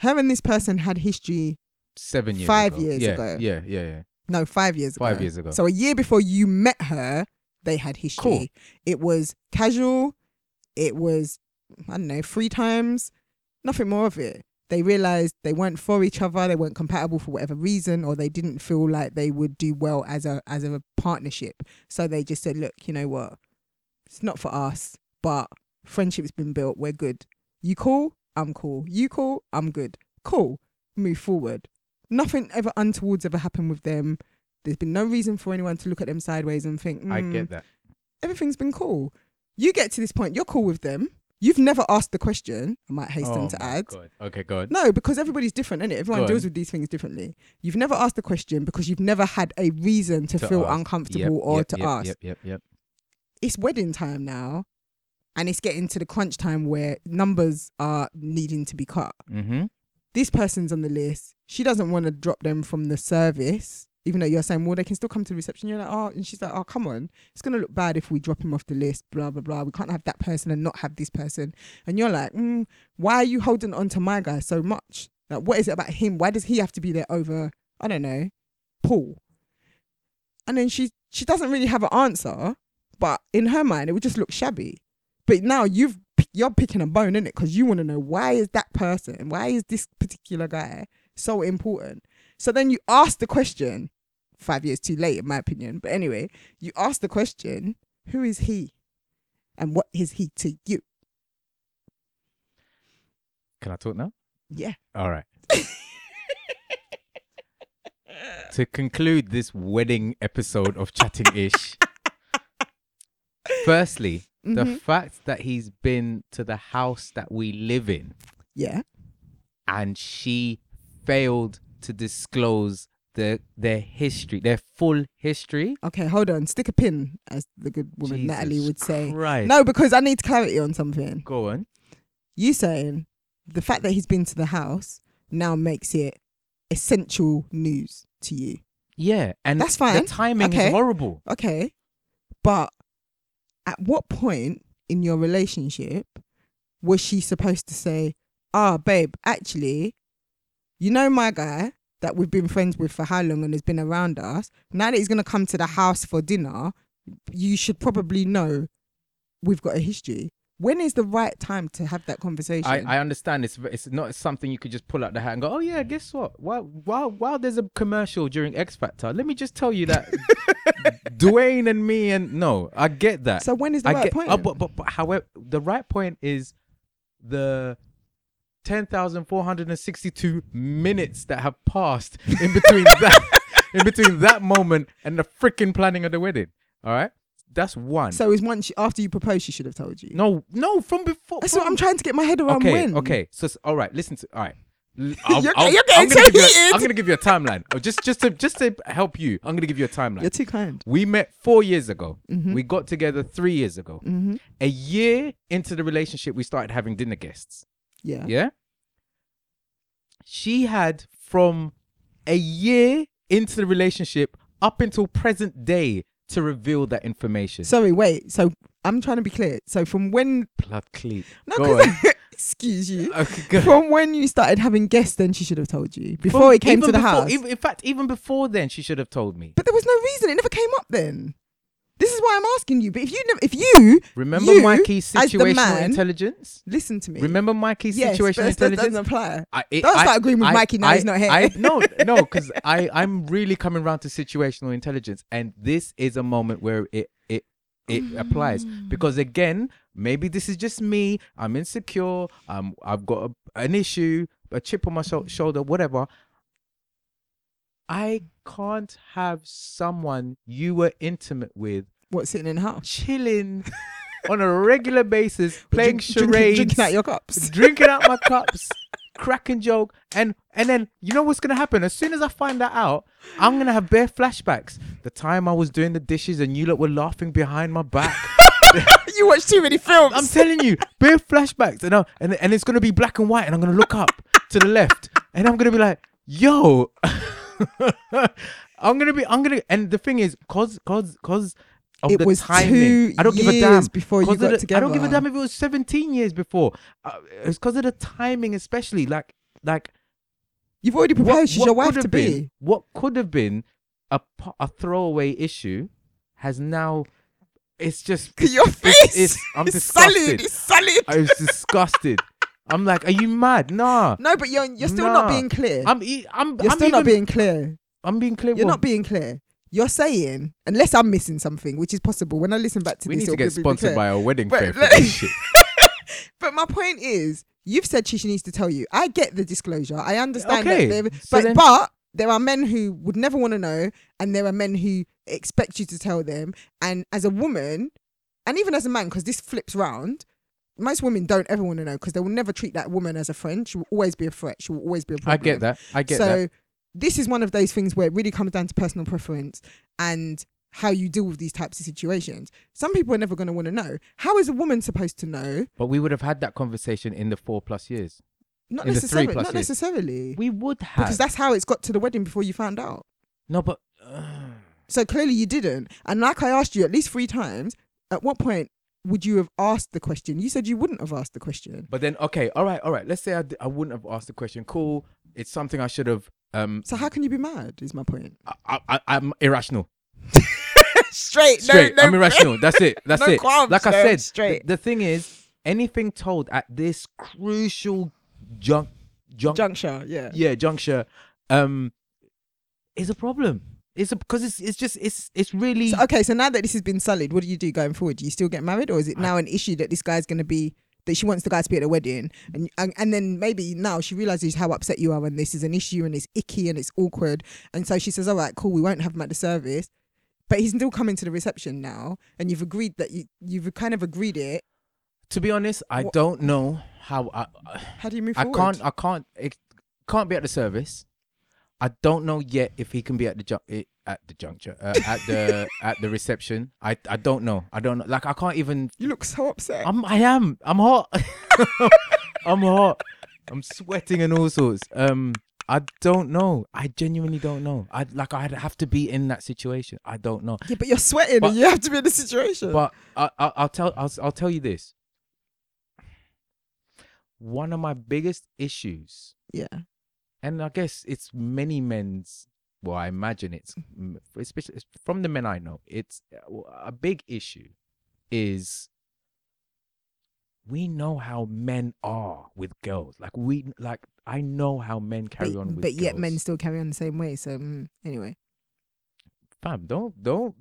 Speaker 2: Her and this person had history.
Speaker 3: Seven years.
Speaker 2: Five
Speaker 3: ago.
Speaker 2: years
Speaker 3: yeah,
Speaker 2: ago.
Speaker 3: Yeah, yeah, yeah.
Speaker 2: No, five years ago.
Speaker 3: Five years ago.
Speaker 2: So a year before you met her, they had history.
Speaker 3: Cool.
Speaker 2: It was casual. It was I don't know three times, nothing more of it. They realized they weren't for each other. They weren't compatible for whatever reason, or they didn't feel like they would do well as a as a partnership. So they just said, "Look, you know what? It's not for us, but friendship's been built. We're good. You cool? I'm cool. You cool? I'm good. Cool. Move forward. Nothing ever untoward's ever happened with them. There's been no reason for anyone to look at them sideways and think,
Speaker 3: I
Speaker 2: "Mm,
Speaker 3: get that.
Speaker 2: everything's been cool. You get to this point, you're cool with them. You've never asked the question, I might hasten
Speaker 3: Oh
Speaker 2: to
Speaker 3: my
Speaker 2: add.
Speaker 3: God. Okay, go on.
Speaker 2: No, because everybody's different, innit? Everyone
Speaker 3: Go
Speaker 2: deals
Speaker 3: on.
Speaker 2: with these things differently. You've never asked the question because you've never had a reason to,
Speaker 3: To
Speaker 2: feel
Speaker 3: ask. Yep,
Speaker 2: uncomfortable or
Speaker 3: yep,
Speaker 2: to
Speaker 3: yep,
Speaker 2: ask.
Speaker 3: Yep, yep, yep.
Speaker 2: It's wedding time now, and it's getting to the crunch time where numbers are needing to be cut.
Speaker 3: Mm-hmm.
Speaker 2: This person's on the list. She doesn't want to drop them from the service, even though you're saying, well, they can still come to the reception. You're like, oh, and she's like, oh, come on. It's going to look bad if we drop him off the list, blah, blah, blah. We can't have that person and not have this person. And you're like, mm, why are you holding on to my guy so much? Like, what is it about him? Why does he have to be there over, I don't know, Paul? And then she she doesn't really have an answer, but in her mind, it would just look shabby. But now you've p- you're picking a bone in it because you want to know why is that person, why is this particular guy so important? So then you ask the question, five years too late in my opinion. But anyway, you ask the question, who is he, and what is he to you?
Speaker 3: Can I talk now?
Speaker 2: Yeah.
Speaker 3: All
Speaker 2: *laughs*
Speaker 3: right. to conclude this wedding episode of Chatting
Speaker 2: *laughs*
Speaker 3: Ish, firstly, the
Speaker 2: Mhm.
Speaker 3: fact that he's been to the house that we live in
Speaker 2: Yeah.
Speaker 3: and she failed to disclose the their history, their full history.
Speaker 2: Okay, hold on. Stick a pin, as the good woman
Speaker 3: Jesus
Speaker 2: Natalie would say.
Speaker 3: Christ.
Speaker 2: No, because I need clarity on something.
Speaker 3: Go on.
Speaker 2: You saying the fact that he's been to the house now makes it essential news to you.
Speaker 3: Yeah, and
Speaker 2: That's fine.
Speaker 3: The timing
Speaker 2: Okay.
Speaker 3: is horrible.
Speaker 2: Okay. But at what point in your relationship was she supposed to say, ah, babe, actually, you know my guy that we've been friends with for how long and has been around us, now that he's going to come to the house for dinner, you should probably know we've got a history. When is the right time to have that conversation?
Speaker 3: I, I understand it's it's not something you could just pull out the hat and go, oh yeah, guess what? While while while there's a commercial during X Factor, let me just tell
Speaker 2: *laughs*
Speaker 3: you that Dwayne and me and no, I get that.
Speaker 2: so when is the
Speaker 3: I
Speaker 2: right
Speaker 3: get,
Speaker 2: point?
Speaker 3: uh, but, but but however, the right point is the. 10,462 minutes that have passed in
Speaker 2: *laughs*
Speaker 3: between that in between that moment and the freaking planning of the wedding. All right? That's one.
Speaker 2: so is once she, after you propose, she should have told you.
Speaker 3: no, no, from before.
Speaker 2: That's
Speaker 3: from
Speaker 2: what I'm trying to get my head around.
Speaker 3: okay,
Speaker 2: when?
Speaker 3: Okay, so it's- all right, listen to all right.
Speaker 2: *laughs*
Speaker 3: L-
Speaker 2: You're- you're getting
Speaker 3: gonna
Speaker 2: so
Speaker 3: give you a-
Speaker 2: heated.
Speaker 3: I'm gonna give you a timeline. Oh, just just to just to help you, I'm gonna give you a timeline.
Speaker 2: You're too kind.
Speaker 3: we met four years ago.
Speaker 2: Mm-hmm.
Speaker 3: We got together three years ago.
Speaker 2: Mhm.
Speaker 3: A year into the relationship, we started having dinner guests.
Speaker 2: Yeah.
Speaker 3: Yeah. She had from a year into the relationship up until present day to reveal that information.
Speaker 2: Sorry, wait. So I'm trying to be clear. So from when?
Speaker 3: Blood cleat.
Speaker 2: No,
Speaker 3: Go
Speaker 2: 'cause-
Speaker 3: on.
Speaker 2: *laughs* excuse you.
Speaker 3: *laughs* Okay, go.
Speaker 2: From when you started having guests, then she should have told you before
Speaker 3: From-
Speaker 2: it came
Speaker 3: even
Speaker 2: to the
Speaker 3: before-
Speaker 2: house.
Speaker 3: even- in fact, even before then, she should have told me.
Speaker 2: but there was no reason. It never came up then. This is why I'm asking you. But if you, never, if you
Speaker 3: Remember
Speaker 2: you,
Speaker 3: Mikey's
Speaker 2: as the
Speaker 3: situational
Speaker 2: man-
Speaker 3: intelligence?
Speaker 2: listen to me.
Speaker 3: Remember Mikey's
Speaker 2: yes, *laughs* but that
Speaker 3: situational
Speaker 2: doesn't-
Speaker 3: intelligence?
Speaker 2: doesn't apply.
Speaker 3: I, it-
Speaker 2: Don't start agreeing with Mikey now he's not here.
Speaker 3: I, no, no, because I I'm really coming round to situational intelligence, and this is a moment where it it it applies
Speaker 2: Mm.
Speaker 3: because again, maybe this is just me. I'm insecure. Um, I've got a, an issue, a chip on my
Speaker 2: Mm.
Speaker 3: shou- shoulder, whatever. I can't have someone you were intimate with
Speaker 2: What's sitting in the house? *laughs*
Speaker 3: chilling on a regular basis, playing
Speaker 2: Drink- drinking-
Speaker 3: charades,
Speaker 2: drinking out your cups. *laughs*
Speaker 3: *laughs* drinking out my cups, cracking joke, and and then you know what's gonna happen? As soon as I find that out, I'm gonna have bare flashbacks. The time I was doing the dishes and you lot were laughing behind my back.
Speaker 2: you watch too many films.
Speaker 3: I'm telling you, bare flashbacks, and I, and and it's gonna be black and white, and I'm gonna look up to the left, and I'm gonna be like, yo. *laughs* I'm gonna be. I'm gonna. And the thing is, cause, cause, cause of
Speaker 2: it
Speaker 3: the
Speaker 2: was
Speaker 3: timing.
Speaker 2: two
Speaker 3: I don't give
Speaker 2: years
Speaker 3: a damn.
Speaker 2: before you
Speaker 3: 'Cause of
Speaker 2: got
Speaker 3: the-
Speaker 2: together.
Speaker 3: I don't give a damn if it was 17 years before. Uh, it's because of the timing, especially. Like, like
Speaker 2: You've already prepared. She's your wife
Speaker 3: could have
Speaker 2: to
Speaker 3: been,
Speaker 2: be.
Speaker 3: What could have been a po- a throwaway issue has now. It's just.
Speaker 2: *laughs* Your face.
Speaker 3: It's, it's, I'm
Speaker 2: it's
Speaker 3: disgusted.
Speaker 2: solid. It's solid.
Speaker 3: I was disgusted. I'm like, are you mad? Nah.
Speaker 2: no, but you're you're still not
Speaker 3: Nah.
Speaker 2: being clear.
Speaker 3: I'm. e- I'm.
Speaker 2: you're
Speaker 3: I'm
Speaker 2: still
Speaker 3: even-
Speaker 2: not being clear.
Speaker 3: I'm being clear.
Speaker 2: You're
Speaker 3: what?
Speaker 2: not being clear. You're saying, unless I'm missing something, which is possible. When I listen back to
Speaker 3: we
Speaker 2: this,
Speaker 3: need to
Speaker 2: it'll
Speaker 3: get
Speaker 2: be- be
Speaker 3: sponsored
Speaker 2: clear.
Speaker 3: by a wedding
Speaker 2: But
Speaker 3: fair for
Speaker 2: let-
Speaker 3: this shit.
Speaker 2: But my point is, you've said she, she needs to tell you. I get the disclosure. I understand
Speaker 3: Okay,
Speaker 2: that. there-
Speaker 3: so
Speaker 2: but
Speaker 3: then-
Speaker 2: but there are men who would never want to know, and there are men who expect you to tell them. And as a woman, and even as a man, because this flips round. Most women don't ever want to know because they will never treat that woman as a friend. She will always be a threat. She will always be a
Speaker 3: I
Speaker 2: problem. *laughs*
Speaker 3: get that. I get
Speaker 2: so
Speaker 3: that.
Speaker 2: this is one of those things where it really comes down to personal preference and how you deal with these types of situations. Some people are never going to want to know. How is a woman supposed to know?
Speaker 3: But we would have had that conversation in the four plus years.
Speaker 2: Not
Speaker 3: In the three
Speaker 2: necessarily.
Speaker 3: plus
Speaker 2: Not
Speaker 3: years.
Speaker 2: necessarily.
Speaker 3: We would have.
Speaker 2: Because that's how it's got to the wedding before you found out.
Speaker 3: no, but uh,
Speaker 2: So clearly you didn't. And like I asked you at least three times, at what point would you have asked the question? You said you wouldn't have asked the question.
Speaker 3: but then okay, all right, all right. Let's say I d- I wouldn't have asked the question. Cool. It's something I should have. Um,
Speaker 2: So how can you be mad? Is my point.
Speaker 3: I, I, I I'm irrational.
Speaker 2: *laughs* Straight.
Speaker 3: Straight.
Speaker 2: *laughs*
Speaker 3: I'm irrational. That's it. That's
Speaker 2: No
Speaker 3: it.
Speaker 2: qualms,
Speaker 3: like I
Speaker 2: no,
Speaker 3: said,
Speaker 2: straight.
Speaker 3: th- The, thing is, anything told at this crucial junk, junk,
Speaker 2: Juncture. Yeah.
Speaker 3: yeah, juncture, um, is a problem. It's a because it's it's just it's it's really
Speaker 2: So, okay, so now that this has been solid, what do you do going forward? Do you still get married, or is it now an issue that this guy's going to be that she wants the guy to be at the wedding, and, and and then maybe now she realizes how upset you are, and this is an issue, and it's icky and it's awkward, and so she says, "All right, cool, we won't have him at the service." But he's still coming to the reception now, and you've agreed that you you've kind of agreed it.
Speaker 3: to be honest. I
Speaker 2: Wha-
Speaker 3: don't know how I
Speaker 2: How do you move
Speaker 3: I
Speaker 2: forward?
Speaker 3: can't. I can't. It can't be at the service. I don't know yet if he can be at the ju- at the juncture uh, at the at the reception. I I don't know. I don't know. Like I can't even.
Speaker 2: You look so upset.
Speaker 3: I'm. I am. I'm hot. *laughs* I'm hot. I'm sweating and all sorts. Um. I don't know. I genuinely don't know. I like. I'd have to be in that situation. I don't know.
Speaker 2: yeah, but you're sweating,
Speaker 3: But-
Speaker 2: and you have to be in the situation.
Speaker 3: But I, I, I'll tell I'll, I'll tell you this. One of my biggest issues
Speaker 2: yeah,
Speaker 3: and I guess it's many men's. Well, I imagine it's m- especially it's from the men I know. It's uh, a big issue. Is we know how men are with girls. Like we like I know how men carry
Speaker 2: but,
Speaker 3: on with.
Speaker 2: but yet men
Speaker 3: girls.
Speaker 2: still carry on the same way. So mm, anyway.
Speaker 3: Fam, don't don't.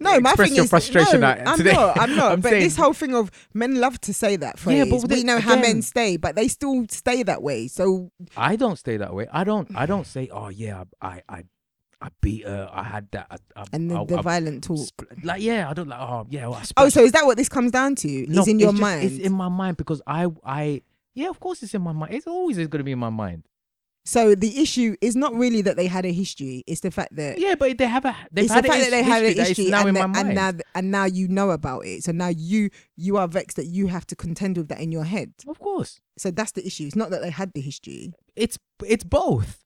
Speaker 2: No, my
Speaker 3: Express
Speaker 2: thing
Speaker 3: your
Speaker 2: is
Speaker 3: frustration
Speaker 2: no,
Speaker 3: at-
Speaker 2: I'm
Speaker 3: today.
Speaker 2: not.
Speaker 3: *laughs*
Speaker 2: I'm not.
Speaker 3: I'm
Speaker 2: but
Speaker 3: saying-
Speaker 2: this whole thing of men love to say that phrase.
Speaker 3: Yeah, but
Speaker 2: we
Speaker 3: then
Speaker 2: know how men
Speaker 3: again-
Speaker 2: stay, but they still stay that way. So
Speaker 3: I don't stay that way. I don't. I
Speaker 2: Mm.
Speaker 3: don't say. Oh yeah, I I I, I beat her. I had that. I, I,
Speaker 2: and the,
Speaker 3: I,
Speaker 2: the
Speaker 3: I
Speaker 2: violent talk.
Speaker 3: spl- like yeah, I don't like. Oh yeah, well, I
Speaker 2: Oh,
Speaker 3: splashed
Speaker 2: so is that what this comes down to? is in your
Speaker 3: it's just-
Speaker 2: mind.
Speaker 3: It's in my mind because I, I, yeah, of course it's in my mind. It's always going to be in my mind.
Speaker 2: so the issue is not really that they had a history. It's the fact that
Speaker 3: Yeah, but they have a, they've
Speaker 2: Eh, it's
Speaker 3: had
Speaker 2: the fact
Speaker 3: a
Speaker 2: that they had
Speaker 3: history
Speaker 2: an
Speaker 3: that it's
Speaker 2: issue,
Speaker 3: now
Speaker 2: and,
Speaker 3: in
Speaker 2: that-
Speaker 3: my mind.
Speaker 2: and now th- and now you know about it. So now you you are vexed that you have to contend with that in your head.
Speaker 3: of course,
Speaker 2: So that's the issue. It's not that they had the history.
Speaker 3: it's it's both.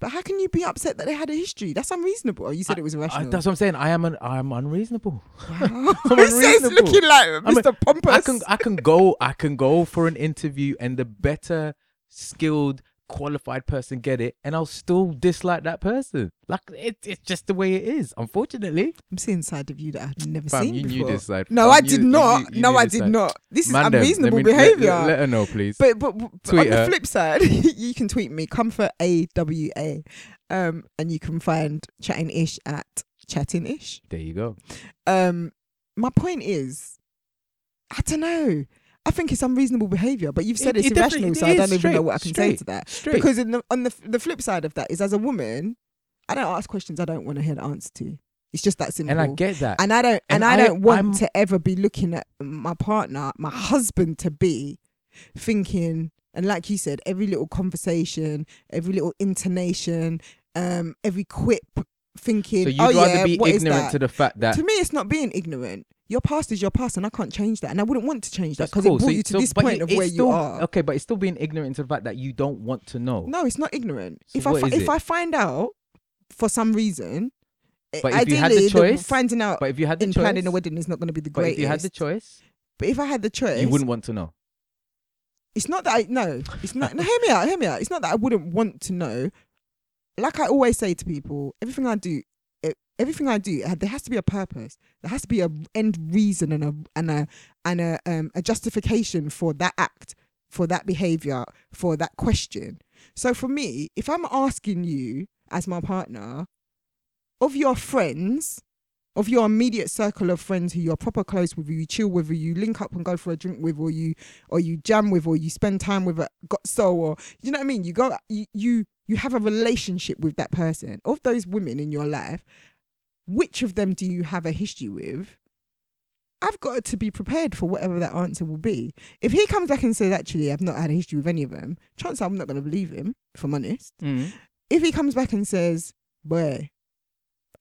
Speaker 2: But how can you be upset that they had a history? That's unreasonable. You said it was
Speaker 3: I-
Speaker 2: irrational.
Speaker 3: that's what I'm saying. I am an, I am unreasonable.
Speaker 2: *laughs* Wow.
Speaker 3: I'm
Speaker 2: This is
Speaker 3: unreasonable.
Speaker 2: looking like
Speaker 3: I'm a-
Speaker 2: Mr. Pompous.
Speaker 3: I can I can go I can go for an interview and the better skilled qualified person get it and I'll still dislike that person. Like it, it's just the way it is. Unfortunately,
Speaker 2: I'm seeing side of you that I've never
Speaker 3: Fam,
Speaker 2: seen
Speaker 3: you knew
Speaker 2: before.
Speaker 3: this side.
Speaker 2: No,
Speaker 3: Fam,
Speaker 2: I
Speaker 3: you-
Speaker 2: did
Speaker 3: you
Speaker 2: not.
Speaker 3: knew- you
Speaker 2: no,
Speaker 3: knew
Speaker 2: I
Speaker 3: this
Speaker 2: did
Speaker 3: side.
Speaker 2: not. This is
Speaker 3: Mandem, let
Speaker 2: unreasonable
Speaker 3: me- let- let-
Speaker 2: behavior.
Speaker 3: Let, her know, please.
Speaker 2: but but, but on
Speaker 3: Tweet
Speaker 2: the
Speaker 3: her.
Speaker 2: flip side, *laughs* you can tweet me comfort a w a, um, and you can find chatting ish at chatting ish.
Speaker 3: there you go.
Speaker 2: Um, my point is, I don't know. I think it's unreasonable behavior, but you've said
Speaker 3: It-
Speaker 2: it's
Speaker 3: it definitely-
Speaker 2: irrational, so
Speaker 3: it
Speaker 2: I
Speaker 3: is
Speaker 2: don't even know
Speaker 3: straight-
Speaker 2: what I can say
Speaker 3: straight-
Speaker 2: to that.
Speaker 3: straight.
Speaker 2: Because in the, on the the flip side of that is, as a woman, I don't ask questions I don't want to hear the answer to. It's just that simple.
Speaker 3: And I get that.
Speaker 2: and I don't and,
Speaker 3: And
Speaker 2: I,
Speaker 3: I-
Speaker 2: don't want
Speaker 3: I'm-
Speaker 2: to ever be looking at my partner, my husband to be thinking and like you said, every little conversation, every little intonation, um, every quip thinking
Speaker 3: So you'd
Speaker 2: oh,
Speaker 3: rather
Speaker 2: yeah,
Speaker 3: be
Speaker 2: what is
Speaker 3: ignorant
Speaker 2: that?
Speaker 3: to the fact that
Speaker 2: to me it's not being ignorant. Your past is your past and I can't change that and I wouldn't want to change that
Speaker 3: that's
Speaker 2: because
Speaker 3: cool.
Speaker 2: it brought
Speaker 3: So
Speaker 2: you to
Speaker 3: so-
Speaker 2: this
Speaker 3: but
Speaker 2: point of
Speaker 3: it's
Speaker 2: where you
Speaker 3: still-
Speaker 2: are.
Speaker 3: Okay, but it's still being ignorant to the fact that you don't want to know.
Speaker 2: No, it's not ignorant.
Speaker 3: So
Speaker 2: if I
Speaker 3: what
Speaker 2: fi-
Speaker 3: is
Speaker 2: if
Speaker 3: it?
Speaker 2: I find out for some reason. i-
Speaker 3: But if you had the choice-
Speaker 2: finding out
Speaker 3: But if you had the
Speaker 2: in
Speaker 3: choice,
Speaker 2: planning a wedding is not going to be the
Speaker 3: but
Speaker 2: greatest.
Speaker 3: if you had the choice,
Speaker 2: But if I had the choice,
Speaker 3: you wouldn't want to know.
Speaker 2: It's not that I no. It's not. no, hear me out. Hear me out. It's not that I wouldn't want to know. Like I always say to people, everything I do, e- everything I do, uh, there has to be a purpose. There has to be a end reason and a and a and a um a justification for that act, for that behavior, for that question. So for me, if I'm asking you as my partner, of your friends, of your immediate circle of friends who you're proper close with, who you chill with, who you link up and go for a drink with, or you or you jam with, or you spend time with a got so, or you know what I mean. You go, you you you have a relationship with that person. Of those women in your life, which of them do you have a history with? I've got to be prepared for whatever that answer will be. If he comes back and says, "Actually, I've not had a history with any of them," chance I'm not going to believe him. If I'm honest if he comes back and says, boy,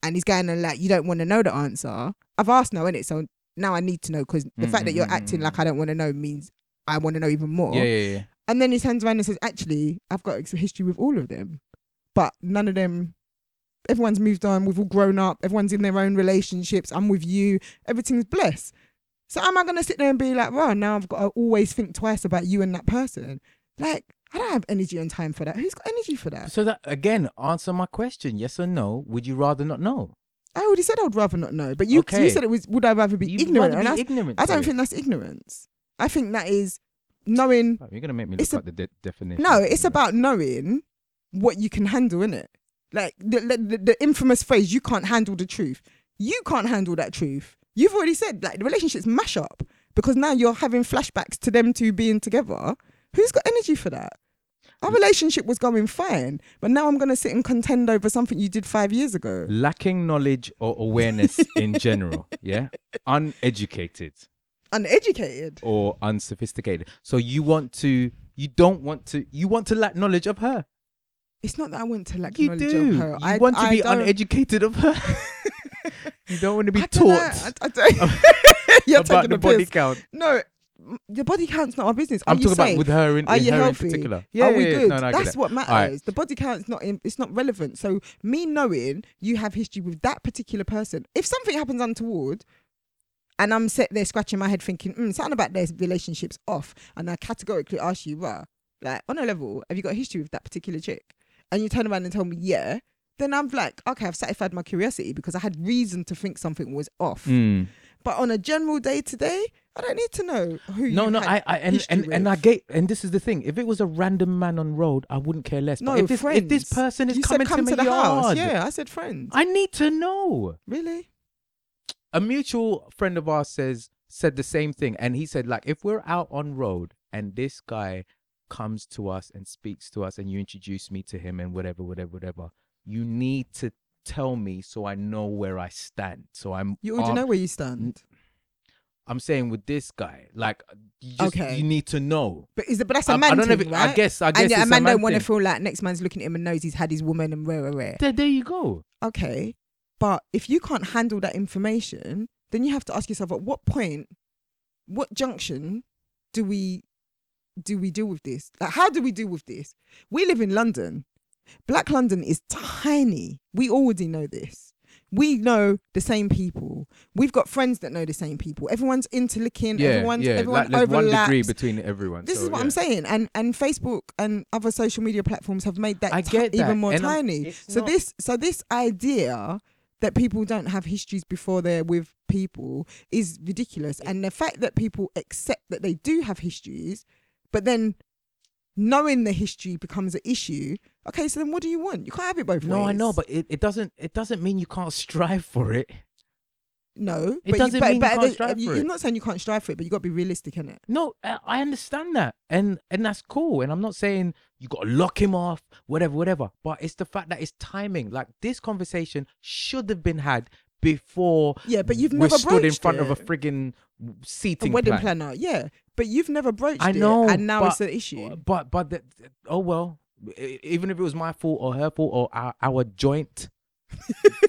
Speaker 2: and he's going on like, you don't want to know the answer, I've asked now, innit? So now I need to know because the fact that you're acting
Speaker 3: Mm-mm-mm-mm.
Speaker 2: like I don't want to know means I want to know even more.
Speaker 3: Mm-hmm, Yeah, yeah, yeah.
Speaker 2: And then he turns around and says, actually, I've got ex- history with all of them, but none of them. Everyone's moved on. We've all grown up. Everyone's in their own relationships. I'm with you. Everything's blessed. So am I gonna sit there and be like, "Well, now I've got to always think twice about you and that person"? Like, I don't have energy and time for that. Who's got energy for that?
Speaker 3: So that again, answer my question: yes or no? Would you rather not know?
Speaker 2: I already said I'd rather not know, but you, you
Speaker 3: Okay.
Speaker 2: said it was would I rather be
Speaker 3: You'd
Speaker 2: ignorant?
Speaker 3: rather
Speaker 2: and
Speaker 3: be
Speaker 2: that's-
Speaker 3: ignorant
Speaker 2: I
Speaker 3: to
Speaker 2: don't
Speaker 3: it.
Speaker 2: think that's ignorance. I think that is knowing.
Speaker 3: Oh, You're gonna make me
Speaker 2: It's
Speaker 3: look
Speaker 2: a-
Speaker 3: up the de- definition.
Speaker 2: No, it's about knowing what you can handle, in it. Like the, the, the, the infamous phrase, "You can't handle the truth." You can't handle that truth. You've already said like the relationships mash up because now you're having flashbacks to them two being together. Who's got energy for that?
Speaker 3: Mm.
Speaker 2: Our relationship was going fine, but now I'm gonna sit and contend over something you did five years ago.
Speaker 3: lacking knowledge or
Speaker 2: *laughs*
Speaker 3: awareness in general. Yeah, uneducated
Speaker 2: Uneducated.
Speaker 3: or unsophisticated. So you want to, you don't want to, you want to lack knowledge of her.
Speaker 2: It's not that I want to lack
Speaker 3: You
Speaker 2: knowledge
Speaker 3: do.
Speaker 2: of her.
Speaker 3: You
Speaker 2: I
Speaker 3: want to
Speaker 2: I
Speaker 3: be
Speaker 2: don't-
Speaker 3: uneducated of her. *laughs* you don't want to be
Speaker 2: I don't *laughs* know.
Speaker 3: taught
Speaker 2: I, I don't. You're
Speaker 3: about
Speaker 2: taking the
Speaker 3: the body
Speaker 2: piss.
Speaker 3: count.
Speaker 2: No, m- the body count's not our business. Are
Speaker 3: I'm
Speaker 2: you
Speaker 3: talking
Speaker 2: safe?
Speaker 3: about with her in,
Speaker 2: Are
Speaker 3: in
Speaker 2: you
Speaker 3: her
Speaker 2: healthy?
Speaker 3: in particular.
Speaker 2: Are we
Speaker 3: yeah,
Speaker 2: good?
Speaker 3: No, no, I get
Speaker 2: That's
Speaker 3: it.
Speaker 2: what matters.
Speaker 3: right.
Speaker 2: The body count's not. In, it's not relevant. So me knowing you have history with that particular person, if something happens untoward. And I'm sat there scratching my head thinking, mm, something about their relationships off. And I categorically ask you, well, like, on a level, have you got a history with that particular chick? And you turn around and tell me, yeah. Then I'm like, okay, I've satisfied my curiosity because I had reason to think something was off.
Speaker 3: Mm.
Speaker 2: But on a general day to day, I don't need to know who. *laughs*
Speaker 3: No,
Speaker 2: you
Speaker 3: no,
Speaker 2: had
Speaker 3: I, I and,
Speaker 2: history
Speaker 3: and, and I
Speaker 2: with.
Speaker 3: get and this is the thing. If it was a random man on road, I wouldn't care less.
Speaker 2: No,
Speaker 3: but if this
Speaker 2: friends.
Speaker 3: if this person is
Speaker 2: You
Speaker 3: coming
Speaker 2: said come
Speaker 3: to,
Speaker 2: to
Speaker 3: my
Speaker 2: the
Speaker 3: yard,
Speaker 2: house. Yeah, I said friends.
Speaker 3: I need to know.
Speaker 2: really?
Speaker 3: A mutual friend of ours says said the same thing, and he said like, if we're out on road and this guy comes to us and speaks to us, and you introduce me to him and whatever, whatever, whatever, you need to tell me so I know where I stand. So I'm
Speaker 2: You already
Speaker 3: ar-
Speaker 2: know where you stand.
Speaker 3: I'm saying with this guy, like you just
Speaker 2: Okay.
Speaker 3: you need to know.
Speaker 2: But is it? But that's a
Speaker 3: Um,
Speaker 2: man
Speaker 3: I don't know if
Speaker 2: thing,
Speaker 3: it- I
Speaker 2: right?
Speaker 3: guess- I guess
Speaker 2: And yeah,
Speaker 3: it's
Speaker 2: a
Speaker 3: a
Speaker 2: man,
Speaker 3: man
Speaker 2: don't want to
Speaker 3: thing.
Speaker 2: feel like next man's looking at him and knows he's had his woman and rare, rare, rare.
Speaker 3: There, there you go.
Speaker 2: Okay, but if you can't handle that information, then you have to ask yourself at what point, what junction, do we, do we deal with this? Like, how do we deal with this? We live in London. Black London is tiny. We already know this. We know the same people. We've got friends that know the same people. Everyone's interlinking. everyone's everyone
Speaker 3: like, there's one
Speaker 2: overlaps.
Speaker 3: degree between everyone.
Speaker 2: This
Speaker 3: so,
Speaker 2: is what
Speaker 3: yeah.
Speaker 2: I'm saying, and and Facebook and other social media platforms have made that,
Speaker 3: I
Speaker 2: ti-
Speaker 3: get that,
Speaker 2: even more
Speaker 3: and I'm-
Speaker 2: tiny.
Speaker 3: it's
Speaker 2: So
Speaker 3: not-
Speaker 2: this so this idea that people don't have histories before they're with people is ridiculous, and the fact that people accept that they do have histories, but then knowing the history becomes an issue. Okay, so then what do you want? You can't have it both
Speaker 3: No,
Speaker 2: ways.
Speaker 3: I know, but it, it doesn't it doesn't mean you can't strive for it.
Speaker 2: no,
Speaker 3: It
Speaker 2: but
Speaker 3: doesn't
Speaker 2: you, but,
Speaker 3: mean you
Speaker 2: but
Speaker 3: can't
Speaker 2: the-
Speaker 3: strive
Speaker 2: you-
Speaker 3: for
Speaker 2: You're
Speaker 3: it.
Speaker 2: not saying you can't strive for it, but you got to be realistic in it.
Speaker 3: No, I I understand that, and and that's cool. And I'm not saying you got to lock him off, whatever, whatever. But it's the fact that it's timing. Like this conversation should have been had before.
Speaker 2: Yeah, but you've
Speaker 3: we're
Speaker 2: never
Speaker 3: stood in
Speaker 2: broached
Speaker 3: front of a
Speaker 2: it.
Speaker 3: frigging
Speaker 2: A
Speaker 3: seating
Speaker 2: wedding
Speaker 3: plan.
Speaker 2: planner, yeah, but you've never broached
Speaker 3: I know,
Speaker 2: it, and now
Speaker 3: but,
Speaker 2: it's an issue.
Speaker 3: But but the, oh well, E- even if it was my fault or her fault or our, our
Speaker 2: *laughs*
Speaker 3: joint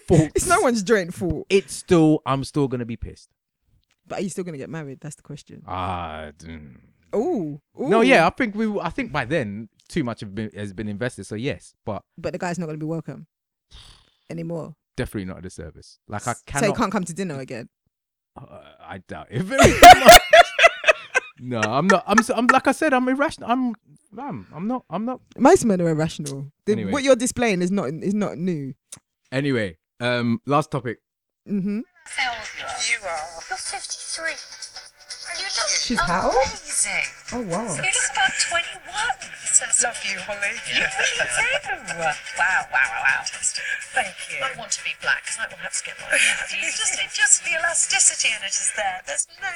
Speaker 3: fault,
Speaker 2: It's no one's joint fault.
Speaker 3: It's still I'm still gonna be pissed.
Speaker 2: But are you still gonna get married? That's the question.
Speaker 3: Ah, mm.
Speaker 2: Oh,
Speaker 3: no, yeah, I think we I think by then too much have been, has been invested. So yes, but
Speaker 2: But the guy's not gonna be welcome. anymore.
Speaker 3: Definitely not a disservice. Like I
Speaker 2: So
Speaker 3: cannot.
Speaker 2: you can't come to dinner again.
Speaker 3: Uh, I doubt it. *laughs* Very much. no, I'm not. I'm. so- I'm like I said. I'm irrational. I'm. I'm. I'm not. I'm not.
Speaker 2: Most men are irrational. The-
Speaker 3: Anyway.
Speaker 2: What you're displaying is not is not new.
Speaker 3: Anyway, um, last topic.
Speaker 2: Mm-hmm.
Speaker 4: You are. You're 53. You look
Speaker 5: She's how old?
Speaker 4: amazing.
Speaker 5: Oh wow.
Speaker 4: You look about 21. Love you, Holly. *laughs* You really do. Wow, wow, wow, wow. Thank you. I want to be black because I will have to get mine. *laughs* you just, it just the elasticity in it is there. There's no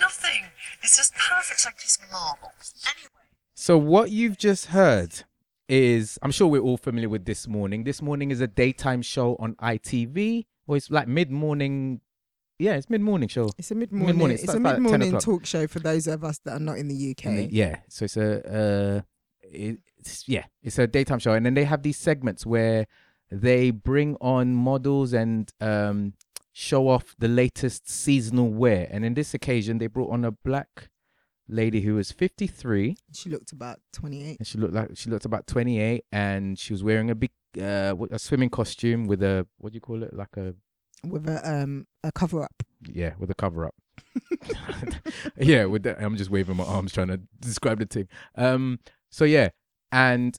Speaker 4: nothing. It's just perfect, like this marble. Anyway.
Speaker 3: So what you've just heard is I'm sure we're all familiar with this morning. This morning is a daytime show on ITV, or it's like mid morning. Yeah, it's mid morning show.
Speaker 2: It's a mid morning.
Speaker 3: Mid-morning,
Speaker 2: It's,
Speaker 3: it's
Speaker 2: a
Speaker 3: about
Speaker 2: mid
Speaker 3: 10
Speaker 2: morning
Speaker 3: o'clock.
Speaker 2: talk show for those of us that are not in the UK.
Speaker 3: And they- yeah, so it's a uh, it's, yeah, it's a daytime show, and then they have these segments where they bring on models and um show off the latest seasonal wear. And in this occasion, they brought on a black lady who was 53.
Speaker 2: She looked about 28.
Speaker 3: and she looked like she looked about 28 and she was wearing a big uh what- a swimming costume with a what do you call it like a
Speaker 2: with a um a cover up.
Speaker 3: yeah with a cover up *laughs* yeah with that i'm just waving my arms trying to describe the thing um so yeah and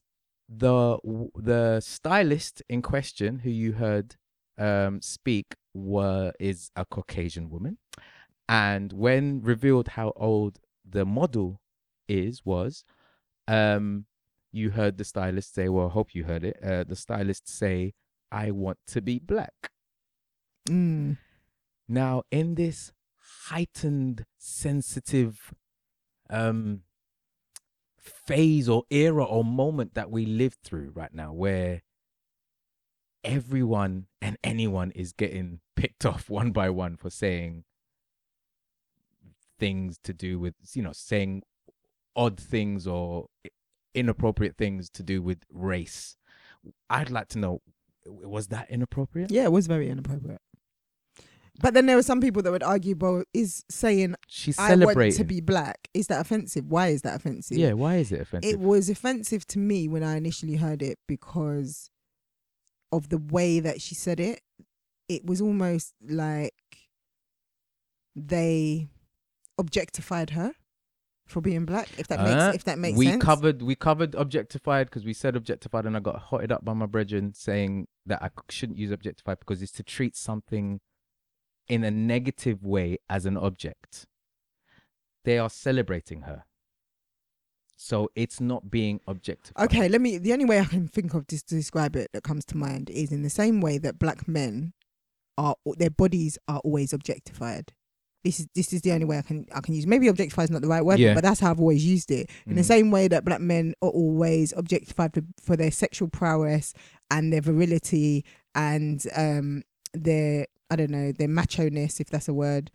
Speaker 3: the the stylist in question who you heard um speak were is a caucasian woman and when revealed how old the model is was um you heard the stylist say well i hope you heard it uh, the stylist say i want to be black
Speaker 2: Mm.
Speaker 3: now, in this heightened, sensitive um, phase or era or moment that we live through right now, where everyone and anyone is getting picked *laughs* off one by one for saying things to do with, you know, saying odd things or i- inappropriate things to do with race. I'd like to know w- was that inappropriate?
Speaker 2: Yeah, it was very inappropriate. But then there were some people that would argue, well, is saying
Speaker 3: She's
Speaker 2: I want to
Speaker 3: celebrating.
Speaker 2: be black, is that offensive? Why is that offensive?
Speaker 3: Yeah, why is it offensive?
Speaker 2: It was offensive to me when I initially heard it because of the way that she said it. It was almost like they objectified her for being black, if that
Speaker 3: Uh,
Speaker 2: makes if that makes
Speaker 3: we
Speaker 2: sense.
Speaker 3: covered we covered objectified because we said objectified and I got hotted up by my brethren saying that I c- shouldn't use objectified because it's to treat something in a negative way as an object. They are celebrating her. So it's not being objectified.
Speaker 2: Okay, let me. The only way I can think of to describe it that comes to mind is in the same way that black men are their bodies are always objectified. This is this is the only way I can I can use. Maybe objectify is not the right word,
Speaker 3: Yeah.
Speaker 2: but that's how I've always used it. In the
Speaker 3: Mm.
Speaker 2: same way that black men are always objectified for, for their sexual prowess and their virility and um their I don't know their macho ness if that's a word.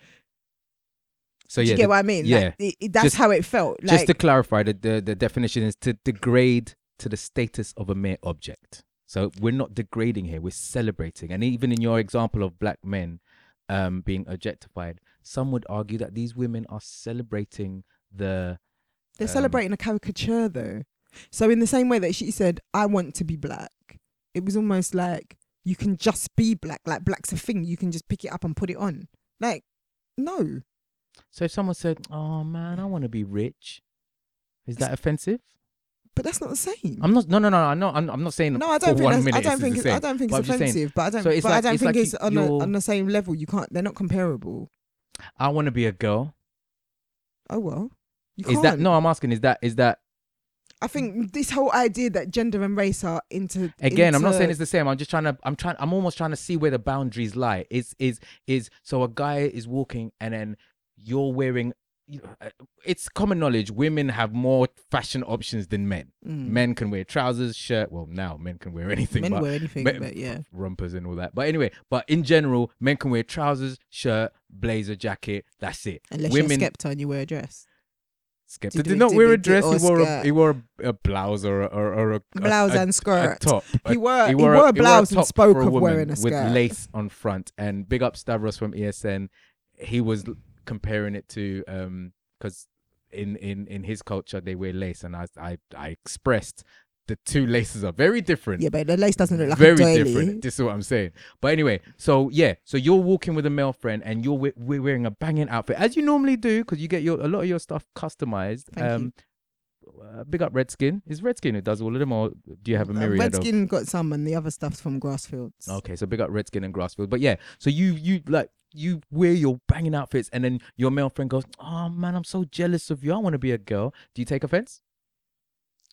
Speaker 3: So
Speaker 2: Do
Speaker 3: yeah,
Speaker 2: you get
Speaker 3: the-
Speaker 2: what I mean?
Speaker 3: yeah.
Speaker 2: like, it, it- that's
Speaker 3: Just-
Speaker 2: how it felt. Like,
Speaker 3: just to clarify, the, the the definition is to degrade to the status of a mere object. So we're not degrading here; we're celebrating. And even in your example of black men um, being objectified, some would argue that these women are celebrating the
Speaker 2: They're
Speaker 3: Um,
Speaker 2: celebrating a caricature though. So in the same way that she said, I want to be black, it was almost like you can just be black. Like black's a thing. You can just pick it up and put it on. Like, no.
Speaker 3: So if someone said, "Oh man, I want to be rich," is that offensive?
Speaker 2: But that's not the same.
Speaker 3: I'm not. No, no, no. I'm not. I'm, I'm not saying.
Speaker 2: no, I
Speaker 3: for
Speaker 2: don't think
Speaker 3: one
Speaker 2: that's,
Speaker 3: minute
Speaker 2: I don't
Speaker 3: this
Speaker 2: think
Speaker 3: is
Speaker 2: it's,
Speaker 3: the
Speaker 2: I
Speaker 3: same,
Speaker 2: don't think
Speaker 3: but
Speaker 2: it's
Speaker 3: I'm just saying,
Speaker 2: offensive, but I don't
Speaker 3: so it's
Speaker 2: but I
Speaker 3: like-
Speaker 2: don't
Speaker 3: it's
Speaker 2: think
Speaker 3: like
Speaker 2: it's
Speaker 3: y-
Speaker 2: on, a,
Speaker 3: you're-
Speaker 2: on the same level. You can't they're not comparable.
Speaker 3: I want to be a girl.
Speaker 2: Oh well. You
Speaker 3: Is
Speaker 2: can't.
Speaker 3: that no? I'm asking. Is that is that
Speaker 2: I think this whole idea that gender and race are into
Speaker 3: again i'm not
Speaker 2: into-
Speaker 3: saying it's the same i'm just trying to i'm trying i'm almost trying to see where the boundaries lie is is is so a guy is walking and then you're wearing you know, uh, it's common knowledge women have more fashion options than men
Speaker 2: Mm.
Speaker 3: men can wear trousers shirt well now men can wear *laughs* anything
Speaker 2: men
Speaker 3: but
Speaker 2: wear anything,
Speaker 3: men-
Speaker 2: but yeah.
Speaker 3: rompers and all that but anyway but in general men can wear trousers shirt blazer jacket that's it
Speaker 2: Unless
Speaker 3: women
Speaker 2: you're a skepta and you wear a dress.
Speaker 3: Skepta
Speaker 2: Did
Speaker 3: did,
Speaker 2: we-
Speaker 3: not
Speaker 2: did
Speaker 3: wear
Speaker 2: we
Speaker 3: a
Speaker 2: do-
Speaker 3: dress
Speaker 2: or
Speaker 3: he wore a,
Speaker 2: skirt.
Speaker 3: he wore a, a blouse or a, or, or a a-
Speaker 2: blouse
Speaker 3: a,
Speaker 2: and
Speaker 3: a
Speaker 2: skirt.
Speaker 3: top.
Speaker 2: He
Speaker 3: a-
Speaker 2: wore- he wore a blouse and
Speaker 3: top
Speaker 2: spoke
Speaker 3: for
Speaker 2: of
Speaker 3: woman
Speaker 2: wearing a skirt.
Speaker 3: with lace on front. And big up Stavros from ESN. He was l- comparing it to um because in in in his culture they wear lace, and I I I expressed the two *laughs* laces are very different.
Speaker 2: Yeah, but the lace doesn't look like
Speaker 3: very
Speaker 2: a doily.
Speaker 3: different. This is what I'm saying. But anyway, so yeah, so you're walking with a male friend and you're we- we're wearing a banging outfit as you normally do because you get your a lot of your stuff customized. Um,
Speaker 2: Thank you.
Speaker 3: uh, big up Redskin. Is Redskin who does all of them, or do you have a
Speaker 2: Uh,
Speaker 3: myriad of?
Speaker 2: Redskin got some, and the other stuff's from Grassfields.
Speaker 3: Okay, so big up Redskin and Grassfield. But yeah, so you you like you wear your banging outfits, and then your male friend goes, "Oh man, I'm so jealous of you. I want to be a girl." Do you take offense?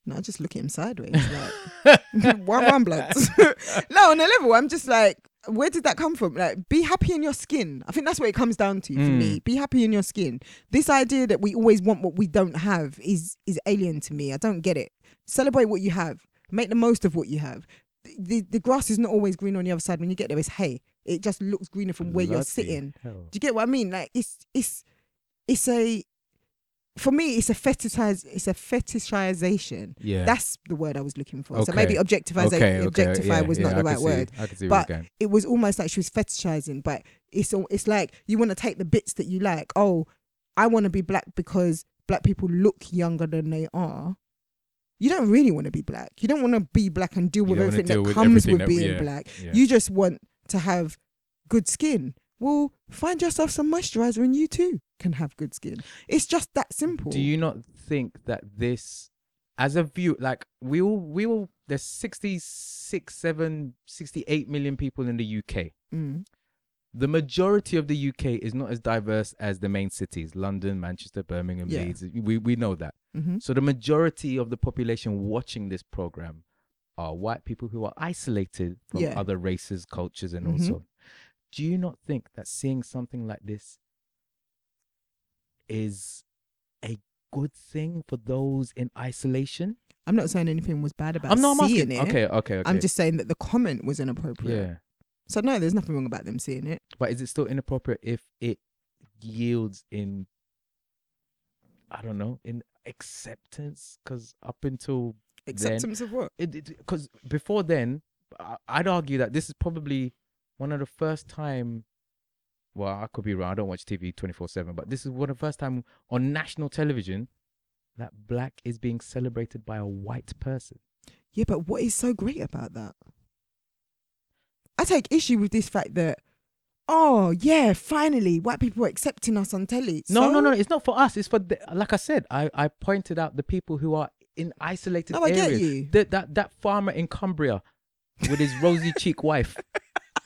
Speaker 2: No, I just look at him sideways.
Speaker 3: *laughs*
Speaker 2: Like, one, one bloods. *laughs* no, on a level, I'm just like, where did that come from? Like, be happy in your skin. I think that's what it comes down to for
Speaker 3: Mm.
Speaker 2: me. Be happy in your skin. This idea that we always want what we don't have is is alien to me. I don't get it. Celebrate what you have. Make the most of what you have. The the grass is not always green on the other side. When you get there, it's hay. It just looks greener from where you're
Speaker 3: Bloody
Speaker 2: sitting.
Speaker 3: hell.
Speaker 2: Do you get what I mean? Like it's it's it's a for me it's a fetishize it's a fetishization.
Speaker 3: Yeah.
Speaker 2: That's the word I was looking for. So
Speaker 3: Okay.
Speaker 2: maybe objectivize
Speaker 3: Okay, okay,
Speaker 2: objectify
Speaker 3: yeah,
Speaker 2: was not
Speaker 3: yeah,
Speaker 2: the
Speaker 3: I can
Speaker 2: right
Speaker 3: see-
Speaker 2: word.
Speaker 3: I can see where you're
Speaker 2: but
Speaker 3: going.
Speaker 2: it was almost like she was fetishizing, but it's all it's like you want to take the bits that you like. Oh, I want to be black because black people look younger than they are. You don't really want to be black. You don't want to be black and deal
Speaker 3: You
Speaker 2: with
Speaker 3: don't wanna
Speaker 2: everything
Speaker 3: deal
Speaker 2: that
Speaker 3: with
Speaker 2: comes
Speaker 3: everything
Speaker 2: with
Speaker 3: that-
Speaker 2: being
Speaker 3: yeah,
Speaker 2: black.
Speaker 3: yeah.
Speaker 2: You just want to have good skin. Well, find yourself some moisturizer and you too can have good skin. It's just that simple.
Speaker 3: Do you not think that this, as a view, like we all, we all, there's 66, 7, 68 million people in the UK.
Speaker 2: Mm.
Speaker 3: The majority of the UK is not as diverse as the main cities London, Manchester, Birmingham,
Speaker 2: Yeah.
Speaker 3: Leeds. We, we know that.
Speaker 2: Mhm.
Speaker 3: So the majority of the population watching this program are white people who are isolated from
Speaker 2: Yeah.
Speaker 3: other races, cultures, and
Speaker 2: Mhm.
Speaker 3: also. Do you not think that seeing something like this is a good thing for those in isolation?
Speaker 2: I'm not saying anything was bad about
Speaker 3: I'm not I'm
Speaker 2: seeing
Speaker 3: asking.
Speaker 2: it.
Speaker 3: Okay, okay, okay.
Speaker 2: I'm just saying that the comment was inappropriate.
Speaker 3: yeah.
Speaker 2: So no, there's nothing wrong about them seeing it.
Speaker 3: But is it still inappropriate if it yields in, I don't know, in acceptance? Because up until then,
Speaker 2: Acceptance of what?
Speaker 3: it because before then I- i'd argue that this is probably one of the first time well i could be wrong i don't watch tv 24-7 but this is one of the first time on national television that black is being celebrated by a white person
Speaker 2: Yeah, but what is so great about that? I take issue with this fact that, oh yeah, finally white people are accepting us on telly.
Speaker 3: no
Speaker 2: So-
Speaker 3: no no it's not for us it's for the, like i said I, I pointed out the people who are in isolated
Speaker 2: No, I
Speaker 3: areas
Speaker 2: get you.
Speaker 3: That, that that farmer in cumbria with his rosy cheek wife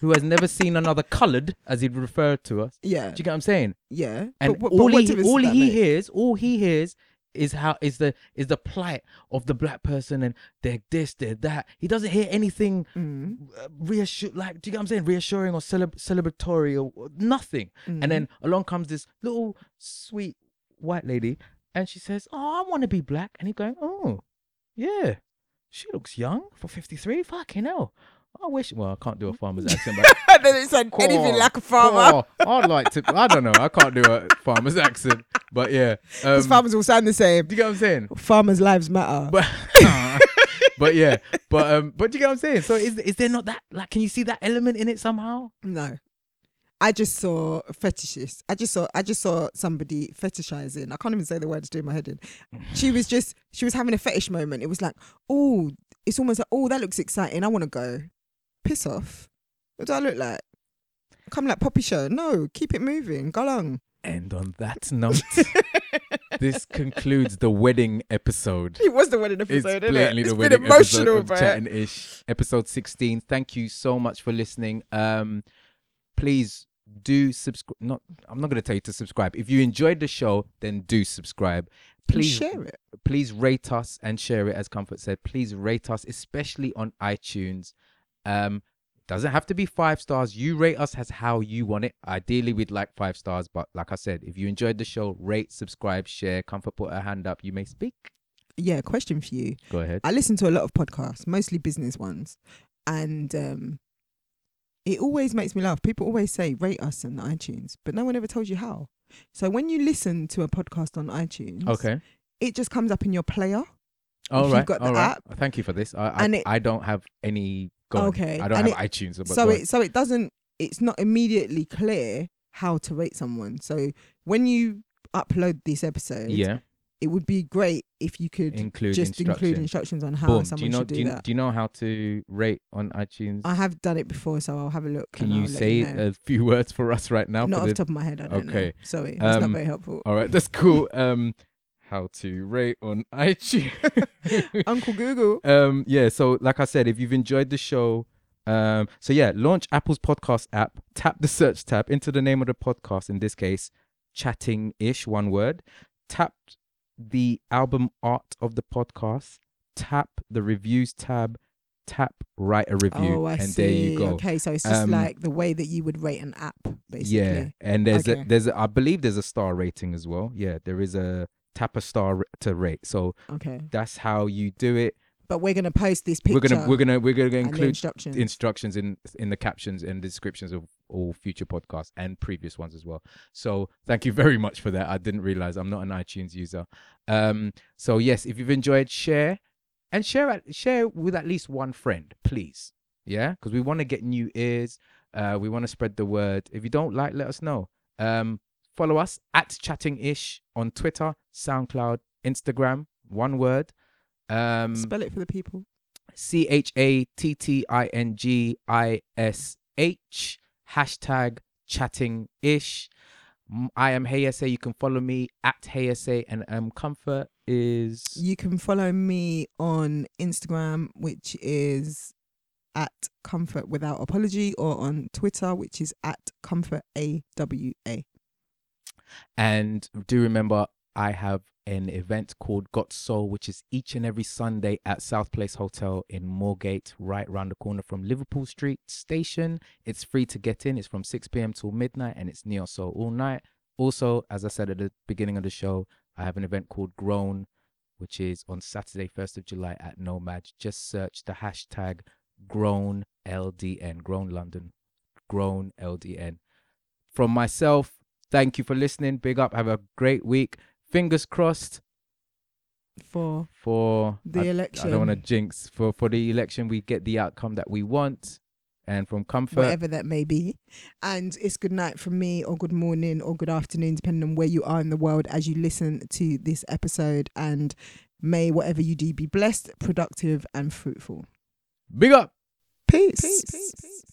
Speaker 3: who has never seen another colored as he'd refer to us
Speaker 2: Yeah,
Speaker 3: do you get what i'm saying
Speaker 2: yeah.
Speaker 3: and
Speaker 2: But what- but
Speaker 3: all
Speaker 2: what
Speaker 3: he
Speaker 2: difference
Speaker 3: all
Speaker 2: does that
Speaker 3: he
Speaker 2: make?
Speaker 3: hears all he hears is how is the is the plight of the black person and they're this they're that he doesn't hear anything
Speaker 2: Mm.
Speaker 3: uh, reassure like do you get what i'm saying reassuring or celeb- celebratory or or nothing and then
Speaker 2: Mm.
Speaker 3: along comes this little sweet white lady and she says oh i want to be black and he going oh yeah she looks young for 53 fucking hell i wish well i can't do a farmer's accent but
Speaker 2: And then it's like anything
Speaker 3: Caw,
Speaker 2: like a farmer.
Speaker 3: caw. I'd like to. I don't know. I can't do a farmer's accent, but yeah. Um,
Speaker 2: Because farmers all sound the same.
Speaker 3: do you get what I'm saying?
Speaker 2: Farmers' lives matter. *laughs*
Speaker 3: But *laughs* but yeah. But um. But do you get what I'm saying? So is is there not that like? Can you see that element in it somehow?
Speaker 2: No. I just saw fetishes. I just saw I just saw somebody fetishizing. I can't even say the word it's doing my head in. She was just she was having a fetish moment. It was like, oh, it's almost like, oh, that looks exciting. I wanna go. Piss off. What do I look like? Come like poppy show. No, keep it moving. Go along. *laughs*
Speaker 3: And on that note, this concludes the wedding episode.
Speaker 2: It was the wedding
Speaker 3: It's
Speaker 2: episode, isn't
Speaker 3: blatantly
Speaker 2: it?
Speaker 3: the
Speaker 2: It's
Speaker 3: wedding
Speaker 2: been emotional,
Speaker 3: episode of
Speaker 2: but
Speaker 3: Chat and Ish, episode 16. Thank you so much for listening. Um, please do subscribe. Not, I'm not going to tell you to subscribe. If you enjoyed the show, then do subscribe. Please
Speaker 2: share it.
Speaker 3: Please rate us and share it, as Comfort said. Please rate us, especially on iTunes. Um, doesn't have to be five stars. You rate us as how you want it. Ideally, we'd like five stars, but like I said, if you enjoyed the show, rate, subscribe, share. Comfort, put a hand up. You may speak.
Speaker 2: Yeah, question for you.
Speaker 3: Go ahead.
Speaker 2: I listen to a lot of podcasts, mostly business ones, and um, it always makes me laugh. People always say rate us on iTunes, but no one ever tells you how. So when you listen to a podcast on iTunes,
Speaker 3: Okay.
Speaker 2: it just comes up in your player.
Speaker 3: All
Speaker 2: you've
Speaker 3: right.
Speaker 2: got the
Speaker 3: all right.
Speaker 2: app.
Speaker 3: Uh, Thank you for this. I I,
Speaker 2: And it-
Speaker 3: I don't have any. Go on.
Speaker 2: Okay,
Speaker 3: I don't
Speaker 2: and
Speaker 3: have iTunes. But
Speaker 2: so
Speaker 3: go
Speaker 2: it so it doesn't. It's not immediately clear how to rate someone. So when you upload this
Speaker 3: on.
Speaker 2: episode,
Speaker 3: yeah.
Speaker 2: it would be great if you could
Speaker 3: Include
Speaker 2: just include
Speaker 3: instructions.
Speaker 2: instructions on how
Speaker 3: Boom. Do
Speaker 2: someone
Speaker 3: you know?
Speaker 2: should do,
Speaker 3: Do you,
Speaker 2: that.
Speaker 3: do you know how to rate on iTunes?
Speaker 2: I have done it before, so I'll have a look.
Speaker 3: Can
Speaker 2: and
Speaker 3: you
Speaker 2: I'll let
Speaker 3: say
Speaker 2: you know.
Speaker 3: a *laughs* few words for us right now?
Speaker 2: Not
Speaker 3: for
Speaker 2: off
Speaker 3: the-
Speaker 2: the top of my head, I don't know.
Speaker 3: Okay.
Speaker 2: Sorry, that's not
Speaker 3: Um,
Speaker 2: very helpful.
Speaker 3: All right, that's cool. Um, how to rate on *laughs*
Speaker 2: *laughs*
Speaker 3: iTunes?
Speaker 2: Uncle Google.
Speaker 3: um, yeah. So, like I said, if you've enjoyed the show, um, so yeah, launch Apple's podcast app. Tap the search tab into the name of the podcast. In this case, chatting ish, one word. Tap the album art of the podcast. Tap the reviews tab. Tap write a review,
Speaker 2: Oh, I
Speaker 3: and
Speaker 2: see.
Speaker 3: there you go.
Speaker 2: Okay, so it's just
Speaker 3: Um,
Speaker 2: like the way that you would rate an app, basically.
Speaker 3: Yeah, and there's
Speaker 2: Okay.
Speaker 3: a, there's a, I believe there's a star rating as well. Yeah, there is a tap a star r- to rate. So
Speaker 2: Okay.
Speaker 3: that's how you do it.
Speaker 2: But we're gonna post this picture.
Speaker 3: We're gonna we're gonna we're gonna
Speaker 2: and the
Speaker 3: include
Speaker 2: instructions.
Speaker 3: instructions in in the captions and descriptions of all future podcasts and previous ones as well. So thank you very much for that. I didn't realize I'm not an iTunes user. Um, so yes, if you've enjoyed, share and share at, share with at least one friend, please. Yeah, because we want to get new ears. Uh, we want to spread the word. If you don't like, let us know. Um, follow us at Chatting Ish on Twitter, SoundCloud, Instagram. One word. Um,
Speaker 2: Spell it for the people.
Speaker 3: C H A T T I N G I S H hashtag chatting ish. I am HeySA. You can follow me at HeySA and um comfort is
Speaker 2: You can follow me on Instagram, which is at comfort without apology, or on Twitter, which is at comfort a w a.
Speaker 3: and do remember I have an event called Got Soul, which is each and every Sunday at South Place Hotel in Moorgate, right round the corner from Liverpool Street Station. It's free to get in. It's from 6 p.m. till midnight, and it's neo soul all night. Also, as I said at the beginning of the show, I have an event called Grown, which is on Saturday, 1st of July at Nomad. Just search the hashtag Grown LDN, Grown London, Grown LDN. From myself, thank you for listening. Big up. Have a great week. Fingers crossed
Speaker 2: For
Speaker 3: for
Speaker 2: The
Speaker 3: I- I
Speaker 2: election.
Speaker 3: don't want to jinx for for the election. We get the outcome that we want, and from comfort.
Speaker 2: whatever that may be. And it's good night from me, or good morning, or good afternoon, depending on where you are in the world as you listen to this episode. And may whatever you do be blessed, productive, and fruitful.
Speaker 3: Big up.
Speaker 2: Peace.